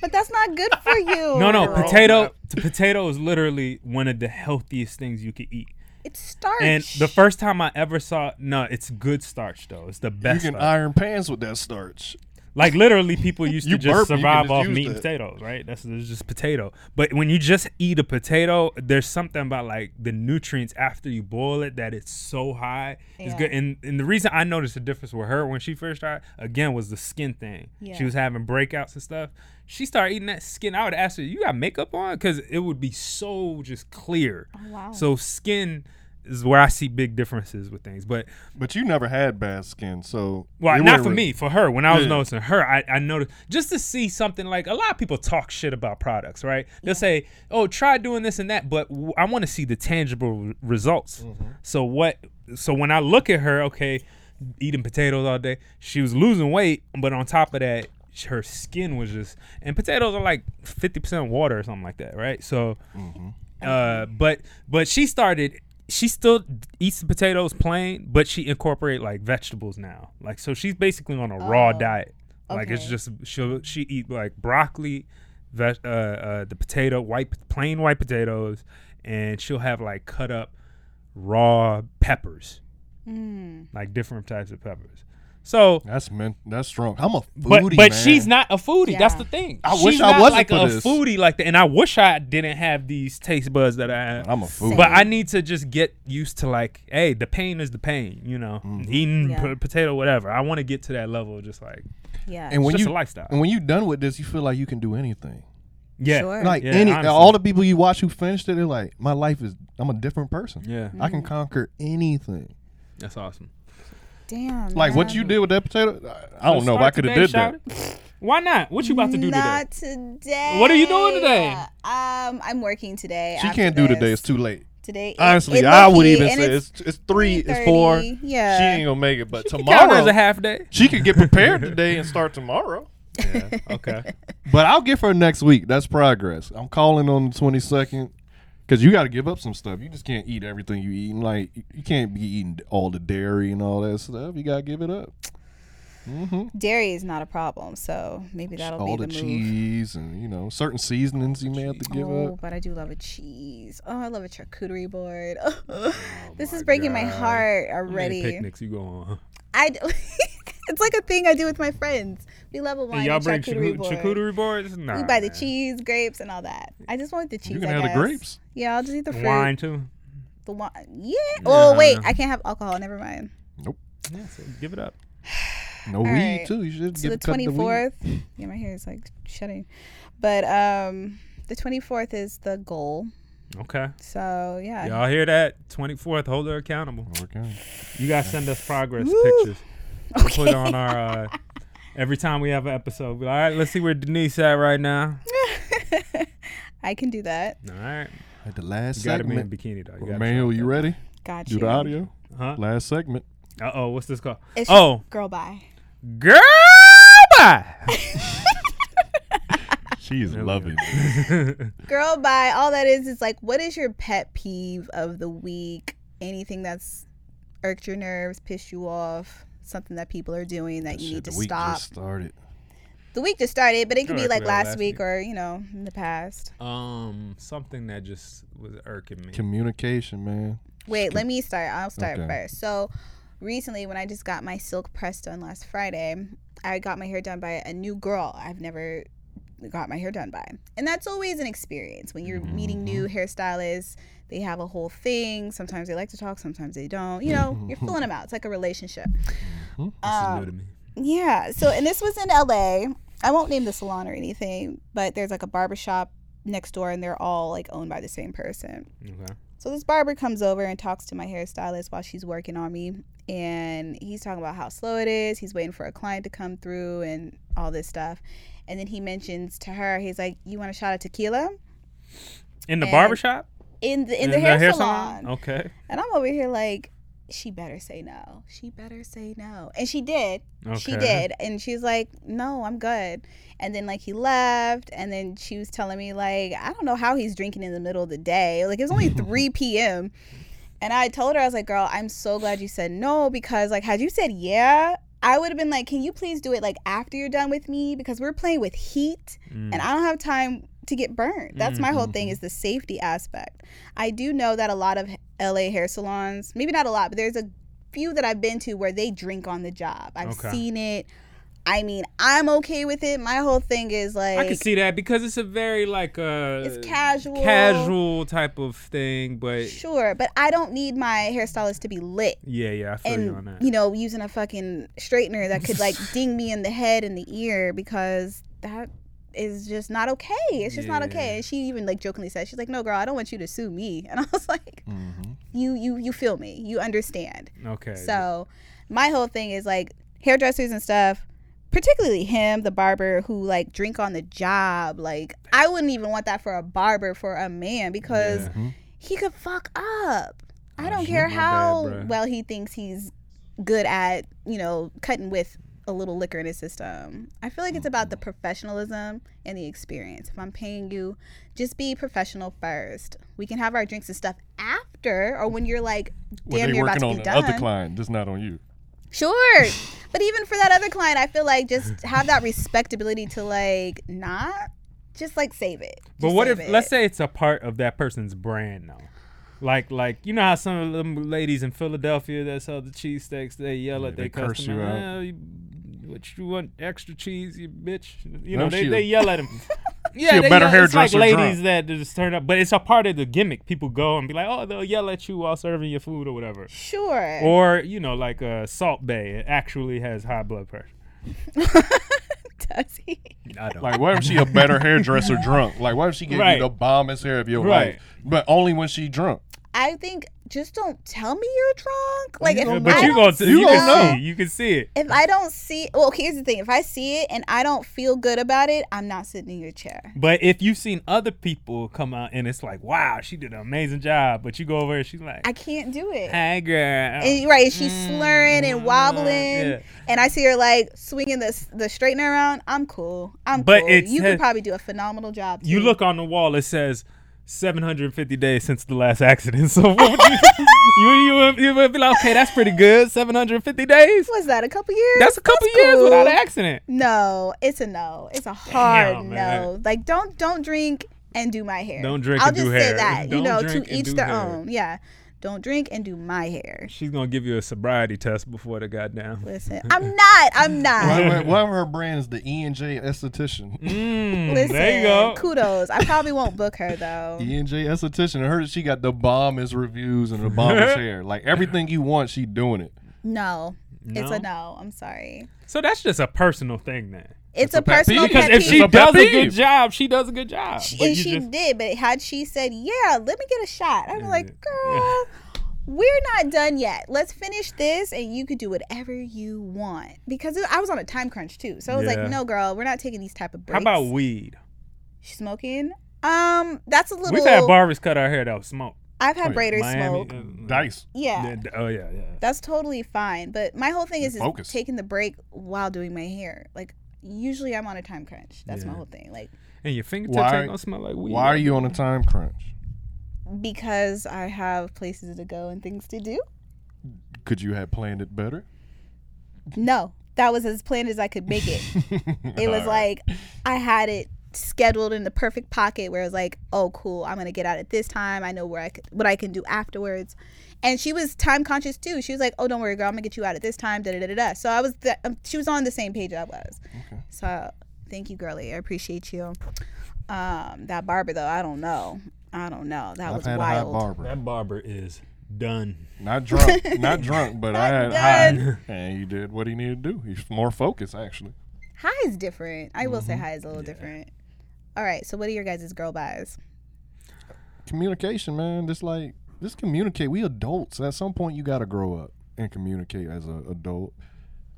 [SPEAKER 2] But that's not good for you.
[SPEAKER 4] no, no,
[SPEAKER 2] girl.
[SPEAKER 3] Oh,
[SPEAKER 4] potato. t- potato is literally one of the healthiest things you could eat.
[SPEAKER 2] It's starch.
[SPEAKER 4] And the first time I ever saw, no, it's good starch though. It's the
[SPEAKER 3] You
[SPEAKER 4] best.
[SPEAKER 3] can
[SPEAKER 4] starch.
[SPEAKER 3] iron pants with that starch.
[SPEAKER 4] Like literally, people used
[SPEAKER 3] You
[SPEAKER 4] to just
[SPEAKER 3] burp, you can
[SPEAKER 4] survive
[SPEAKER 3] just
[SPEAKER 4] off
[SPEAKER 3] use
[SPEAKER 4] meat and
[SPEAKER 3] that.
[SPEAKER 4] potatoes, right? That's it's just potato. But when you just eat a potato, there's something about like the nutrients after you boil it that it's so high. It's
[SPEAKER 2] Yeah.
[SPEAKER 4] good. And and the reason I noticed the difference with her when she first started again was the skin thing. She
[SPEAKER 2] Yeah.
[SPEAKER 4] was having breakouts and stuff. She started eating that skin. I would ask her, "You got makeup on?" Because it would be so just clear.
[SPEAKER 2] Oh, wow.
[SPEAKER 4] So skin is where I see big differences with things, but.
[SPEAKER 3] But you never had bad skin, so
[SPEAKER 4] Well,
[SPEAKER 3] it
[SPEAKER 4] not
[SPEAKER 3] wouldn't
[SPEAKER 4] for
[SPEAKER 3] re-
[SPEAKER 4] me, for her. When I was
[SPEAKER 3] Yeah.
[SPEAKER 4] noticing her, I, I noticed just to see something like a lot of people talk shit about products, right? They'll say, "Oh, try doing this and that," but w- I want to see the tangible r- results. So what? So when I look at her, okay, eating potatoes all day, she was losing weight, but on top of that, sh- her skin was just and potatoes are like fifty percent water or something like that, right? So. Uh, but but she started she still eats the potatoes plain but she incorporate like vegetables now like so she's basically on a raw
[SPEAKER 2] Oh,
[SPEAKER 4] diet like it's
[SPEAKER 2] okay.
[SPEAKER 4] just she'll she eat like broccoli veg, uh, uh, the potato white plain white potatoes and she'll have like cut up raw peppers
[SPEAKER 2] Mm.
[SPEAKER 4] like different types of peppers so
[SPEAKER 3] That's men- that's strong. I'm a foodie,
[SPEAKER 4] but but
[SPEAKER 3] man.
[SPEAKER 4] she's not a foodie. That's
[SPEAKER 2] Yeah.
[SPEAKER 4] the thing.
[SPEAKER 3] I
[SPEAKER 4] she's
[SPEAKER 3] wish I
[SPEAKER 4] not
[SPEAKER 3] wasn't
[SPEAKER 4] like
[SPEAKER 3] for
[SPEAKER 4] a
[SPEAKER 3] this.
[SPEAKER 4] foodie like that. And I wish I didn't have these taste buds that I have.
[SPEAKER 3] I'm a foodie.
[SPEAKER 4] But I need to just get used to like, hey, the pain is the pain, you know,
[SPEAKER 3] Mm-hmm.
[SPEAKER 4] eating
[SPEAKER 2] Yeah.
[SPEAKER 4] p- potato, whatever. I want to get to that level, of just like
[SPEAKER 2] Yeah.
[SPEAKER 3] and when
[SPEAKER 4] just
[SPEAKER 3] you
[SPEAKER 4] a lifestyle.
[SPEAKER 3] and when you're done with this, you feel like you can do anything.
[SPEAKER 4] yeah,
[SPEAKER 2] Sure.
[SPEAKER 3] Like
[SPEAKER 4] Yeah,
[SPEAKER 3] any
[SPEAKER 4] honestly.
[SPEAKER 3] all the people you watch who finished it, they're like, my life is I'm a different person.
[SPEAKER 4] yeah,
[SPEAKER 2] Mm-hmm.
[SPEAKER 3] I can conquer anything.
[SPEAKER 4] that's awesome.
[SPEAKER 2] Damn.
[SPEAKER 3] Like what
[SPEAKER 2] man.
[SPEAKER 3] you did with that potato, I, I don't know if I could have did that.
[SPEAKER 4] that. Why not? What you about to do today?
[SPEAKER 2] Not today.
[SPEAKER 4] What are you doing today?
[SPEAKER 2] Um, I'm working today.
[SPEAKER 3] She
[SPEAKER 2] after
[SPEAKER 3] can't do
[SPEAKER 2] this.
[SPEAKER 3] today. It's too late.
[SPEAKER 2] Today. it-
[SPEAKER 3] Honestly,
[SPEAKER 2] it
[SPEAKER 3] I
[SPEAKER 2] low-key,
[SPEAKER 3] would even
[SPEAKER 2] and
[SPEAKER 3] say it's it's three, it's four.
[SPEAKER 2] 3:30,
[SPEAKER 3] She
[SPEAKER 2] Yeah.
[SPEAKER 3] ain't gonna make it. But
[SPEAKER 4] Tomorrow is
[SPEAKER 3] tomorrow,
[SPEAKER 4] a half day.
[SPEAKER 3] she could get prepared today and start tomorrow.
[SPEAKER 4] Okay.
[SPEAKER 3] But I'll give her next week. That's progress. I'm calling on the 22nd because you got to give up some stuff. You just can't eat everything you eat. Like you can't be eating all the dairy and all that stuff. You gotta give it up.
[SPEAKER 2] Dairy is not a problem, so maybe that'll
[SPEAKER 3] all
[SPEAKER 2] be
[SPEAKER 3] the,
[SPEAKER 2] the, move.
[SPEAKER 3] cheese and you know certain seasonings you may have to give
[SPEAKER 2] oh,
[SPEAKER 3] up.
[SPEAKER 2] but I do love a cheese. Oh, I love a charcuterie board.
[SPEAKER 3] Oh
[SPEAKER 2] this is breaking my heart already.
[SPEAKER 4] Picnics you go on.
[SPEAKER 2] I. d- it's like a thing I do with my friends. We love a wine.
[SPEAKER 4] And y'all
[SPEAKER 2] and
[SPEAKER 4] bring
[SPEAKER 2] charcuterie
[SPEAKER 4] charcuterie, charcuterie
[SPEAKER 2] board.
[SPEAKER 4] boards. Nah,
[SPEAKER 2] We buy the
[SPEAKER 4] man.
[SPEAKER 2] cheese, grapes, and all that. I just want the cheese.
[SPEAKER 3] You can
[SPEAKER 2] I
[SPEAKER 3] have the
[SPEAKER 2] guess.
[SPEAKER 3] grapes.
[SPEAKER 2] Yeah, I'll just eat the fruit.
[SPEAKER 4] wine too.
[SPEAKER 2] The wine. Yeah. Oh
[SPEAKER 4] No.
[SPEAKER 2] wait, I can't have alcohol. Never mind.
[SPEAKER 4] Yeah, so give it up.
[SPEAKER 3] No weed
[SPEAKER 2] right.
[SPEAKER 3] too. You should
[SPEAKER 2] So
[SPEAKER 3] give
[SPEAKER 2] the
[SPEAKER 3] cut
[SPEAKER 2] twenty
[SPEAKER 3] weed.
[SPEAKER 2] fourth. Yeah, my hair is like shedding. But um, the twenty fourth is the goal.
[SPEAKER 4] Okay.
[SPEAKER 2] So yeah.
[SPEAKER 4] Y'all hear that? 24th, hold her accountable.
[SPEAKER 3] Okay.
[SPEAKER 4] You guys send us progress
[SPEAKER 2] Woo.
[SPEAKER 4] pictures. We'll put on our uh, every time we have an episode. But, all right, let's see where Denise at right now.
[SPEAKER 2] I can do that.
[SPEAKER 4] All right,
[SPEAKER 3] At the last
[SPEAKER 4] you gotta be in
[SPEAKER 3] segment.
[SPEAKER 4] bikini though. You
[SPEAKER 3] Romeo, you ready?
[SPEAKER 2] Got
[SPEAKER 3] Do
[SPEAKER 2] you.
[SPEAKER 3] the audio.
[SPEAKER 4] Huh?
[SPEAKER 3] Last segment.
[SPEAKER 4] Uh oh, what's this called?
[SPEAKER 2] It's just
[SPEAKER 4] oh,
[SPEAKER 2] girl bye.
[SPEAKER 4] girl, bye.
[SPEAKER 3] She is
[SPEAKER 4] There we
[SPEAKER 3] loving it.
[SPEAKER 2] Girl bye. All that is is like, what is your pet peeve of the week? Anything that's irked your nerves, pissed you off, something that people are doing that, you
[SPEAKER 3] Shit,
[SPEAKER 2] need to
[SPEAKER 3] the week
[SPEAKER 2] stop.
[SPEAKER 3] just started.
[SPEAKER 2] the week just started, but it could
[SPEAKER 4] Correct,
[SPEAKER 2] be like
[SPEAKER 4] yeah,
[SPEAKER 2] last,
[SPEAKER 4] last
[SPEAKER 2] week,
[SPEAKER 4] week.
[SPEAKER 2] or you know, in the past.
[SPEAKER 4] Um, something that just was irking me.
[SPEAKER 3] Communication, man.
[SPEAKER 2] Wait, let me start. I'll start
[SPEAKER 3] Okay.
[SPEAKER 2] first. So, recently, when I just got my silk press done last Friday, I got my hair done by a new girl I've never got my hair done by. And that's always an experience when you're meeting new
[SPEAKER 4] Mm-hmm.
[SPEAKER 2] hairstylists. They have a whole thing. Sometimes they like to talk, sometimes they don't. You know, you're filling them out. It's like a relationship.
[SPEAKER 4] Mm-hmm. This is
[SPEAKER 2] Um,
[SPEAKER 4] new to me.
[SPEAKER 2] Yeah. So, and this was in LA. I won't name the salon or anything, but there's like a barbershop next door and they're all like owned by the same person.
[SPEAKER 4] Okay.
[SPEAKER 2] So this barber comes over and talks to my hairstylist while she's working on me. And he's talking about how slow it is. He's waiting for a client to come through and all this stuff. And then he mentions to her, he's like, You want a shot of tequila?
[SPEAKER 4] In the
[SPEAKER 2] And
[SPEAKER 4] barbershop?
[SPEAKER 2] In the in, the, hair, salon. Oh.
[SPEAKER 4] Okay.
[SPEAKER 2] And I'm over here like, she better say no. She better say no. And she did.
[SPEAKER 4] okay.
[SPEAKER 2] She did. And she's like, no, I'm good. And then, like, he left. And then she was telling me, like, I don't know how he's drinking in the middle of the day. Like, it was only 3 p.m. And I told her, I was like, girl, I'm so glad you said no because, like, had you said yeah, I would have been like, can you please do it, like, after you're done with me? Because we're playing with heat
[SPEAKER 4] Mm.
[SPEAKER 2] and I don't have time to get burnt. That's my whole
[SPEAKER 4] Mm-hmm.
[SPEAKER 2] thing is the safety aspect. I do know that a lot of LA hair salons, maybe not a lot, but there's a few that I've been to where they drink on the job. I've
[SPEAKER 4] Okay.
[SPEAKER 2] seen it. I mean, I'm okay with it. My whole thing is like
[SPEAKER 4] I can see that because it's a very like uh
[SPEAKER 2] It's casual.
[SPEAKER 4] casual type of thing, but
[SPEAKER 2] sure, but I don't need my hairstylist to be lit.
[SPEAKER 4] yeah, yeah, I feel you on
[SPEAKER 2] and
[SPEAKER 4] that.
[SPEAKER 2] you know using a fucking straightener that could like ding me in the head and the ear because that is just not okay it's just not
[SPEAKER 4] Yeah.
[SPEAKER 2] okay and she even like jokingly said she's like no girl i don't want you to sue me and i was like
[SPEAKER 3] Mhm.
[SPEAKER 2] you you you feel me you understand
[SPEAKER 4] okay.
[SPEAKER 2] so my whole thing is like hairdressers and stuff particularly him the barber who like drink on the job like i wouldn't even want that for a barber for a man because
[SPEAKER 4] Yeah.
[SPEAKER 3] Mhm.
[SPEAKER 2] he could fuck up. I
[SPEAKER 4] Oh,
[SPEAKER 2] don't
[SPEAKER 4] shit,
[SPEAKER 2] care
[SPEAKER 4] my bad,
[SPEAKER 2] how
[SPEAKER 4] bruh.
[SPEAKER 2] well he thinks he's good at, you know, cutting with a little liquor in his system. I feel like it's about the professionalism and the experience. If I'm paying you, just be professional first. We can have our drinks and stuff after or when you're like
[SPEAKER 3] Well,
[SPEAKER 2] damn
[SPEAKER 3] they
[SPEAKER 2] near about
[SPEAKER 3] working
[SPEAKER 2] to
[SPEAKER 3] on
[SPEAKER 2] be
[SPEAKER 3] the
[SPEAKER 2] done.
[SPEAKER 3] other client, just not on you.
[SPEAKER 2] Sure. but even for that other client, I feel like just have that respectability to like not just like save it.
[SPEAKER 4] But
[SPEAKER 2] Just
[SPEAKER 4] what if
[SPEAKER 2] save
[SPEAKER 4] let's
[SPEAKER 2] it.
[SPEAKER 4] say it's a part of that person's brand though. Like, like you know how some of them ladies in Philadelphia that sell the cheesesteaks, they yell
[SPEAKER 3] Yeah,
[SPEAKER 4] at their
[SPEAKER 3] they curse you
[SPEAKER 4] customer,
[SPEAKER 3] out.
[SPEAKER 4] "Oh, you- what you want extra cheese, you bitch? You
[SPEAKER 3] No,
[SPEAKER 4] know they,
[SPEAKER 3] she-
[SPEAKER 4] they yell at them. Yeah,
[SPEAKER 3] she a
[SPEAKER 4] they
[SPEAKER 3] better
[SPEAKER 4] yell- it's like
[SPEAKER 3] hairdresser
[SPEAKER 4] ladies
[SPEAKER 3] drunk.
[SPEAKER 4] that just turn up, but it's a part of the gimmick. People go and be like, oh, they'll yell at you while serving your food or whatever.
[SPEAKER 2] Sure.
[SPEAKER 4] Or you know, like uh, Salt Bay, it actually has high blood pressure.
[SPEAKER 2] Does he?
[SPEAKER 4] I don't.
[SPEAKER 3] Like, what if she a better hairdresser drunk? Like, what if she gave
[SPEAKER 4] Right.
[SPEAKER 3] you the bombest hair of your
[SPEAKER 4] Right.
[SPEAKER 3] life, but only when she drunk?
[SPEAKER 2] I think just don't tell me you're drunk. Like
[SPEAKER 3] you
[SPEAKER 2] if
[SPEAKER 3] don't know.
[SPEAKER 2] I
[SPEAKER 4] but you
[SPEAKER 2] don't
[SPEAKER 4] gonna t-
[SPEAKER 2] see
[SPEAKER 4] you
[SPEAKER 2] it-
[SPEAKER 4] can see you can see it.
[SPEAKER 2] If I don't see, well, here's the thing: if I see it and I don't feel good about it, I'm not sitting in your chair.
[SPEAKER 4] But if you've seen other people come out and it's like, wow, she did an amazing job, but you go over and she's like,
[SPEAKER 2] I can't do it.
[SPEAKER 4] hey girl,
[SPEAKER 2] And, right, and she's slurring and wobbling,
[SPEAKER 4] Mm, yeah.
[SPEAKER 2] and I see her like swinging the the straightener around. I'm cool. I'm
[SPEAKER 4] But
[SPEAKER 2] cool.
[SPEAKER 4] it's-
[SPEAKER 2] you could probably do a phenomenal job.
[SPEAKER 4] you
[SPEAKER 2] too.
[SPEAKER 4] look on the wall, it says 750 days since the last accident. So what would you, you you would- you would be like, okay, that's pretty good, 750 days.
[SPEAKER 2] Was that a couple years?
[SPEAKER 4] That's a couple years
[SPEAKER 2] cool.
[SPEAKER 4] without an accident.
[SPEAKER 2] no, it's a no. It's a hard
[SPEAKER 4] Damn,
[SPEAKER 2] no.
[SPEAKER 4] man.
[SPEAKER 2] Like don't don't drink and do my hair.
[SPEAKER 4] Don't drink
[SPEAKER 2] I'll
[SPEAKER 4] and
[SPEAKER 2] just
[SPEAKER 4] do
[SPEAKER 2] say
[SPEAKER 4] hair.
[SPEAKER 2] that.
[SPEAKER 4] Don't
[SPEAKER 2] you know,
[SPEAKER 4] drink
[SPEAKER 2] to
[SPEAKER 4] and
[SPEAKER 2] each
[SPEAKER 4] do
[SPEAKER 2] their
[SPEAKER 4] hair.
[SPEAKER 2] own. Yeah. Don't drink and do my hair.
[SPEAKER 4] She's gonna give you a sobriety test before the goddamn.
[SPEAKER 2] Listen, I'm not. I'm
[SPEAKER 3] One
[SPEAKER 2] not.
[SPEAKER 3] of her- one of her brands, the E and J
[SPEAKER 2] Mm-hmm.
[SPEAKER 3] esthetician.
[SPEAKER 4] Mm,
[SPEAKER 2] Listen,
[SPEAKER 4] there you go.
[SPEAKER 2] kudos. I probably won't book her though.
[SPEAKER 3] E and J esthetician. I heard she got the bombest reviews and the bombest hair. Like everything you want, she doing it.
[SPEAKER 2] No, it's
[SPEAKER 4] No?
[SPEAKER 2] a no. I'm sorry.
[SPEAKER 4] So that's just a personal thing then.
[SPEAKER 2] It's, a, personal
[SPEAKER 4] because
[SPEAKER 2] pet
[SPEAKER 4] if
[SPEAKER 2] peeve.
[SPEAKER 4] she
[SPEAKER 6] It's a pet
[SPEAKER 4] does a
[SPEAKER 6] peeve.
[SPEAKER 4] good job, she does a good job.
[SPEAKER 2] She-
[SPEAKER 4] But
[SPEAKER 2] and
[SPEAKER 4] you
[SPEAKER 2] she
[SPEAKER 4] just-
[SPEAKER 2] did, but had she said, "Yeah, let me get a shot," I'm like,
[SPEAKER 4] Yeah.
[SPEAKER 2] "Girl, we're not done yet. Let's finish this, and you could do whatever you want." Because I was on a time crunch too, so I was
[SPEAKER 4] Yeah.
[SPEAKER 2] like, "No, girl, we're not taking these type of
[SPEAKER 4] How
[SPEAKER 2] breaks."
[SPEAKER 4] about weed?
[SPEAKER 2] She's smoking? Um, that's a little.
[SPEAKER 4] We've had barbers cut our hair that was smoked.
[SPEAKER 2] I've had
[SPEAKER 3] Oh, yeah.
[SPEAKER 2] braiders
[SPEAKER 4] Miami.
[SPEAKER 2] smoke.
[SPEAKER 4] uh,
[SPEAKER 3] Dice.
[SPEAKER 2] Yeah.
[SPEAKER 4] yeah, d- Oh yeah, yeah.
[SPEAKER 2] that's totally fine. But my whole thing is, is
[SPEAKER 3] Focus.
[SPEAKER 2] taking the break while doing my hair. Like usually, I'm on a time crunch. That's my
[SPEAKER 4] Yeah.
[SPEAKER 2] whole thing. Like
[SPEAKER 4] And your fingertips
[SPEAKER 3] Why-
[SPEAKER 4] ain't gonna smell like weed.
[SPEAKER 3] Why are you on a time crunch?
[SPEAKER 2] because I have places to go and things to do.
[SPEAKER 3] Could you have planned it better?
[SPEAKER 2] No, that was as planned as I could make it. It was like I had it scheduled in the perfect pocket where it was like, oh cool, I'm gonna get out at this time. I know where I could, what I can do afterwards. And she was time conscious too. She was like, oh don't worry, girl, I'm gonna get you out at this time. Da da da da, da. So I was th- um, she was on the same page I was. So thank you, girly. I appreciate you. Um, that barber though, I don't know. I don't know. That
[SPEAKER 3] I've
[SPEAKER 2] was
[SPEAKER 3] had a hot
[SPEAKER 2] wild.
[SPEAKER 3] barber.
[SPEAKER 4] That barber is done.
[SPEAKER 3] Not drunk, not drunk, but I had
[SPEAKER 2] Not
[SPEAKER 3] high, and he did what he needed to do. He's more focused, actually.
[SPEAKER 2] High is different. I will
[SPEAKER 3] Mm-hmm.
[SPEAKER 2] say high is a little different. All right. So what are your guys' girl buys?
[SPEAKER 3] Communication, man. Just like just communicate. We adults. At some point, you gotta grow up and communicate as an adult.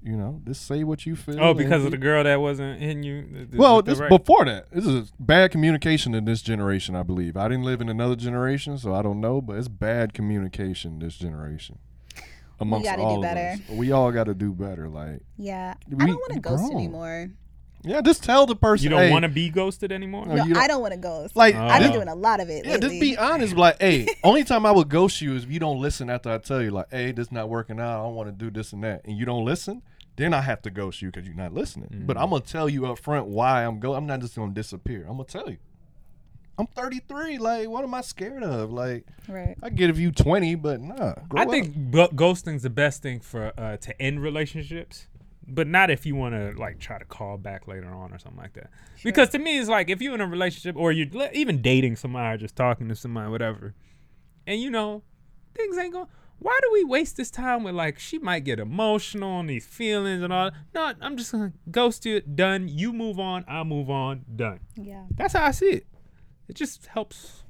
[SPEAKER 3] You know, just say what you feel.
[SPEAKER 4] Oh,
[SPEAKER 3] and
[SPEAKER 4] because
[SPEAKER 3] be-
[SPEAKER 4] of the girl that wasn't in you. th- th-
[SPEAKER 3] Well,
[SPEAKER 4] the
[SPEAKER 3] this
[SPEAKER 4] right-
[SPEAKER 3] before that, this is bad communication in this generation, I believe. I didn't live in another generation, so I don't know, but it's bad communication this generation. Amongst
[SPEAKER 2] gotta do
[SPEAKER 3] all of
[SPEAKER 2] better.
[SPEAKER 3] us. We all got to do better. Like,
[SPEAKER 2] Yeah. I
[SPEAKER 3] We
[SPEAKER 2] don't want to ghost
[SPEAKER 3] grown.
[SPEAKER 2] anymore.
[SPEAKER 3] yeah, just tell the person.
[SPEAKER 4] you don't
[SPEAKER 3] hey,
[SPEAKER 4] want to be ghosted anymore.
[SPEAKER 3] No,
[SPEAKER 2] No,
[SPEAKER 3] you don't-
[SPEAKER 2] I don't want to ghost.
[SPEAKER 3] Like,
[SPEAKER 2] I've been
[SPEAKER 4] Uh,
[SPEAKER 2] doing a lot of it
[SPEAKER 3] yeah,
[SPEAKER 2] lately.
[SPEAKER 3] just be honest. Like, hey, only time I would ghost you is if you don't listen after I tell you, like, hey, this not working out. I don't want to do this and that, and you don't listen. Then I have to ghost you because you're not listening.
[SPEAKER 4] Mm.
[SPEAKER 3] But I'm gonna tell you up front why I'm go. I'm not just gonna disappear. I'm gonna tell you. I'm 33. Like, what am I scared of? Like,
[SPEAKER 2] right.
[SPEAKER 3] I get if you 20, but nah. grow
[SPEAKER 4] I
[SPEAKER 3] up.
[SPEAKER 4] think go- ghosting's the best thing for uh, to end relationships, but not if you want to like try to call back later on or something like that. Because to me, it's like if you're in a relationship or you're le- even dating somebody or just talking to somebody, whatever, and you know things ain't going. Why do we waste this time with like she might get emotional on these feelings and all? No, I'm just gonna ghost you. Done. You move on. I move on. Done.
[SPEAKER 2] Yeah.
[SPEAKER 4] That's how I see it. It just helps.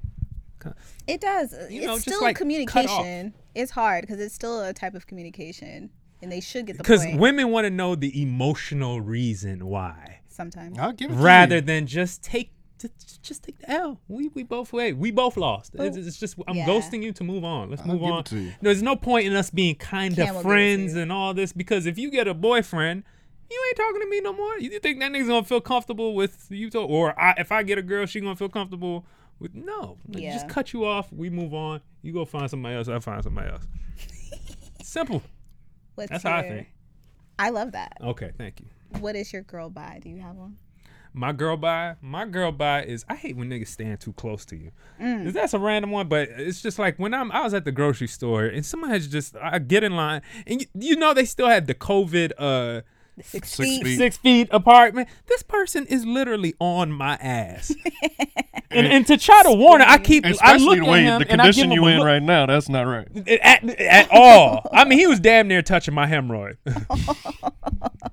[SPEAKER 2] It does. it's
[SPEAKER 4] know, just,
[SPEAKER 2] still
[SPEAKER 4] like, cut
[SPEAKER 2] communication. It's hard because it's still a type of communication, and they should get the
[SPEAKER 4] Because
[SPEAKER 2] point
[SPEAKER 4] women want to know the emotional reason why,
[SPEAKER 2] sometimes.
[SPEAKER 3] I'll give it to
[SPEAKER 4] rather
[SPEAKER 3] you.
[SPEAKER 4] than just take just, just take the L. We we both way we both lost. It's, it's just I'm
[SPEAKER 2] Yeah.
[SPEAKER 4] ghosting you to move on. Let's
[SPEAKER 3] I'll
[SPEAKER 4] move
[SPEAKER 3] give
[SPEAKER 4] on.
[SPEAKER 3] it to you.
[SPEAKER 4] There's no point in us being kind
[SPEAKER 2] Cam
[SPEAKER 4] of
[SPEAKER 2] will give it to
[SPEAKER 4] friends
[SPEAKER 2] you.
[SPEAKER 4] and all this because if you get a boyfriend. You ain't talking to me no more. You think that nigga's gonna feel comfortable with you? To, or I, if I get a girl, she gonna feel comfortable with? No, Like,
[SPEAKER 2] Yeah.
[SPEAKER 4] just cut you off. We move on. You go find somebody else. I find somebody else. Simple.
[SPEAKER 2] What's
[SPEAKER 4] That's how I
[SPEAKER 2] your-
[SPEAKER 4] think.
[SPEAKER 2] I love that.
[SPEAKER 4] Okay, thank you.
[SPEAKER 2] What is your girl buy? Do you have one?
[SPEAKER 4] My girl by, my girl by is I hate when niggas stand too close to you. That's a random one, but it's just like when I'm I was at the grocery store and someone has just I get in line and you, you know they still had the COVID uh
[SPEAKER 2] The six,
[SPEAKER 3] Six
[SPEAKER 2] feet.
[SPEAKER 3] feet.
[SPEAKER 4] six feet apartment. This person is literally on my ass. and and to try to warn her, I keep I
[SPEAKER 3] Especially
[SPEAKER 4] look
[SPEAKER 3] the
[SPEAKER 4] at
[SPEAKER 3] way
[SPEAKER 4] him
[SPEAKER 3] the
[SPEAKER 4] and I give
[SPEAKER 3] condition
[SPEAKER 4] him
[SPEAKER 3] you
[SPEAKER 4] a
[SPEAKER 3] in
[SPEAKER 4] look- Mm.
[SPEAKER 3] right now, that's not right.
[SPEAKER 4] at, at all. I mean, he was damn near touching my hemorrhoid.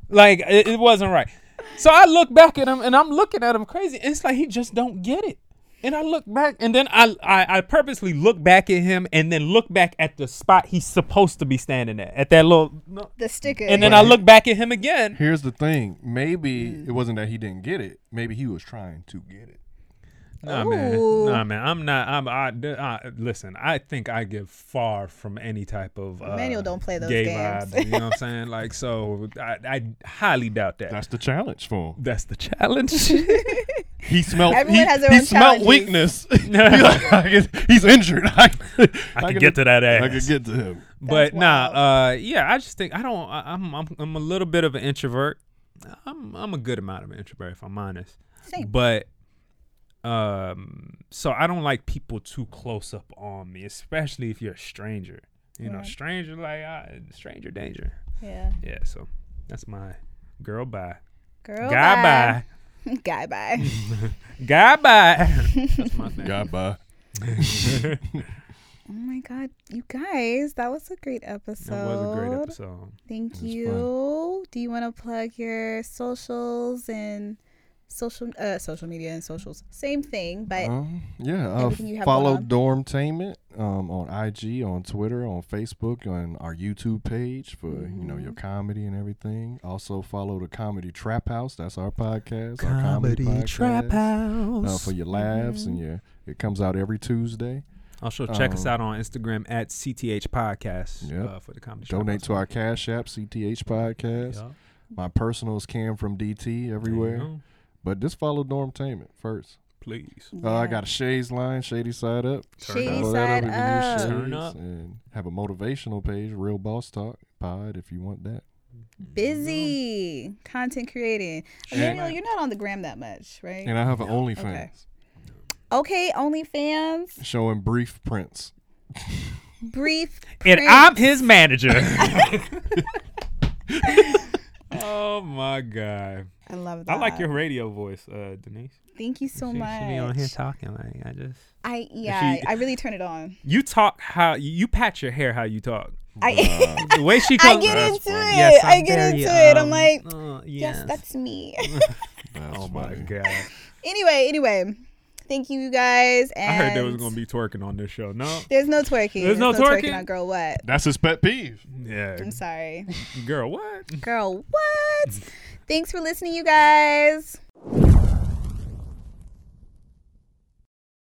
[SPEAKER 4] like it, it wasn't right. So I look back at him and I'm looking at him crazy. And it's like he just don't get it. And I look back and then I, I I purposely look back at him and then look back at the spot he's supposed to be standing at at that little.
[SPEAKER 2] The sticker.
[SPEAKER 4] And then I look back at him again.
[SPEAKER 3] Here's the thing. Maybe
[SPEAKER 4] Mm.
[SPEAKER 3] it wasn't that he didn't get it. Maybe he was trying to get it.
[SPEAKER 4] Nah, man.
[SPEAKER 2] Ooh.
[SPEAKER 4] Nah, man. I'm not. I'm. I, I listen. I think I give far from any type of uh,
[SPEAKER 2] Emmanuel don't play those
[SPEAKER 4] gay
[SPEAKER 2] games.
[SPEAKER 4] vibes. You know what I'm saying? Like, so I, I highly doubt that.
[SPEAKER 3] That's the challenge for him.
[SPEAKER 4] That's the challenge.
[SPEAKER 3] He smelled.
[SPEAKER 2] Everyone
[SPEAKER 3] he,
[SPEAKER 2] has their
[SPEAKER 3] he
[SPEAKER 2] own
[SPEAKER 3] smelled
[SPEAKER 2] challenges.
[SPEAKER 3] weakness. He like, I guess he's injured. I,
[SPEAKER 4] I can get to that
[SPEAKER 3] I can
[SPEAKER 4] ass.
[SPEAKER 3] get to him.
[SPEAKER 4] but nah, uh, yeah, I just think I don't. I, I'm, I'm I'm a little bit of an introvert. I'm I'm a good amount of an introvert if I'm honest.
[SPEAKER 2] Same.
[SPEAKER 4] But um, so I don't like people too close up on me, especially if you're a stranger. You know, stranger like uh, stranger danger.
[SPEAKER 2] Yeah.
[SPEAKER 4] Yeah, so that's my girl. Bye,
[SPEAKER 2] Girl
[SPEAKER 4] guy.
[SPEAKER 2] buy. Guy buy.
[SPEAKER 4] Bye, guy. Bye. that's my thing.
[SPEAKER 3] God, bye.
[SPEAKER 2] Oh my God, you guys, that was a great episode.
[SPEAKER 4] That was a great episode.
[SPEAKER 2] Thank
[SPEAKER 3] fun.
[SPEAKER 2] you. Do you want to plug your socials and social uh, social media and socials? Same thing, but
[SPEAKER 4] Uh-huh.
[SPEAKER 3] Um, yeah, uh,
[SPEAKER 2] Everything you have
[SPEAKER 3] follow
[SPEAKER 2] going
[SPEAKER 3] Dormtainment um, on IG, on Twitter, on Facebook, on our YouTube page for you
[SPEAKER 2] Mm-hmm.
[SPEAKER 3] know your comedy and everything. Also follow the Comedy Trap House. That's our podcast. our comedy Trap House uh, for your laughs
[SPEAKER 2] Mm-hmm.
[SPEAKER 3] and your. It comes out every Tuesday.
[SPEAKER 4] Also, check us
[SPEAKER 3] Um,
[SPEAKER 4] out on Instagram at CTH Podcast
[SPEAKER 3] Yep.
[SPEAKER 4] uh, for the comedy. Shop
[SPEAKER 3] Donate to
[SPEAKER 4] also.
[SPEAKER 3] our Cash App, CTH Podcast.
[SPEAKER 4] Yup.
[SPEAKER 3] My personal is Cam from DT
[SPEAKER 4] There you
[SPEAKER 3] everywhere.
[SPEAKER 4] go.
[SPEAKER 3] But just follow Dormtainment first.
[SPEAKER 4] Please.
[SPEAKER 3] Uh, I
[SPEAKER 2] yeah.
[SPEAKER 3] got a Shades line, Shady Side Up.
[SPEAKER 4] Oh, Turn
[SPEAKER 2] Shady
[SPEAKER 4] up.
[SPEAKER 3] Follow
[SPEAKER 2] Side
[SPEAKER 3] that over to
[SPEAKER 2] Up.
[SPEAKER 3] New
[SPEAKER 4] Turn
[SPEAKER 3] Shades
[SPEAKER 4] up.
[SPEAKER 3] And have a motivational page, Real Boss Talk Pod, if you want that.
[SPEAKER 2] busy content creating. Emmanuel, you're not on the gram that much, right?
[SPEAKER 3] And I have an OnlyFans
[SPEAKER 2] Okay. okay, OnlyFans,
[SPEAKER 3] showing brief prints.
[SPEAKER 2] brief.
[SPEAKER 4] And
[SPEAKER 2] print.
[SPEAKER 4] I'm his manager. oh my god!
[SPEAKER 2] I love that.
[SPEAKER 4] I like your radio voice, uh, Denise.
[SPEAKER 2] Thank you so
[SPEAKER 4] She-
[SPEAKER 2] much.
[SPEAKER 4] She be on here talking like I just.
[SPEAKER 2] I yeah,
[SPEAKER 4] She-
[SPEAKER 2] I really turn it on.
[SPEAKER 4] You talk how you, you pat your hair how you talk.
[SPEAKER 2] I
[SPEAKER 3] Uh,
[SPEAKER 4] The way she
[SPEAKER 2] I
[SPEAKER 4] comes.
[SPEAKER 2] get
[SPEAKER 4] That's
[SPEAKER 2] into
[SPEAKER 4] funny.
[SPEAKER 2] it.
[SPEAKER 4] Yes,
[SPEAKER 2] I
[SPEAKER 4] I'm
[SPEAKER 2] get
[SPEAKER 4] very,
[SPEAKER 2] into it. I'm
[SPEAKER 4] um,
[SPEAKER 2] like,
[SPEAKER 4] uh,
[SPEAKER 2] yes,
[SPEAKER 4] yes.
[SPEAKER 2] that's me.
[SPEAKER 3] That's
[SPEAKER 4] oh my
[SPEAKER 3] funny.
[SPEAKER 4] god!
[SPEAKER 2] anyway, anyway, thank you, you guys. And
[SPEAKER 4] I heard there was gonna be twerking on this show. No.
[SPEAKER 2] There's no twerking.
[SPEAKER 4] There's no twerking?
[SPEAKER 2] on girl. What?
[SPEAKER 3] That's his pet peeve.
[SPEAKER 4] Yeah.
[SPEAKER 2] I'm sorry,
[SPEAKER 4] Girl, what?
[SPEAKER 2] girl. What? Thanks for listening, you guys.